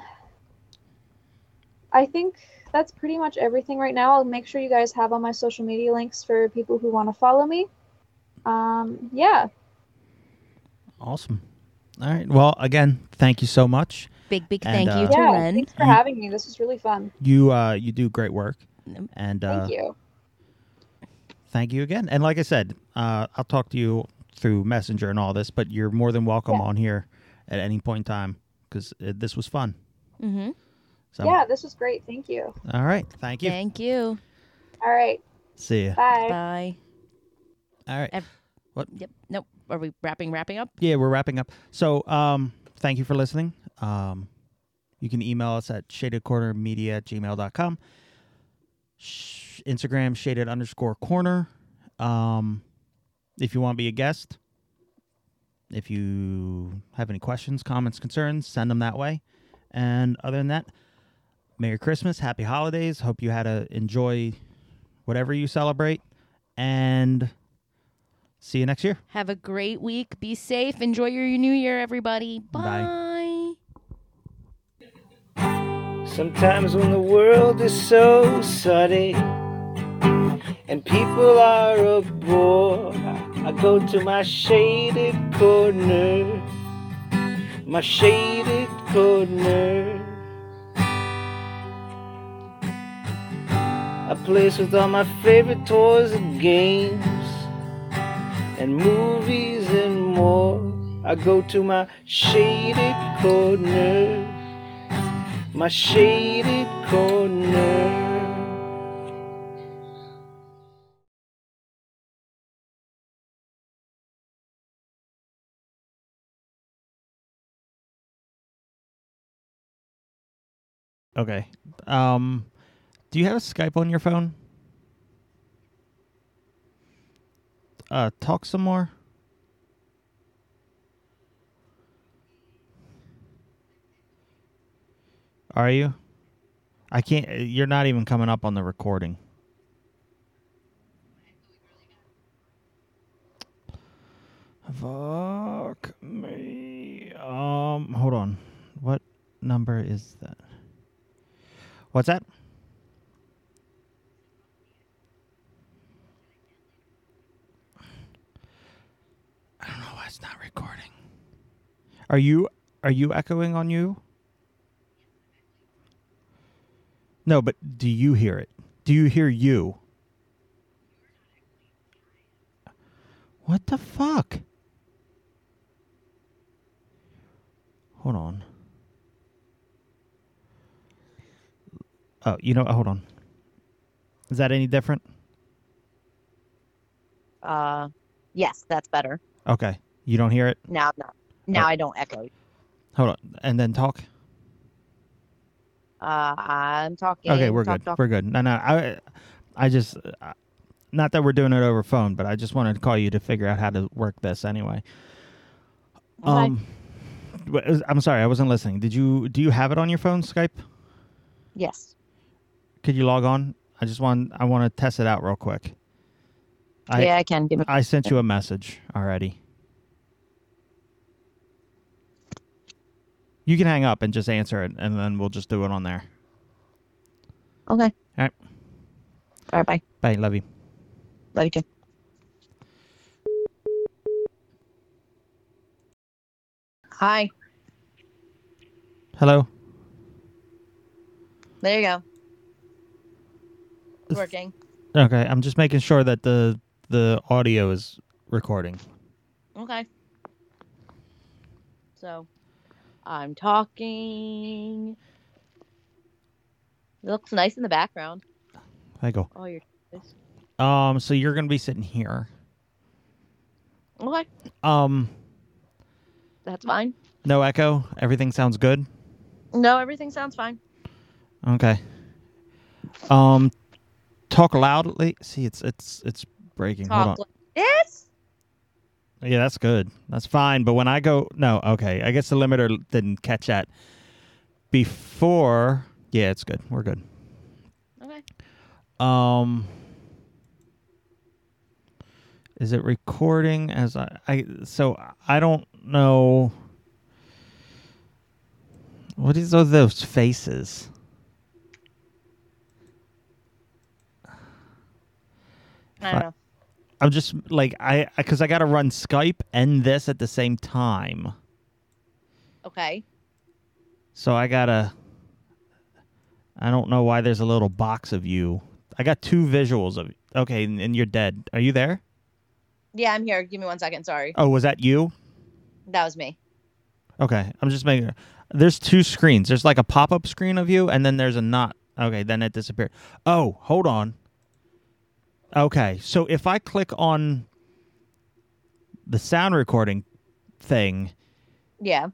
E: I think that's pretty much everything right now. I'll make sure you guys have all my social media links for people who want to follow me. Um, yeah,
A: Awesome. All right. Well, again, thank you so much.
B: Big, big
A: And,
B: thank you
A: uh,
B: to
E: yeah.
B: Ren.
E: Thanks for having me. This was really fun.
A: You uh, you do great work,
B: Yep.
A: and
E: Thank
A: uh,
E: you.
A: thank you again. And like I said, uh, I'll talk to you through Messenger and all this, but you're more than welcome
E: Yeah.
A: on here at any point in time because uh, this was fun.
B: Mm-hmm.
A: So,
E: Yeah, this was great. Thank you.
A: All right. Thank you.
B: Thank you.
E: All right.
A: See you.
E: Bye.
B: Bye.
A: All right.
B: Yep. Nope. Are we wrapping? Wrapping up?
A: Yeah, we're wrapping up. So, um, thank you for listening. Um, you can email us at shadedcornermedia at gmail.com. Sh- Instagram, shaded underscore corner. Um, if you want to be a guest, if you have any questions, comments, concerns, send them that way. And other than that, Merry Christmas, Happy Holidays. Hope you had to enjoy whatever you celebrate. And see you next year.
B: Have a great week. Be safe. Enjoy your new year, everybody.
A: Bye.
B: Bye.
D: Sometimes when the world is so sudden and people are a bore, I go to my shaded corner, my shaded corner. A place with all my favorite toys and games and movies and more. I go to my shaded corner my shaded corner.
A: Okay. Um, do you have Skype on your phone? Uh, talk some more. Are you? I can't. uh, You're not even coming up on the recording. Fuck me. Um, hold on. What number is that? What's that? I don't know why it's not recording. Are you are you echoing on you? No, but do you hear it? Do you hear you? What the fuck? Hold on. Oh, you know, hold on. Is that any different?
F: Uh, yes, that's better.
A: Okay. You don't hear it?
B: Now, no, now
A: Oh.
B: I don't echo.
A: Hold on. And then talk.
B: Uh, I'm talking.
A: okay, we're
B: talk,
A: good.
B: talk.
A: We're good. No, no. I, I just, uh, not that we're doing it over phone, but I just wanted to call you to figure out how to work this anyway.
B: Okay.
A: Um, wh- is- I'm sorry, I wasn't listening. Did you do you have it on your phone, Skype?
B: Yes.
A: Could you log on? I just want I want to test it out real quick. I
B: yeah, I can. Give me.
A: I sent you a message already. You can hang up and just answer it, and then we'll just do it on there.
B: Okay.
A: All right.
B: All right. Bye.
A: Bye, love you.
B: Love you too. Hi.
A: Hello.
B: There you go. It's working.
A: Okay, I'm just making sure that the the audio is recording.
B: Okay. So, I'm talking. It looks nice in the background.
A: I go.
B: Oh, you're.
A: Um, so you're gonna be sitting here.
B: Okay.
A: Um,
B: That's fine.
A: no echo. Everything sounds good.
B: No, everything sounds fine.
A: Okay. Um, talk loudly. See, it's it's it's breaking.
B: Talk.
A: Hold
B: li- Yes.
A: on. Yeah, that's good. That's fine. But when I go, no, okay. I guess the limiter l- didn't catch that. Before, yeah, it's good. We're good.
B: Okay.
A: Um, is it recording as I, I? So I don't know. What is all those faces?
B: I don't
A: Fi-
B: know.
A: I'm just like I because I got to run Skype and this at the same time,
B: Okay.
A: so I gotta. I don't know why there's a little box of you. I got two visuals of. Okay, and, and you're dead. Are you there?
B: Yeah, I'm here. Give me one second. Sorry.
A: Oh, was that you?
B: That was me.
A: Okay, I'm just making. There's two screens. There's like a pop-up screen of you, and then there's a not. Okay, then it disappeared. Oh, hold on. Okay, so if I click on the sound recording thing,
B: Yeah.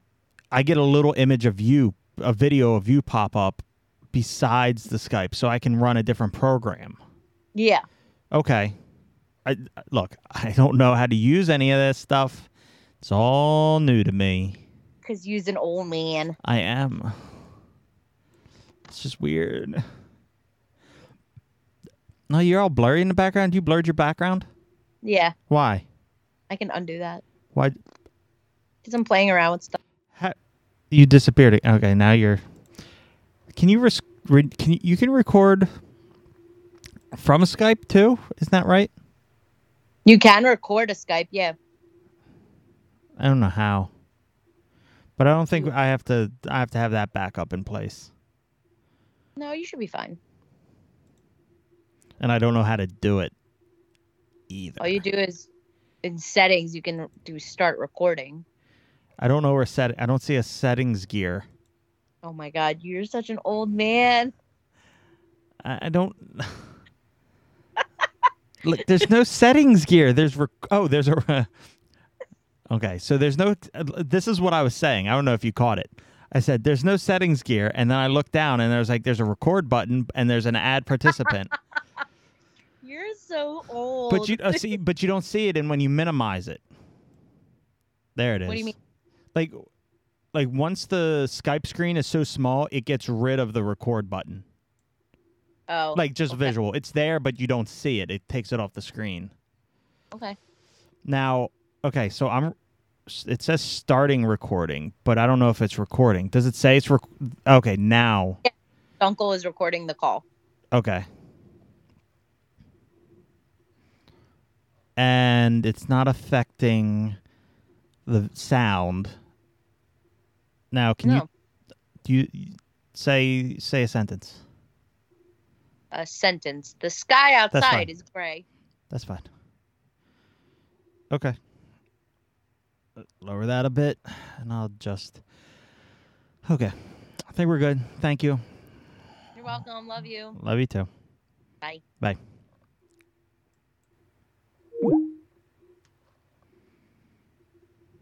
A: I get a little image of you, a video of you pop up besides the Skype, so I can run a different program.
B: Yeah.
A: Okay. I, look, I don't know how to use any of this stuff. It's all new to me.
B: Cause you's an old man.
A: I am. It's just weird. No, you're all blurry in the background. You blurred your background.
B: Yeah.
A: Why?
B: I can undo that.
A: Why?
B: Cause I'm playing around with stuff.
A: How, you disappeared. ag- Okay, now you're. Can you res- re- can you, you can record from Skype too? Isn't that right?
B: You can record a Skype. Yeah.
A: I don't know how, but I don't think
B: Hmm.
A: I have to. I have to have that backup in place,
B: No, you should be fine.
A: and I don't know how to do it either.
B: All you do is in settings you can do start recording.
A: I don't know where set. I don't see a settings gear.
B: Oh my god, you're such an old man.
A: I, I don't. Look, there's no settings gear. There's rec- oh, there's a. okay, so there's no. This is what I was saying. I don't know if you caught it. I said there's no settings gear, and then I looked down, and there was like there's a record button, and there's an add participant.
B: You're so old.
A: but you uh, see, but you don't see it, and when you minimize it, there it is.
B: What do you mean?
A: Like, like once the Skype screen is so small, it gets rid of the record button.
B: Oh.
A: Like just
B: okay.
A: visual, it's there, but you don't see it. It takes it off the screen.
B: Okay.
A: Now, okay, so I'm. It says starting recording, but I don't know if it's recording. Does it say it's rec- okay now?
B: Uncle is recording the call.
A: Okay. And it's not affecting the sound. Now, can
B: no.
A: you do you say say a sentence?
B: A sentence. The sky outside
A: fine.
B: is gray.
A: That's fine. Okay. Uh, Lower that a bit, and I'll just. Okay. I think we're good. Thank you.
B: You're welcome. Love you.
A: Love you too.
B: Bye.
A: Bye.